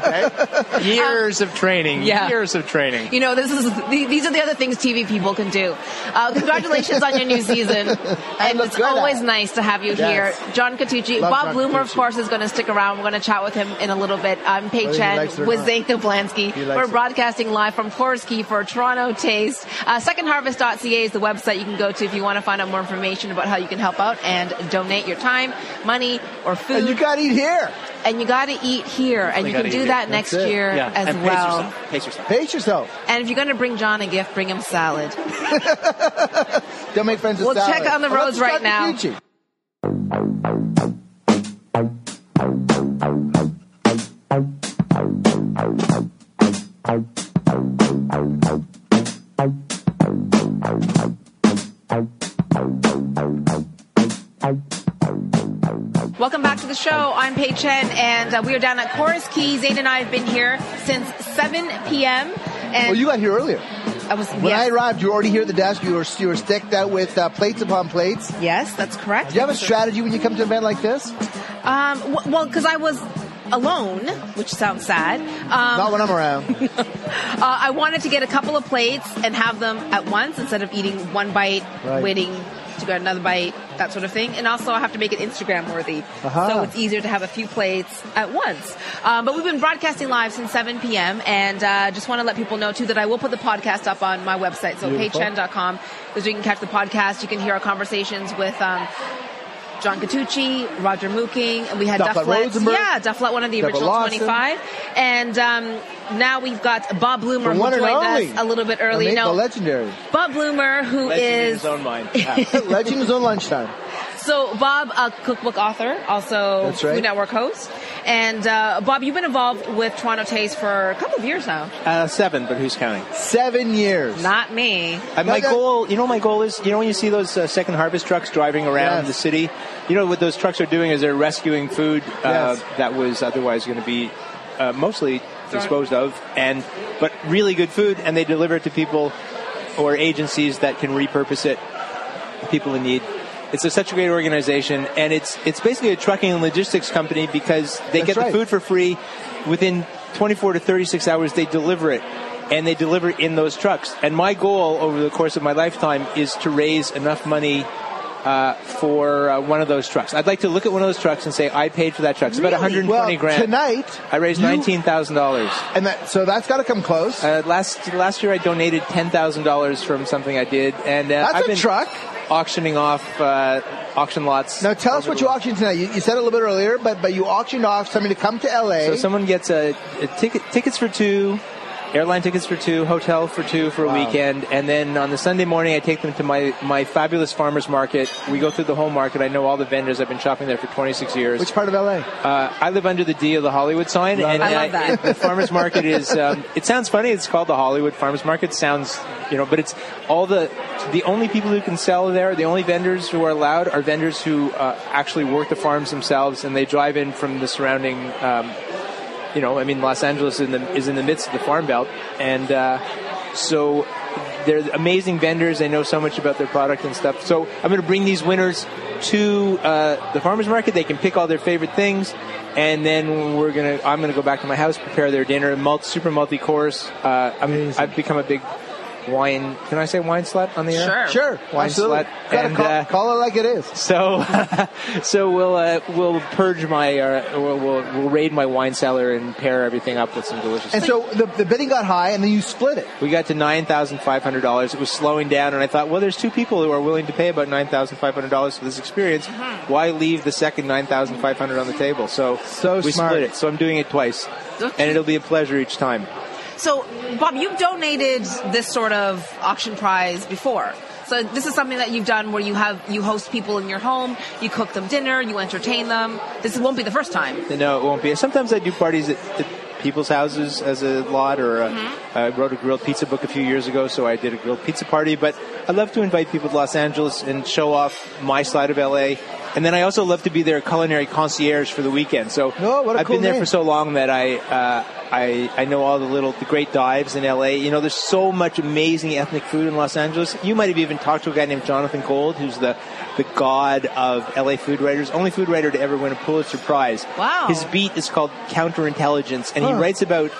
Speaker 8: Peg.
Speaker 9: years of training.
Speaker 3: Yeah.
Speaker 9: Years of training.
Speaker 3: You know, this is the- these are the other things TV people can do. Uh, congratulations on your new season, and
Speaker 2: look
Speaker 3: it's
Speaker 2: good at
Speaker 3: always
Speaker 2: it.
Speaker 3: nice to have you
Speaker 2: Yes.
Speaker 3: here. John Catucci,
Speaker 2: Love
Speaker 3: Bob
Speaker 2: John
Speaker 3: Bloomer, of
Speaker 2: Cattucci.
Speaker 3: course, is going to stick around. We're going to chat with him in a little bit. I'm Paige
Speaker 2: Whether he
Speaker 3: Chen
Speaker 2: likes it or
Speaker 3: with
Speaker 2: not.
Speaker 3: Zane Kaplansky.
Speaker 2: He likes
Speaker 3: We're
Speaker 2: it.
Speaker 3: broadcasting live from Korski for Toronto Taste. Uh, secondharvest.ca is the website you can go to if you want to find out more information about how you can help out and donate your time, money, or food.
Speaker 2: And you got to eat here.
Speaker 3: And you got to eat here, and you
Speaker 8: gotta
Speaker 3: can
Speaker 8: eat
Speaker 3: do
Speaker 8: here.
Speaker 3: that next
Speaker 2: That's it.
Speaker 3: year
Speaker 8: Yeah,
Speaker 3: as
Speaker 8: and
Speaker 3: well.
Speaker 8: Pace yourself. Pace yourself.
Speaker 2: Pace yourself.
Speaker 3: And if you're going to bring John a gift, bring him salad.
Speaker 2: Don't make friends with
Speaker 3: We'll
Speaker 2: salad.
Speaker 3: check on the
Speaker 2: Well,
Speaker 3: roads
Speaker 2: let's
Speaker 3: right
Speaker 2: start
Speaker 3: now.
Speaker 2: with Gucci.
Speaker 3: Welcome back to the show. I'm Paige Chen, and uh, we are down at Chorus Key. Zayn and I have been here since 7 p.m. And
Speaker 2: Well, you got here earlier.
Speaker 3: I was
Speaker 2: When I
Speaker 3: yes,
Speaker 2: arrived, you were already here at the desk. You were, you were stacked out with uh, plates upon plates. Do
Speaker 3: yes, that's correct.
Speaker 2: you have a strategy when you come to an event like this?
Speaker 3: Um, w- well, because I was alone, which sounds sad.
Speaker 2: Not
Speaker 3: Um,
Speaker 2: when I'm around.
Speaker 3: uh, I wanted to get a couple of plates and have them at once instead of eating one bite,
Speaker 2: Right.
Speaker 3: waiting to get another bite, that sort of thing. And also, I have to make it Instagram worthy,
Speaker 2: Uh-huh.
Speaker 3: so it's easier to have a few plates at once. Um, but we've been broadcasting live since 7 p.m. and uh, just want to let people know too that I will put the podcast up on my website, so
Speaker 2: Beautiful.
Speaker 3: paychen.com, because you can catch the podcast. You can hear our conversations with. Um, John Cattucci, Roger Mooking, and we had
Speaker 2: Dufflet
Speaker 3: Dufflet.
Speaker 2: Rosenberg.
Speaker 3: yeah, Dufflet, one of the
Speaker 2: Deborah
Speaker 3: original
Speaker 2: Lawson.
Speaker 3: 25. And um, now we've got Bob Bloomer,
Speaker 2: The one
Speaker 3: who
Speaker 2: and
Speaker 3: joined
Speaker 2: only.
Speaker 3: us a little bit early.
Speaker 2: The ma-
Speaker 3: No,
Speaker 2: The legendary.
Speaker 3: Bob Bloomer, who
Speaker 9: Legend in
Speaker 3: is
Speaker 9: his own mind.
Speaker 2: Legend is on lunchtime.
Speaker 3: so Bob, a cookbook author, also
Speaker 2: That's right.
Speaker 3: Food Network host. And uh, Bob, you've been involved with Toronto Taste for a couple of years now.
Speaker 9: Uh, seven, but who's counting?
Speaker 2: Seven years.
Speaker 3: Not me.
Speaker 9: And Uh, my
Speaker 2: No, that-
Speaker 9: goal, you know, what my goal is, you know, when you see those uh, second harvest trucks driving around
Speaker 2: Yes.
Speaker 9: the city, you know what those trucks are doing is they're rescuing food uh,
Speaker 2: Yes.
Speaker 9: that was otherwise going to be uh, mostly
Speaker 3: Thrown.
Speaker 9: disposed of, and but really good food, and they deliver it to people or agencies that can repurpose it, people in need. It's a, such a great organization, and it's it's basically a trucking and logistics company because they
Speaker 2: That's
Speaker 9: get
Speaker 2: right.
Speaker 9: the food for free within 24 to 36 hours they deliver it and they deliver it in those trucks and my goal over the course of my lifetime is to raise enough money uh, for uh, one of those trucks i'd like to look at one of those trucks and say i paid for that truck it's about 120
Speaker 2: well,
Speaker 9: grand
Speaker 2: tonight,
Speaker 9: i raised
Speaker 2: you-
Speaker 9: $19000
Speaker 2: and that, so that's got to come close.
Speaker 9: uh, last last year, I donated ten thousand dollars from something I did, and uh,
Speaker 2: That's
Speaker 9: I've
Speaker 2: a
Speaker 9: been
Speaker 2: truck.
Speaker 9: auctioning off uh, auction lots.
Speaker 2: now tell us what you auctioned tonight. You, you said it a little bit earlier, but but you auctioned off something to come to LA.
Speaker 9: So someone gets a, a uh, ticket, tickets for two, airline tickets for two, hotel for two for a weekend, and then on the Sunday morning I take them to my my fabulous farmers market. We go through the whole market. I know all the vendors. I've been shopping there for 26 years.
Speaker 2: Which part of LA?
Speaker 9: Uh, I live under the D of the Hollywood sign, and
Speaker 3: it. I love that.
Speaker 9: it- the farmers market is. Um, it sounds funny. It's called the Hollywood Farmers Market. Sounds, you know, but it's all the the only people who can sell there. The only vendors who are allowed are vendors who uh, actually work the farms themselves, and they drive in from the surrounding. Um, you know, I mean, Los Angeles in the, is in the midst of the farm belt, and uh, so they're amazing vendors. They know so much about their product and stuff. So I'm going to bring these winners to uh, the farmers market. They can pick all their favorite things, and then we're gonna. I'm going to go back to my house, prepare their dinner, multi, super multi course. Uh, I'm, I've become a big wine. Can I say wine slut on the
Speaker 3: Sure.
Speaker 9: air?
Speaker 2: Sure,
Speaker 9: Wine
Speaker 2: absolutely.
Speaker 9: slut
Speaker 2: Gotta
Speaker 9: and,
Speaker 2: call,
Speaker 9: uh,
Speaker 2: call it like it is.
Speaker 9: So, so we'll uh, we'll purge my uh, we'll, we'll we'll raid my wine cellar and pair everything up with some delicious.
Speaker 2: And
Speaker 9: stuff.
Speaker 2: so the, the bidding got high, and then you split it.
Speaker 9: We got to nine thousand five hundred dollars. It was slowing down, and I thought, well, there's two people who are willing to pay about nine thousand five hundred dollars for this experience.
Speaker 2: Uh-huh.
Speaker 9: Why leave the second nine thousand five hundred on the table? So,
Speaker 2: So
Speaker 9: we
Speaker 2: smart.
Speaker 9: split it. So I'm doing it twice,
Speaker 3: Okay.
Speaker 9: and it'll be a pleasure each time.
Speaker 3: So, Bob, you've donated this sort of auction prize before. So this is something that you've done where you have you host people in your home, you cook them dinner, you entertain them. This won't be the first time.
Speaker 9: No, it won't be. Sometimes I do parties at, at people's houses as a lot, or uh, I wrote a grilled pizza book a few years ago, so I did a grilled pizza party. But I love to invite people to Los Angeles and show off my side of LA. And then I also love to be their culinary concierge for the weekend. So
Speaker 2: Oh, what a
Speaker 9: I've
Speaker 2: cool
Speaker 9: been there
Speaker 2: name.
Speaker 9: for so long that I, uh, I I know all the little the great dives in LA. You know, there's so much amazing ethnic food in Los Angeles. You might have even talked to a guy named Jonathan Gold, who's the the god of LA food writers, only food writer to ever win a Pulitzer Prize.
Speaker 3: Wow.
Speaker 9: His beat is called Counterintelligence, and he
Speaker 2: Huh.
Speaker 9: writes about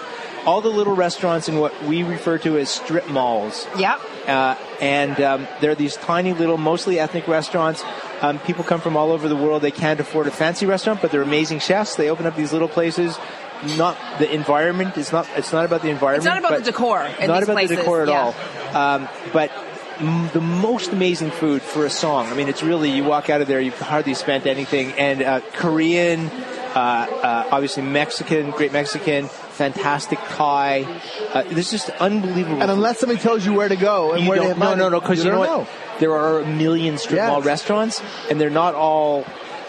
Speaker 9: all the little restaurants in what we refer to as strip malls.
Speaker 3: Yep.
Speaker 9: Uh, and um, there are these tiny little, mostly ethnic restaurants. Um, people come from all over the world. They can't afford a fancy restaurant, but they're amazing chefs. They open up these little places. Not the environment. It's not. It's not about the environment.
Speaker 3: It's not about
Speaker 9: but-
Speaker 3: the decor in
Speaker 9: not
Speaker 3: these
Speaker 9: about the
Speaker 3: places,
Speaker 9: decor at
Speaker 3: yeah.
Speaker 9: all. Um, but m- the most amazing food for a song. I mean, it's really you walk out of there, you've hardly spent anything. And uh, Korean, uh, uh, obviously Mexican, great Mexican, fantastic Thai. Uh, there's just unbelievable.
Speaker 2: And unless somebody tells you where to go and
Speaker 9: You
Speaker 2: where to
Speaker 9: don't-
Speaker 2: hit
Speaker 9: no,
Speaker 2: money,
Speaker 9: no, no, because you, know
Speaker 2: don't
Speaker 9: what?
Speaker 2: know.
Speaker 9: There are a million strip
Speaker 2: Yes.
Speaker 9: mall restaurants, and they're not all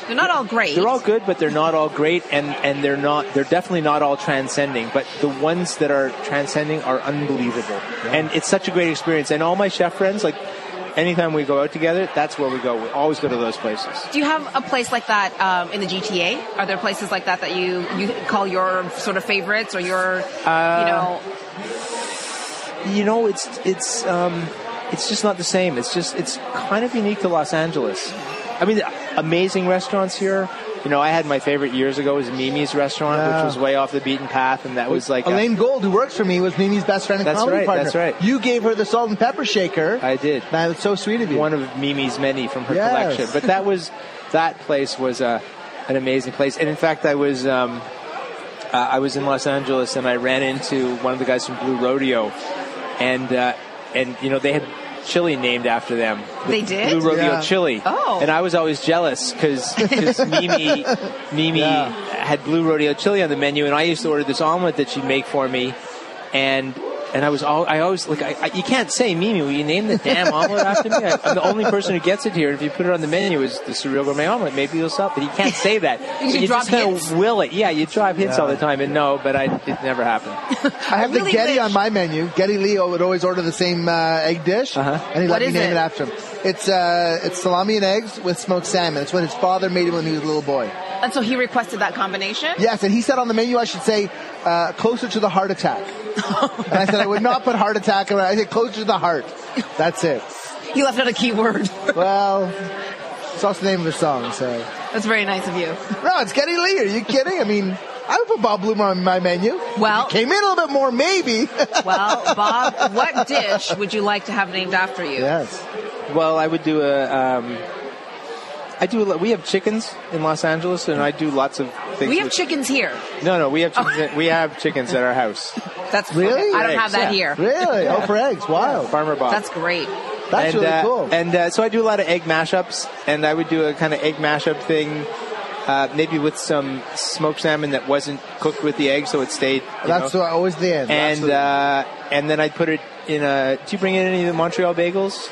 Speaker 3: They're not all great.
Speaker 9: they're all good, but they're not all great, and and they're not they're definitely not all transcending. But the ones that are transcending are unbelievable, and it's such a great experience. And all my chef friends, like anytime we go out together, that's where we go. We always go to those places.
Speaker 3: Do you have a place like that um, in the GTA? Are there places like that that you, you call your sort of favorites or your, you know,
Speaker 9: Uh, You know, it's it's um, it's just not the same. It's just it's kind of unique to Los Angeles. I mean, amazing restaurants here. You know, I had my favorite years ago was Mimi's restaurant,
Speaker 2: Yeah.
Speaker 9: which was way off the beaten path, and that was like a-
Speaker 2: Elaine Gold, who works for me, was Mimi's best friend and
Speaker 9: That's
Speaker 2: comedy
Speaker 9: right,
Speaker 2: partner.
Speaker 9: that's right.
Speaker 2: You gave her the salt and pepper shaker.
Speaker 9: I did.
Speaker 2: That was so sweet of you.
Speaker 9: one of Mimi's many from her
Speaker 2: Yes.
Speaker 9: collection. But that was that place was uh, an amazing place. And in fact, I was um, uh, I was in Los Angeles and I ran into one of the guys from Blue Rodeo, and uh, and you know they had chili named after them.
Speaker 3: They
Speaker 9: The
Speaker 3: did?
Speaker 9: Blue Rodeo
Speaker 2: Yeah.
Speaker 9: chili.
Speaker 3: Oh.
Speaker 9: and I was always jealous because Mimi Mimi
Speaker 2: Yeah.
Speaker 9: had Blue Rodeo chili on the menu, and I used to order this omelet that she'd make for me, and and I was all I always like I, I, you can't say Mimi, will you name the damn omelet after me? I, I'm the only person who gets it here. If you put it on the menu, it's the surreal gourmet omelet. Maybe you'll stop, but you can't say that.
Speaker 3: You should drop
Speaker 9: just kinda
Speaker 3: hints.
Speaker 9: will it. Yeah, you drop hints
Speaker 2: Yeah.
Speaker 9: all the time, and no, but I, it never happened.
Speaker 2: I have
Speaker 3: really
Speaker 2: the Getty
Speaker 3: wish-
Speaker 2: on my menu. Getty Leo would always order the same uh, egg dish,
Speaker 9: Uh-huh.
Speaker 2: and he
Speaker 3: What is
Speaker 2: let me name
Speaker 3: it?
Speaker 2: it? after him. It's uh, it's salami and eggs with smoked salmon. It's what his father made him when he was a little boy.
Speaker 3: and so he requested that combination?
Speaker 2: Yes, and he said on the menu I should say uh, closer to the heart attack.
Speaker 3: Oh
Speaker 2: and I said I would not put heart attack. around. I said closer to the heart. That's it.
Speaker 3: You left out a key word.
Speaker 2: Well, it's also the name of his song. So
Speaker 3: That's very nice of you.
Speaker 2: no, it's Getty Lee. Are you kidding? I mean. I would put Bob Bloom on my menu.
Speaker 3: Well-
Speaker 2: If he came in a little bit more, maybe.
Speaker 3: Well, Bob, what dish would you like to have named after you?
Speaker 2: yes.
Speaker 9: Well, I would do a. Um, I do. A lot, we have chickens in Los Angeles, and I do lots of things.
Speaker 3: We have
Speaker 9: with-
Speaker 3: chickens here.
Speaker 9: No, no, we have chickens. at- we have chickens at our house.
Speaker 3: That's
Speaker 2: Really?
Speaker 3: I don't have that here.
Speaker 9: Yeah.
Speaker 2: Really? Oh, for eggs. Wow.
Speaker 9: Farmer Bob.
Speaker 3: That's great.
Speaker 2: That's
Speaker 9: and,
Speaker 2: really
Speaker 9: uh,
Speaker 2: cool.
Speaker 9: And uh, so I do a lot of egg mashups, and I would do a kind of egg mashup thing, uh, maybe with some smoked salmon that wasn't cooked with the egg, so it stayed. you
Speaker 2: That's
Speaker 9: know.
Speaker 2: what always the end.
Speaker 9: and
Speaker 2: Absolutely.
Speaker 9: uh, and then I'd put it in a. Do you bring in any of the Montreal bagels?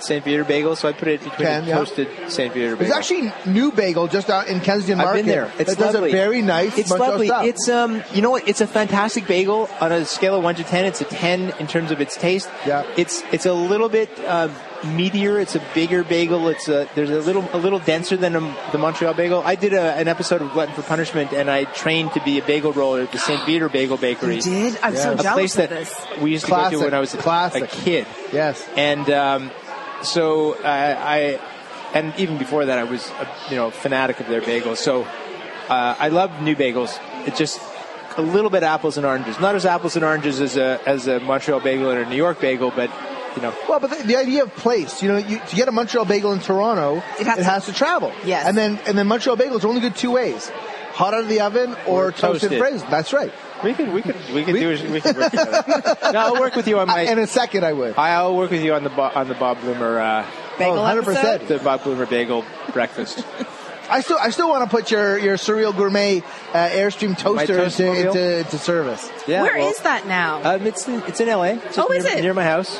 Speaker 9: St. Peter bagels. So I put it between
Speaker 2: Can,
Speaker 9: a
Speaker 2: yeah.
Speaker 9: toasted St. Peter bagel.
Speaker 2: there's actually new bagel just out in Kensington
Speaker 9: I've
Speaker 2: Market.
Speaker 9: been there. It's
Speaker 2: that
Speaker 9: lovely.
Speaker 2: does a very nice.
Speaker 9: It's
Speaker 2: Montreal
Speaker 9: lovely.
Speaker 2: Stuff.
Speaker 9: It's um, you know what? It's a fantastic bagel on a scale of one to ten. It's a ten in terms of its taste.
Speaker 2: Yeah.
Speaker 9: It's it's a little bit uh, meatier. It's a bigger bagel. It's a there's a little a little denser than a, the Montreal bagel. I did a, an episode of Glutton for Punishment, and I trained to be a bagel roller at the St. Peter Bagel Bakery.
Speaker 3: Did I'm so
Speaker 9: A place
Speaker 3: jealous of
Speaker 9: that
Speaker 3: this.
Speaker 9: we used to go
Speaker 2: Classic.
Speaker 9: to when I was a,
Speaker 2: Classic.
Speaker 9: a kid.
Speaker 2: yes.
Speaker 9: And um, so uh, I, and even before that, I was a, you know fanatic of their bagels. So uh, I love new bagels. It's just a little bit apples and oranges. Not as apples and oranges as a as a Montreal bagel and a New York bagel, but you know.
Speaker 2: Well, but the, the idea of place, you know, you, to get a Montreal bagel in Toronto,
Speaker 3: It has to-
Speaker 2: to, travel.
Speaker 3: Yes.
Speaker 2: And then and then Montreal bagels are only good two ways: hot out of the oven or,
Speaker 9: Or
Speaker 2: toasted,
Speaker 9: toasted.
Speaker 2: frozen. That's right.
Speaker 9: We could we could we could do we could work together. no, I'll work with you on
Speaker 2: I, in
Speaker 9: my.
Speaker 2: a second, I would.
Speaker 9: I'll work with you on the Bo- on the Bob Bloomer uh,
Speaker 3: Bagel
Speaker 2: Oh, 100%.
Speaker 3: episode?
Speaker 9: the Bob Bloomer bagel breakfast.
Speaker 2: I still, I still want to put your, your surreal gourmet uh, airstream toaster
Speaker 9: toast
Speaker 2: into,
Speaker 9: mobile?
Speaker 2: into, into service.
Speaker 9: Yeah,
Speaker 3: Where is
Speaker 9: well,
Speaker 3: that now?
Speaker 9: Um, it's in, it's in LA. It's just
Speaker 3: Oh,
Speaker 9: near,
Speaker 3: is it?
Speaker 9: near my house?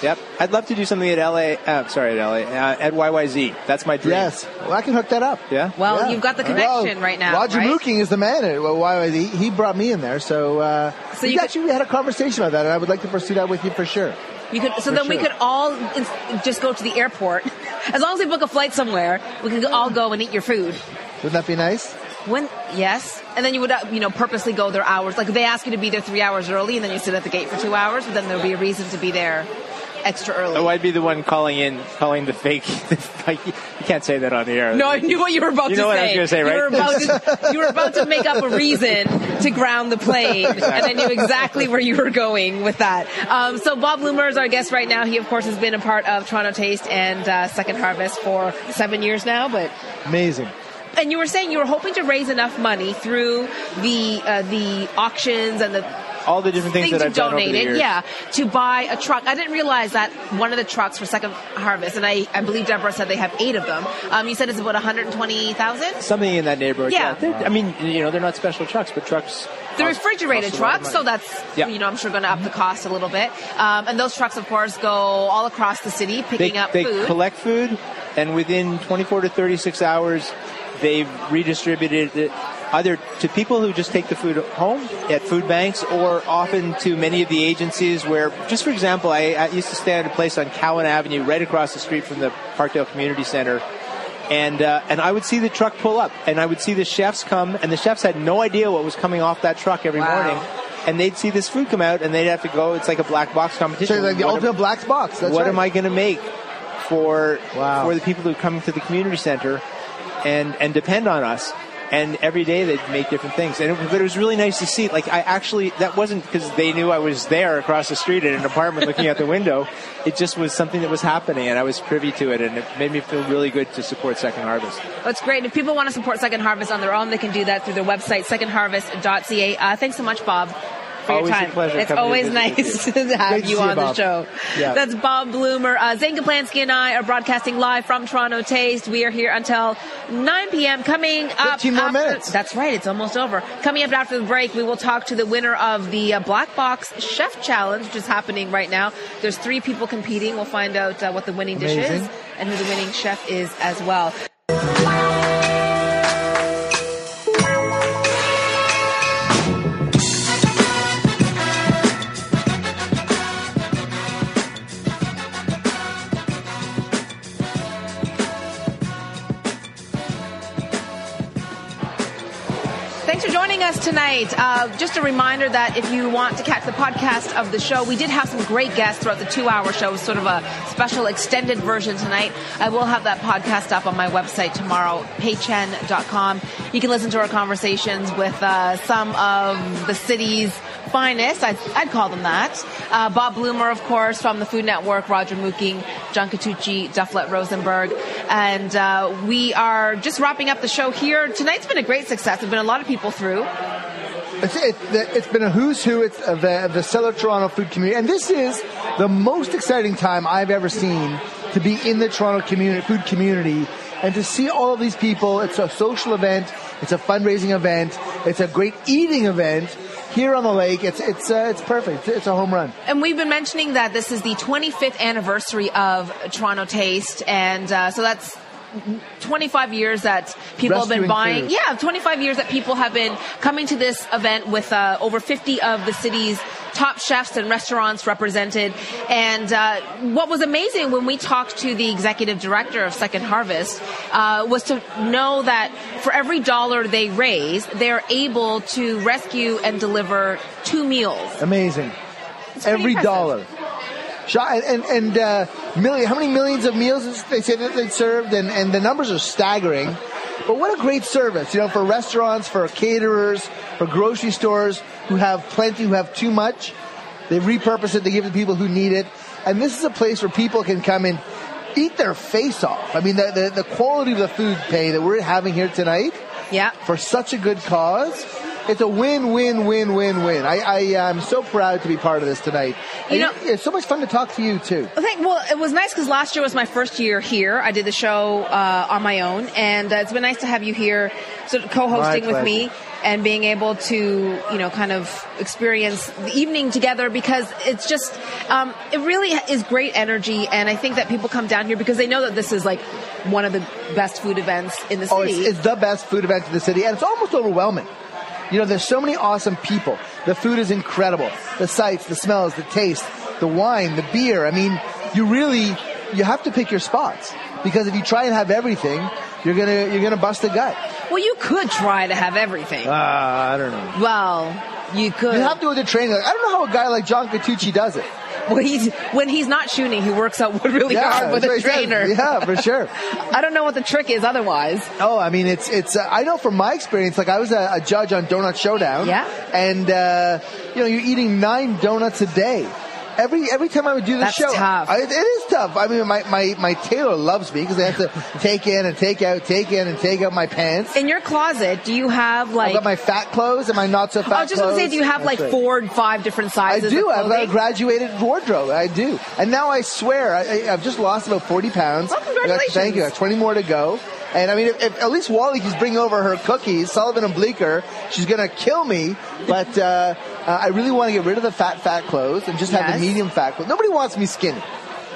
Speaker 9: Yep. I'd love to do something at LA. Uh, sorry, at LA uh, at YYZ. That's my dream.
Speaker 2: Yes, well, I can hook that up.
Speaker 9: Yeah.
Speaker 3: well,
Speaker 2: Yeah.
Speaker 3: you've got the
Speaker 2: All right.
Speaker 3: connection right now.
Speaker 2: Roger
Speaker 3: right?
Speaker 2: Mooking is the man. At, well, why he, he brought me in there, so uh,
Speaker 3: So
Speaker 2: we
Speaker 3: you could-
Speaker 2: actually had a conversation about that, and I would like to pursue that with you for sure.
Speaker 3: You could, so
Speaker 2: For
Speaker 3: then we
Speaker 2: sure.
Speaker 3: could all ins- just go to the airport. As long as we book a flight somewhere, we can all go and eat your food.
Speaker 2: Wouldn't that be nice?
Speaker 3: When yes, and then you would uh, you know purposely go there hours. Like they ask you to be there three hours early, and then you sit at the gate for two hours. But then there'll be a reason to be there extra early.
Speaker 9: Oh, I'd be the one calling in, calling the fake. The fake you can't say that on the air.
Speaker 3: no, I knew what you were about
Speaker 9: You
Speaker 3: to
Speaker 9: know
Speaker 3: say.
Speaker 9: what I was gonna say,
Speaker 3: You
Speaker 9: right?
Speaker 3: were, about to, you were about to make up a reason to ground the plane, and I knew exactly where you were going with that. Um, so Bob Loomer is our guest right now. He, of course, has been a part of Toronto Taste and uh, Second Harvest for seven years now, but
Speaker 2: Amazing.
Speaker 3: and you were saying you were hoping to raise enough money through the uh, the auctions and the
Speaker 9: All the different things,
Speaker 3: things you
Speaker 9: that I've done over the
Speaker 3: donated,
Speaker 9: years.
Speaker 3: yeah, to buy a truck. I didn't realize that one of the trucks for Second Harvest, and I, I believe Deborah said they have eight of them. Um, you said it's about one hundred twenty thousand.
Speaker 9: Something in that neighborhood.
Speaker 3: Yeah.
Speaker 9: They're- I mean, you know, they're not special trucks, but trucks.
Speaker 3: The
Speaker 9: cost-
Speaker 3: refrigerated
Speaker 9: cost a lot of
Speaker 3: trucks, so
Speaker 9: money.
Speaker 3: that's
Speaker 9: Yeah.
Speaker 3: you know I'm sure going to up the cost a little bit. Um, and those trucks, of course, go all across the city
Speaker 9: they,
Speaker 3: picking up
Speaker 9: they
Speaker 3: food.
Speaker 9: collect food, and within 24 to 36 hours, they've redistributed it either to people who just take the food home at food banks, or often to many of the agencies where, just for example, I, I used to stay at a place on Cowan Avenue, right across the street from the Parkdale Community Center. And uh, and I would see the truck pull up, and I would see the chefs come, and the chefs had no idea what was coming off that truck every
Speaker 3: Wow.
Speaker 9: morning, and they'd see this food come out, and they'd have to go. It's like a black box competition.
Speaker 2: So like the
Speaker 9: What
Speaker 2: ultimate
Speaker 9: am-
Speaker 2: black box. That's
Speaker 9: what
Speaker 2: right.
Speaker 9: am I going to make for
Speaker 2: Wow.
Speaker 9: for the people who come to the community center and and depend on us? And every day they'd make different things. And it, but it was really nice to see. Like I actually, that wasn't because they knew I was there across the street in an apartment looking out the window. It just was something that was happening, and I was privy to it, and it made me feel really good to support Second Harvest.
Speaker 3: That's great. And if people want to support Second Harvest on their own, they can do that through their website, secondharvest.ca. Uh, thanks so much, Bob. For
Speaker 9: Always
Speaker 3: your
Speaker 9: a
Speaker 3: time.
Speaker 9: pleasure
Speaker 3: it's
Speaker 9: coming to
Speaker 3: always
Speaker 9: visit with
Speaker 3: nice to have
Speaker 2: Great to
Speaker 3: you
Speaker 2: see you,
Speaker 3: on the
Speaker 2: Bob.
Speaker 3: show.
Speaker 2: Yeah.
Speaker 3: That's Bob Bloomer. Uh, Zane Kaplansky and I are broadcasting live from Toronto Taste. We are here until 9 p.m. Coming up.
Speaker 2: 15 more
Speaker 3: after-
Speaker 2: minutes.
Speaker 3: That's right. It's almost over. Coming up after the break, we will talk to the winner of the uh, Black Box Chef Challenge, which is happening right now. There's three people competing. We'll find out uh, what the winning dish is
Speaker 2: Amazing.
Speaker 3: and who the winning chef is as well. Thanks for joining us tonight. Uh, just a reminder that if you want to catch the podcast of the show, we did have some great guests throughout the two hour show, sort of a special extended version tonight. I will have that podcast up on my website tomorrow, paychen.com. You can listen to our conversations with uh, some of the city's finest. I'd, I'd call them that. Uh, Bob Bloomer, of course, from the Food Network, Roger Mooking, John Catucci, Dufflet Rosenberg. And uh, we are just wrapping up the show here. Tonight's been a great success. There've been a lot of people through.
Speaker 2: It's, it, it's been a who's who it's of the, of the Cellar Toronto food community, and this is the most exciting time I've ever seen to be in the Toronto community, food community, and to see all of these people. It's a social event, it's a fundraising event, it's a great eating event here on the lake. It's it's uh, it's perfect. It's a home run.
Speaker 3: And we've been mentioning that this is the 25th anniversary of Toronto Taste, and uh, so that's 25 years that people have been
Speaker 2: Rescuing
Speaker 3: buying.
Speaker 2: food.
Speaker 3: Yeah, 25 years that people have been coming to this event with uh, over 50 of the city's top chefs and restaurants represented. And uh, what was amazing when we talked to the executive director of Second Harvest uh, was to know that for every dollar they raise, they're able to rescue and deliver two meals.
Speaker 2: Amazing.
Speaker 3: pretty
Speaker 2: Every
Speaker 3: impressive.
Speaker 2: dollar. Shot and and, and uh, million, how many millions of meals is- they say that they served, and, and the numbers are staggering. But what a great service, you know, for restaurants, for caterers, for grocery stores who have plenty, who have too much. They repurpose it, they give it to people who need it. And this is a place where people can come and eat their face off. I mean, the, the, the quality of the food pay that we're having here tonight
Speaker 3: Yeah.
Speaker 2: for such a good cause it's a win, win, win, win, win. I, I am so proud to be part of this tonight.
Speaker 3: You
Speaker 2: And
Speaker 3: know-
Speaker 2: it's so much fun to talk to you too.
Speaker 3: I think, well, it was nice because last year was my first year here. I did the show uh, on my own, and uh, it's been nice to have you here, sort of co-hosting
Speaker 2: My
Speaker 3: with me and being able to, you know, kind of experience the evening together because it's just, um, it really is great energy, and I think that people come down here because they know that this is like one of the best food events in the city.
Speaker 2: Oh, it's, it's the best food event in the city, and it's almost overwhelming. You know, there's so many awesome people. The food is incredible. The sights, the smells, the taste, the wine, the beer. I mean, you really you have to pick your spots because if you try and have everything, you're gonna you're gonna bust a gut.
Speaker 3: well, you could try to have everything.
Speaker 9: Ah, I don't know.
Speaker 3: well, you could.
Speaker 2: You have to go to training. Like, I don't know how a guy like John Cattucci does it.
Speaker 3: well, he's, when he's not shooting, he works out really hard with
Speaker 2: that's
Speaker 3: a
Speaker 2: what he says.
Speaker 3: trainer.
Speaker 2: Yeah, for sure.
Speaker 3: I don't know what the trick is otherwise.
Speaker 2: Oh, I mean, it's it's. Uh, I know from my experience. Like I was a, a judge on Donut Showdown.
Speaker 3: Yeah.
Speaker 2: And uh, you know, you're eating nine donuts a day. Every every time I would do the
Speaker 3: That's
Speaker 2: show,
Speaker 3: tough.
Speaker 2: I, it is tough. I mean, my my my tailor loves me because I have to take in and take out, take in and take out my pants.
Speaker 3: In your closet, do you have like?
Speaker 2: I've got my fat clothes and my not so fat.
Speaker 3: I was just gonna say,
Speaker 2: clothes.
Speaker 3: do you have
Speaker 2: That's
Speaker 3: like
Speaker 2: right.
Speaker 3: four and five different
Speaker 2: I
Speaker 3: sizes?
Speaker 2: do.
Speaker 3: Of
Speaker 2: I've got a
Speaker 3: clothing?
Speaker 2: graduated wardrobe. I do. And now I swear, I, I- I've just lost about 40 pounds.
Speaker 3: Well, congratulations.
Speaker 2: I got- thank you. I have 20 more to go. And I mean, if, if at least Wally keeps bringing over her cookies, Sullivan and Bleeker, she's going to kill me. But uh, uh, I really want to get rid of the fat, fat clothes and just have
Speaker 3: Yes.
Speaker 2: the medium fat clothes. Nobody wants me skinny.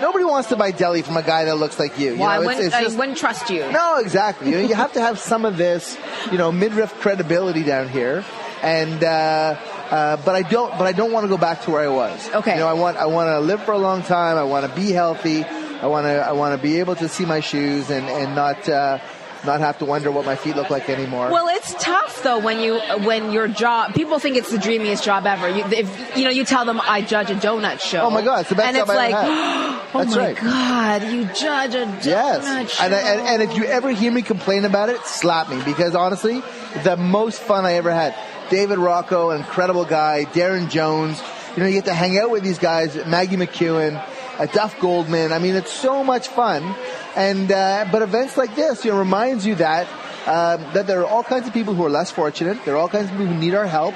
Speaker 2: Nobody wants to buy deli from a guy that looks like you. you
Speaker 3: Well, I,
Speaker 2: know, it's-
Speaker 3: wouldn't,
Speaker 2: it's just-
Speaker 3: I wouldn't trust you.
Speaker 2: no, exactly. You, know, you have to have some of this, you know, midriff credibility down here, and uh, uh, but I don't, but I don't want to go back to where I was.
Speaker 3: Okay.
Speaker 2: You know, I want, I want to live for a long time. I want to be healthy. I want to, I want to be able to see my shoes and and not. Uh, not have to wonder what my feet look like anymore.
Speaker 3: Well, it's tough though when you when your job. People think it's the dreamiest job ever. You, if, you know, you tell them I judge a donut show.
Speaker 2: Oh my God, it's the best
Speaker 3: and
Speaker 2: job
Speaker 3: it's
Speaker 2: I
Speaker 3: like,
Speaker 2: ever
Speaker 3: oh
Speaker 2: That's
Speaker 3: my
Speaker 2: right.
Speaker 3: God, you judge a donut
Speaker 2: Yes,
Speaker 3: show.
Speaker 2: and, I, and and if you ever hear me complain about it, slap me because honestly, the most fun I ever had. David Rocco, an incredible guy. Darren Jones, you know, you get to hang out with these guys. Maggie McEwen, uh, Duff Goldman. I mean, it's so much fun. And uh, but events like this, you know, reminds you that um, that there are all kinds of people who are less fortunate. There are all kinds of people who need our help,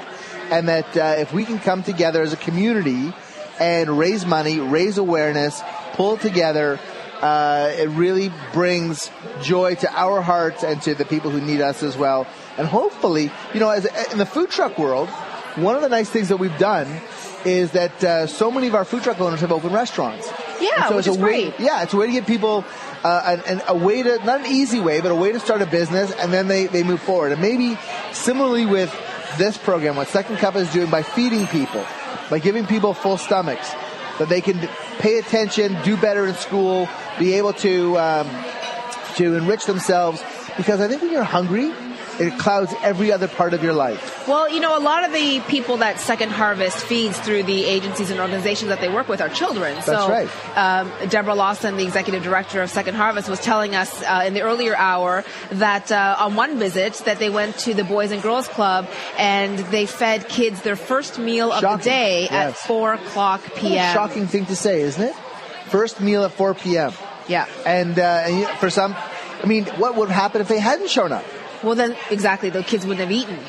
Speaker 2: and that uh, if we can come together as a community and raise money, raise awareness, pull together. Uh, it really brings joy to our hearts and to the people who need us as well. And hopefully, you know, as, in the food truck world, one of the nice things that we've done is that uh, so many of our food truck owners have opened restaurants.
Speaker 3: Yeah,
Speaker 2: And
Speaker 3: which
Speaker 2: it's
Speaker 3: is
Speaker 2: a way,
Speaker 3: great.
Speaker 2: Yeah, it's a way to get people uh, an, an, a way to not an easy way, but a way to start a business, and then they they move forward. And maybe similarly with this program, what Second Cup is doing by feeding people, by giving people full stomachs, that they can pay attention, do better in school, be able to. Um, to enrich themselves because I think when you're hungry, it clouds every other part of your life.
Speaker 3: Well, you know, a lot of the people that Second Harvest feeds through the agencies and organizations that they work with are children. so,
Speaker 2: right.
Speaker 3: Um, Deborah Lawson, the executive director of Second Harvest, was telling us uh, in the earlier hour that uh, on one visit that they went to the Boys and Girls Club and they fed kids their first meal of the
Speaker 2: Shocking.
Speaker 3: day at
Speaker 2: Yes.
Speaker 3: four o'clock p.m.
Speaker 2: Shocking thing to say, isn't it? First meal at 4 p.m.
Speaker 3: Yeah.
Speaker 2: And, uh, and you- for some, I mean, what would happen if they hadn't shown up?
Speaker 3: Well, then exactly, the kids wouldn't have eaten.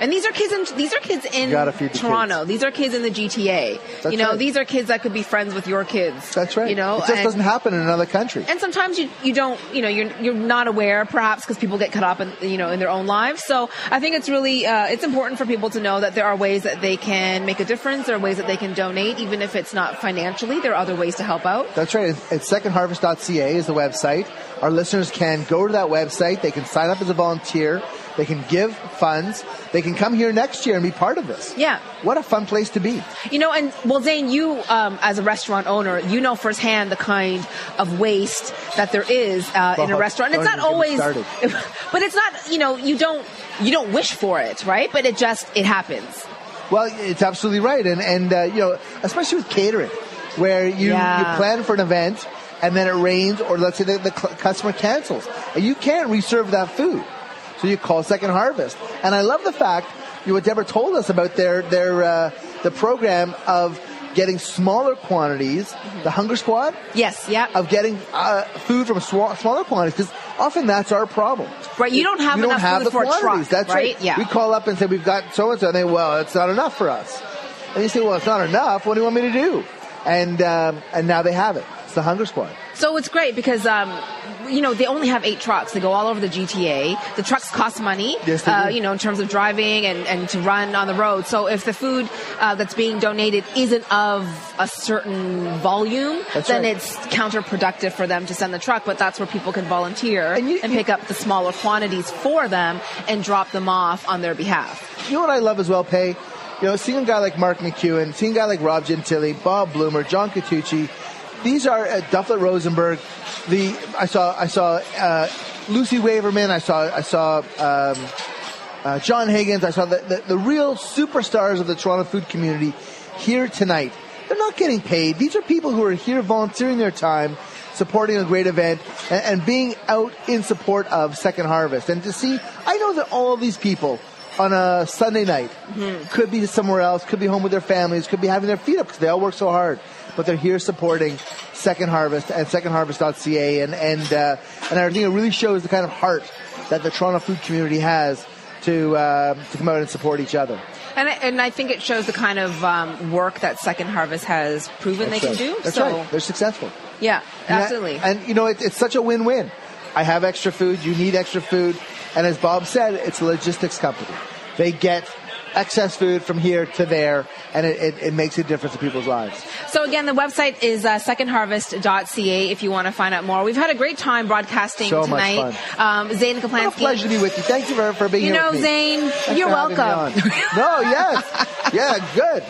Speaker 3: And these are kids in these are kids in
Speaker 2: Gotta feed the
Speaker 3: Toronto.
Speaker 2: kids.
Speaker 3: These are kids in the GTA.
Speaker 2: That's
Speaker 3: you know,
Speaker 2: right.
Speaker 3: these are kids that could be friends with your kids.
Speaker 2: That's right.
Speaker 3: You know,
Speaker 2: it just
Speaker 3: and-
Speaker 2: doesn't happen in another country.
Speaker 3: and sometimes you you don't you know you're you're not aware perhaps because people get caught up in you know in their own lives. So I think it's really uh, it's important for people to know that there are ways that they can make a difference. There are ways that they can donate, even if it's not financially. There are other ways to help out.
Speaker 2: That's right. It's secondharvest.ca is the website. Our listeners can go to that website. They can sign up as a volunteer. They can give funds. They can come here next year and be part of this.
Speaker 3: Yeah.
Speaker 2: What a fun place to be.
Speaker 3: You know, and well, Zane, you um, as a restaurant owner, you know firsthand the kind of waste that there is uh, in a
Speaker 2: Well,
Speaker 3: restaurant. It's
Speaker 2: don't
Speaker 3: not always,
Speaker 2: even get
Speaker 3: but
Speaker 2: me
Speaker 3: it's not. You know, you don't you don't wish for it, right? But it just it happens.
Speaker 2: Well, it's absolutely right, and and uh, you know, especially with catering, where you
Speaker 3: Yeah.
Speaker 2: you plan for an event and then it rains, or let's say the, the cl- customer cancels, and you can't reserve that food, so you call Second Harvest. And I love the fact you know, what Deborah told us about their their uh, the program of getting smaller quantities, the Hunger Squad
Speaker 3: Yes. Yeah.
Speaker 2: of getting uh, food from swa- smaller quantities because often that's our problem.
Speaker 3: Right, you don't have
Speaker 2: you don't
Speaker 3: enough
Speaker 2: have
Speaker 3: food
Speaker 2: the
Speaker 3: for a truck,
Speaker 2: quantities. That's right.
Speaker 3: right? Yeah.
Speaker 2: We call up and say we've got so and so, and they well, it's not enough for us. And you say, well, it's not enough. What do you want me to do? And um, and now they have it. It's the hunger squad.
Speaker 3: So it's great because, um, you know, they only have eight trucks. They go all over the GTA. The trucks cost money,
Speaker 2: Yes, they
Speaker 3: uh,
Speaker 2: do.
Speaker 3: you know, in terms of driving and, and to run on the road. So if the food uh, that's being donated isn't of a certain volume,
Speaker 2: That's
Speaker 3: then
Speaker 2: right.
Speaker 3: it's counterproductive for them to send the truck. But that's where people can volunteer
Speaker 2: And
Speaker 3: and,
Speaker 2: you- you-
Speaker 3: pick up the smaller quantities for them and drop them off on their behalf.
Speaker 2: You know what I love as well, Pay? You know, seeing a guy like Mark McEwen, seeing a guy like Rob Gentili, Bob Bloomer, John Catucci. These are uh, Dufflet Rosenberg. The I saw I saw uh, Lucy Waverman. I saw I saw um, uh, John Higgins. I saw the, the the real superstars of the Toronto food community here tonight. They're not getting paid. These are people who are here volunteering their time, supporting a great event, and, and being out in support of Second Harvest. And to see, I know that all these people on a Sunday night.
Speaker 3: Mm-hmm.
Speaker 2: Could be somewhere else, could be home with their families, could be having their feet up because they all work so hard. But they're here supporting Second Harvest and secondharvest.ca. And, and, uh, and I think it really shows the kind of heart that the Toronto food community has to, uh, to come out and support each other.
Speaker 3: And I, and I think it shows the kind of um, work that Second Harvest has proven they
Speaker 2: That's
Speaker 3: can
Speaker 2: right.
Speaker 3: do.
Speaker 2: That's
Speaker 3: so,
Speaker 2: right. They're successful.
Speaker 3: yeah,
Speaker 2: And I-
Speaker 3: absolutely.
Speaker 2: And, you know, it, it's such a win-win. I have extra food. You need extra food. And as Bob said, it's a logistics company. They get excess food from here to there, and it, it, it makes a difference in people's lives.
Speaker 3: So again, the website is uh, secondharvest.ca if you want to find out more. We've had a great time broadcasting
Speaker 2: So much
Speaker 3: tonight. Um, Zane
Speaker 2: What a
Speaker 3: Kaplansky.
Speaker 2: pleasure to be with you. Thank you for, for being
Speaker 3: You
Speaker 2: here
Speaker 3: know,
Speaker 2: with me.
Speaker 3: Zane,
Speaker 2: Thanks
Speaker 3: you're
Speaker 2: for having me
Speaker 3: welcome.
Speaker 2: on. no, Oh, yes. Yeah, good.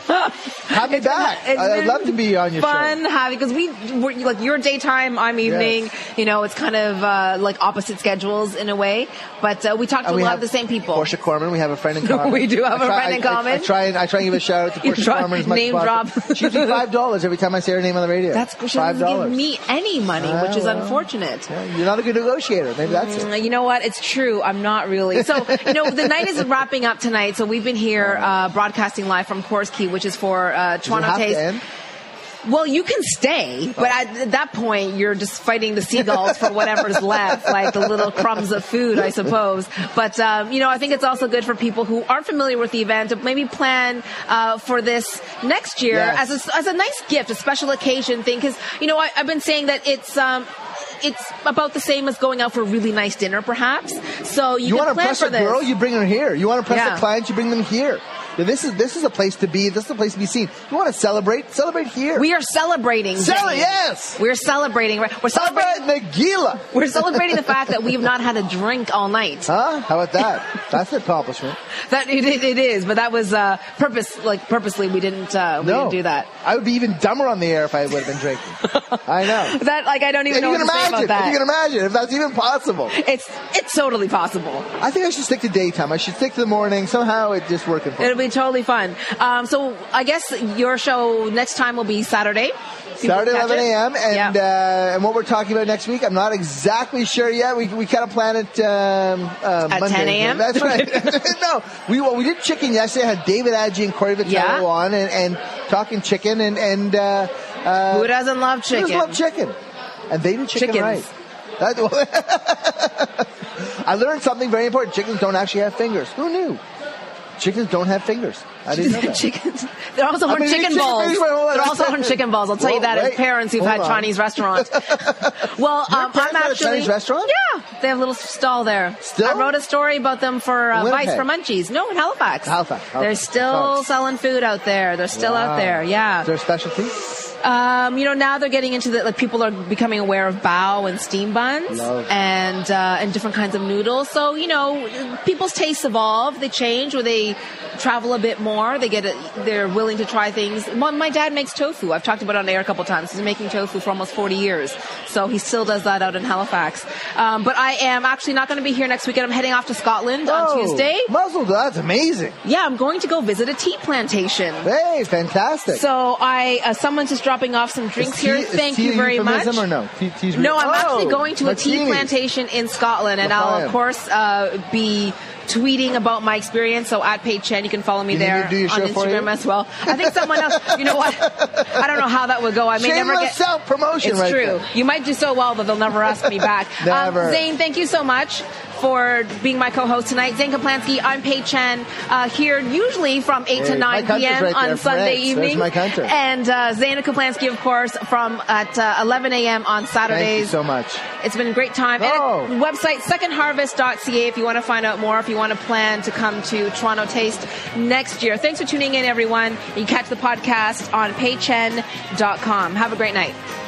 Speaker 2: Have me back.
Speaker 3: It's
Speaker 2: I, would
Speaker 3: been
Speaker 2: love to be on your
Speaker 3: fun
Speaker 2: show.
Speaker 3: having because we we're, like your daytime, I'm evening.
Speaker 2: Yes.
Speaker 3: You know, it's kind of uh, like opposite schedules in a way, but uh, we talk to a
Speaker 2: we
Speaker 3: lot
Speaker 2: have
Speaker 3: of the same people.
Speaker 2: Portia Corman, we have a friend in common.
Speaker 3: We do have
Speaker 2: I
Speaker 3: a
Speaker 2: try-
Speaker 3: friend in
Speaker 2: I- I- I,
Speaker 3: common.
Speaker 2: try and I try and give a shout out to
Speaker 3: You
Speaker 2: Portia
Speaker 3: try-
Speaker 2: Corman as much
Speaker 3: name
Speaker 2: as
Speaker 3: drop.
Speaker 2: possible. She gives me five dollars every time I say her name on the radio.
Speaker 3: That's she
Speaker 2: five
Speaker 3: doesn't
Speaker 2: dollars.
Speaker 3: give me any money,
Speaker 2: Ah,
Speaker 3: which is
Speaker 2: well.
Speaker 3: unfortunate.
Speaker 2: Yeah, you're not a good negotiator. Maybe that's it.
Speaker 3: Mm, You know what? It's true. I'm not really. So, you know, the night is wrapping up tonight. So we've been here uh, broadcasting live from Coors Key, which is for uh,
Speaker 2: Oh. Does it
Speaker 3: Toronto
Speaker 2: have to
Speaker 3: Taste.
Speaker 2: end? Oh.
Speaker 3: Well, you can stay, but at, at that point, you're just fighting the seagulls for whatever's left, like the little crumbs of food, I suppose. But um, you know, I think it's also good for people who aren't familiar with the event to maybe plan uh, for this next year
Speaker 2: Yes.
Speaker 3: as a, as a nice gift, a special occasion thing. Because you know, I, I've been saying that it's. Um, it's about the same as going out for a really nice dinner, perhaps. So Oh, you,
Speaker 2: You,
Speaker 3: can
Speaker 2: want to
Speaker 3: plan
Speaker 2: press
Speaker 3: for
Speaker 2: a
Speaker 3: this.
Speaker 2: girl, you bring her here. You want to press
Speaker 3: Yeah.
Speaker 2: a client, you bring them here. Yeah, This is this is a place to be. This is a place to be seen. You want to celebrate? Celebrate here.
Speaker 3: we are celebrating.
Speaker 2: Cele-
Speaker 3: Jenny.
Speaker 2: yes.
Speaker 3: we're celebrating. Right, we're
Speaker 2: celebrate
Speaker 3: celebrating.
Speaker 2: Nagila.
Speaker 3: We're celebrating the fact that we have not had a drink all night.
Speaker 2: Huh? How about that? That's an accomplishment.
Speaker 3: That it, it, it is, but that was uh, purpose. Like purposely, we didn't uh, we
Speaker 2: no,
Speaker 3: didn't do that.
Speaker 2: I would be even dumber on the air if I would have been drinking. I know.
Speaker 3: That like I don't
Speaker 2: And
Speaker 3: even
Speaker 2: you
Speaker 3: know
Speaker 2: can
Speaker 3: what to say
Speaker 2: imagine.
Speaker 3: about that.
Speaker 2: and You can imagine if that's even possible.
Speaker 3: it's it's totally possible.
Speaker 2: I think I should stick to daytime. I should stick to the morning. Somehow it's just working for me.
Speaker 3: It'll be totally fun. Um, so I guess your show next time will be Saturday. People
Speaker 2: Saturday,
Speaker 3: catch
Speaker 2: 11
Speaker 3: it.
Speaker 2: a.m. And
Speaker 3: yeah.
Speaker 2: uh, and what we're talking about next week, I'm not exactly sure yet. We, we kind of plan it um, uh,
Speaker 3: At
Speaker 2: Monday.
Speaker 3: 10 a.m.?
Speaker 2: That's right. no, we well, we did chicken yesterday. I had David Adji and Corey Vitello
Speaker 3: Yeah.
Speaker 2: on and, and talking chicken and and uh, uh,
Speaker 3: who doesn't love
Speaker 2: They
Speaker 3: chicken?
Speaker 2: just love chicken. And they do chicken
Speaker 3: Chickens.
Speaker 2: right. That- I learned something very important. Chickens don't actually have fingers. Who knew? Chickens don't have fingers. I didn't know that.
Speaker 3: Chickens. They're also
Speaker 2: I've
Speaker 3: on
Speaker 2: been eating
Speaker 3: chicken
Speaker 2: chicken
Speaker 3: balls.
Speaker 2: fingers my whole life.
Speaker 3: They're also on chicken balls. I'll tell you
Speaker 2: Well,
Speaker 3: that
Speaker 2: wait.
Speaker 3: as parents who've
Speaker 2: Hold
Speaker 3: had
Speaker 2: on.
Speaker 3: Chinese restaurants. well,
Speaker 2: Your
Speaker 3: um,
Speaker 2: parents
Speaker 3: I'm
Speaker 2: had a
Speaker 3: actually
Speaker 2: Chinese restaurant?
Speaker 3: Yeah, they have a little stall there.
Speaker 2: Still?
Speaker 3: I wrote a story about them for uh,
Speaker 2: Winnipeg.
Speaker 3: Vice for Munchies. No, in Halifax.
Speaker 2: Halifax,
Speaker 3: They're
Speaker 2: Halifax.
Speaker 3: still
Speaker 2: Halifax.
Speaker 3: selling food out there. They're still
Speaker 2: Wow.
Speaker 3: out there. Yeah.
Speaker 2: Is there a specialty?
Speaker 3: Um, you know, now they're getting into the like people are becoming aware of bao and steam buns
Speaker 2: Love.
Speaker 3: and uh, and different kinds of noodles. So you know, people's tastes evolve, they change, or they travel a bit more. They get a, they're willing to try things. My, my dad makes tofu. I've talked about it on air a couple times. He's been making tofu for almost 40 years, so he still does that out in Halifax. Um, but I am actually not going to be here next weekend. I'm heading off to Scotland on
Speaker 2: Oh,
Speaker 3: Tuesday.
Speaker 2: Muzzle, that's amazing.
Speaker 3: Yeah, I'm going to go visit a tea plantation.
Speaker 2: Hey, fantastic.
Speaker 3: So I, uh, someone's just dropping off some
Speaker 2: Is
Speaker 3: drinks
Speaker 2: tea-
Speaker 3: here.
Speaker 2: is
Speaker 3: Thank
Speaker 2: tea
Speaker 3: you
Speaker 2: a
Speaker 3: very much.
Speaker 2: euphemism Or no? Tea- tea's
Speaker 3: No,
Speaker 2: real-
Speaker 3: I'm actually
Speaker 2: Oh,
Speaker 3: going to a tea
Speaker 2: martinis.
Speaker 3: plantation in Scotland, and I'll
Speaker 2: Lafayette.
Speaker 3: of course uh, be tweeting about my experience. So at Paige Chen, you can follow me
Speaker 2: You need
Speaker 3: there
Speaker 2: to do your
Speaker 3: on
Speaker 2: show for
Speaker 3: Instagram
Speaker 2: you?
Speaker 3: as well. I think someone else. You know what? I don't know how that would go. I may never
Speaker 2: Shameless
Speaker 3: get
Speaker 2: self-promotion
Speaker 3: It's
Speaker 2: right
Speaker 3: true.
Speaker 2: there.
Speaker 3: You might do so well that they'll never ask me back.
Speaker 2: Never.
Speaker 3: Um, Zane, thank you so much for being my co-host tonight. Zane Kaplansky, I'm Paige Chen, uh, here usually from 8 to 9
Speaker 2: Hey, my
Speaker 3: p.m.
Speaker 2: country's right
Speaker 3: on
Speaker 2: there,
Speaker 3: Sunday
Speaker 2: France. There's
Speaker 3: evening.
Speaker 2: my country.
Speaker 3: And uh, Zana Kaplansky, of course, from at uh, 11 a.m. on Saturdays.
Speaker 2: Thank you so much.
Speaker 3: It's been a great time.
Speaker 2: Oh.
Speaker 3: And a website secondharvest.ca if you want to find out more, if you want to plan to come to Toronto Taste next year. Thanks for tuning in, everyone. You can catch the podcast on paychen.com. Have a great night.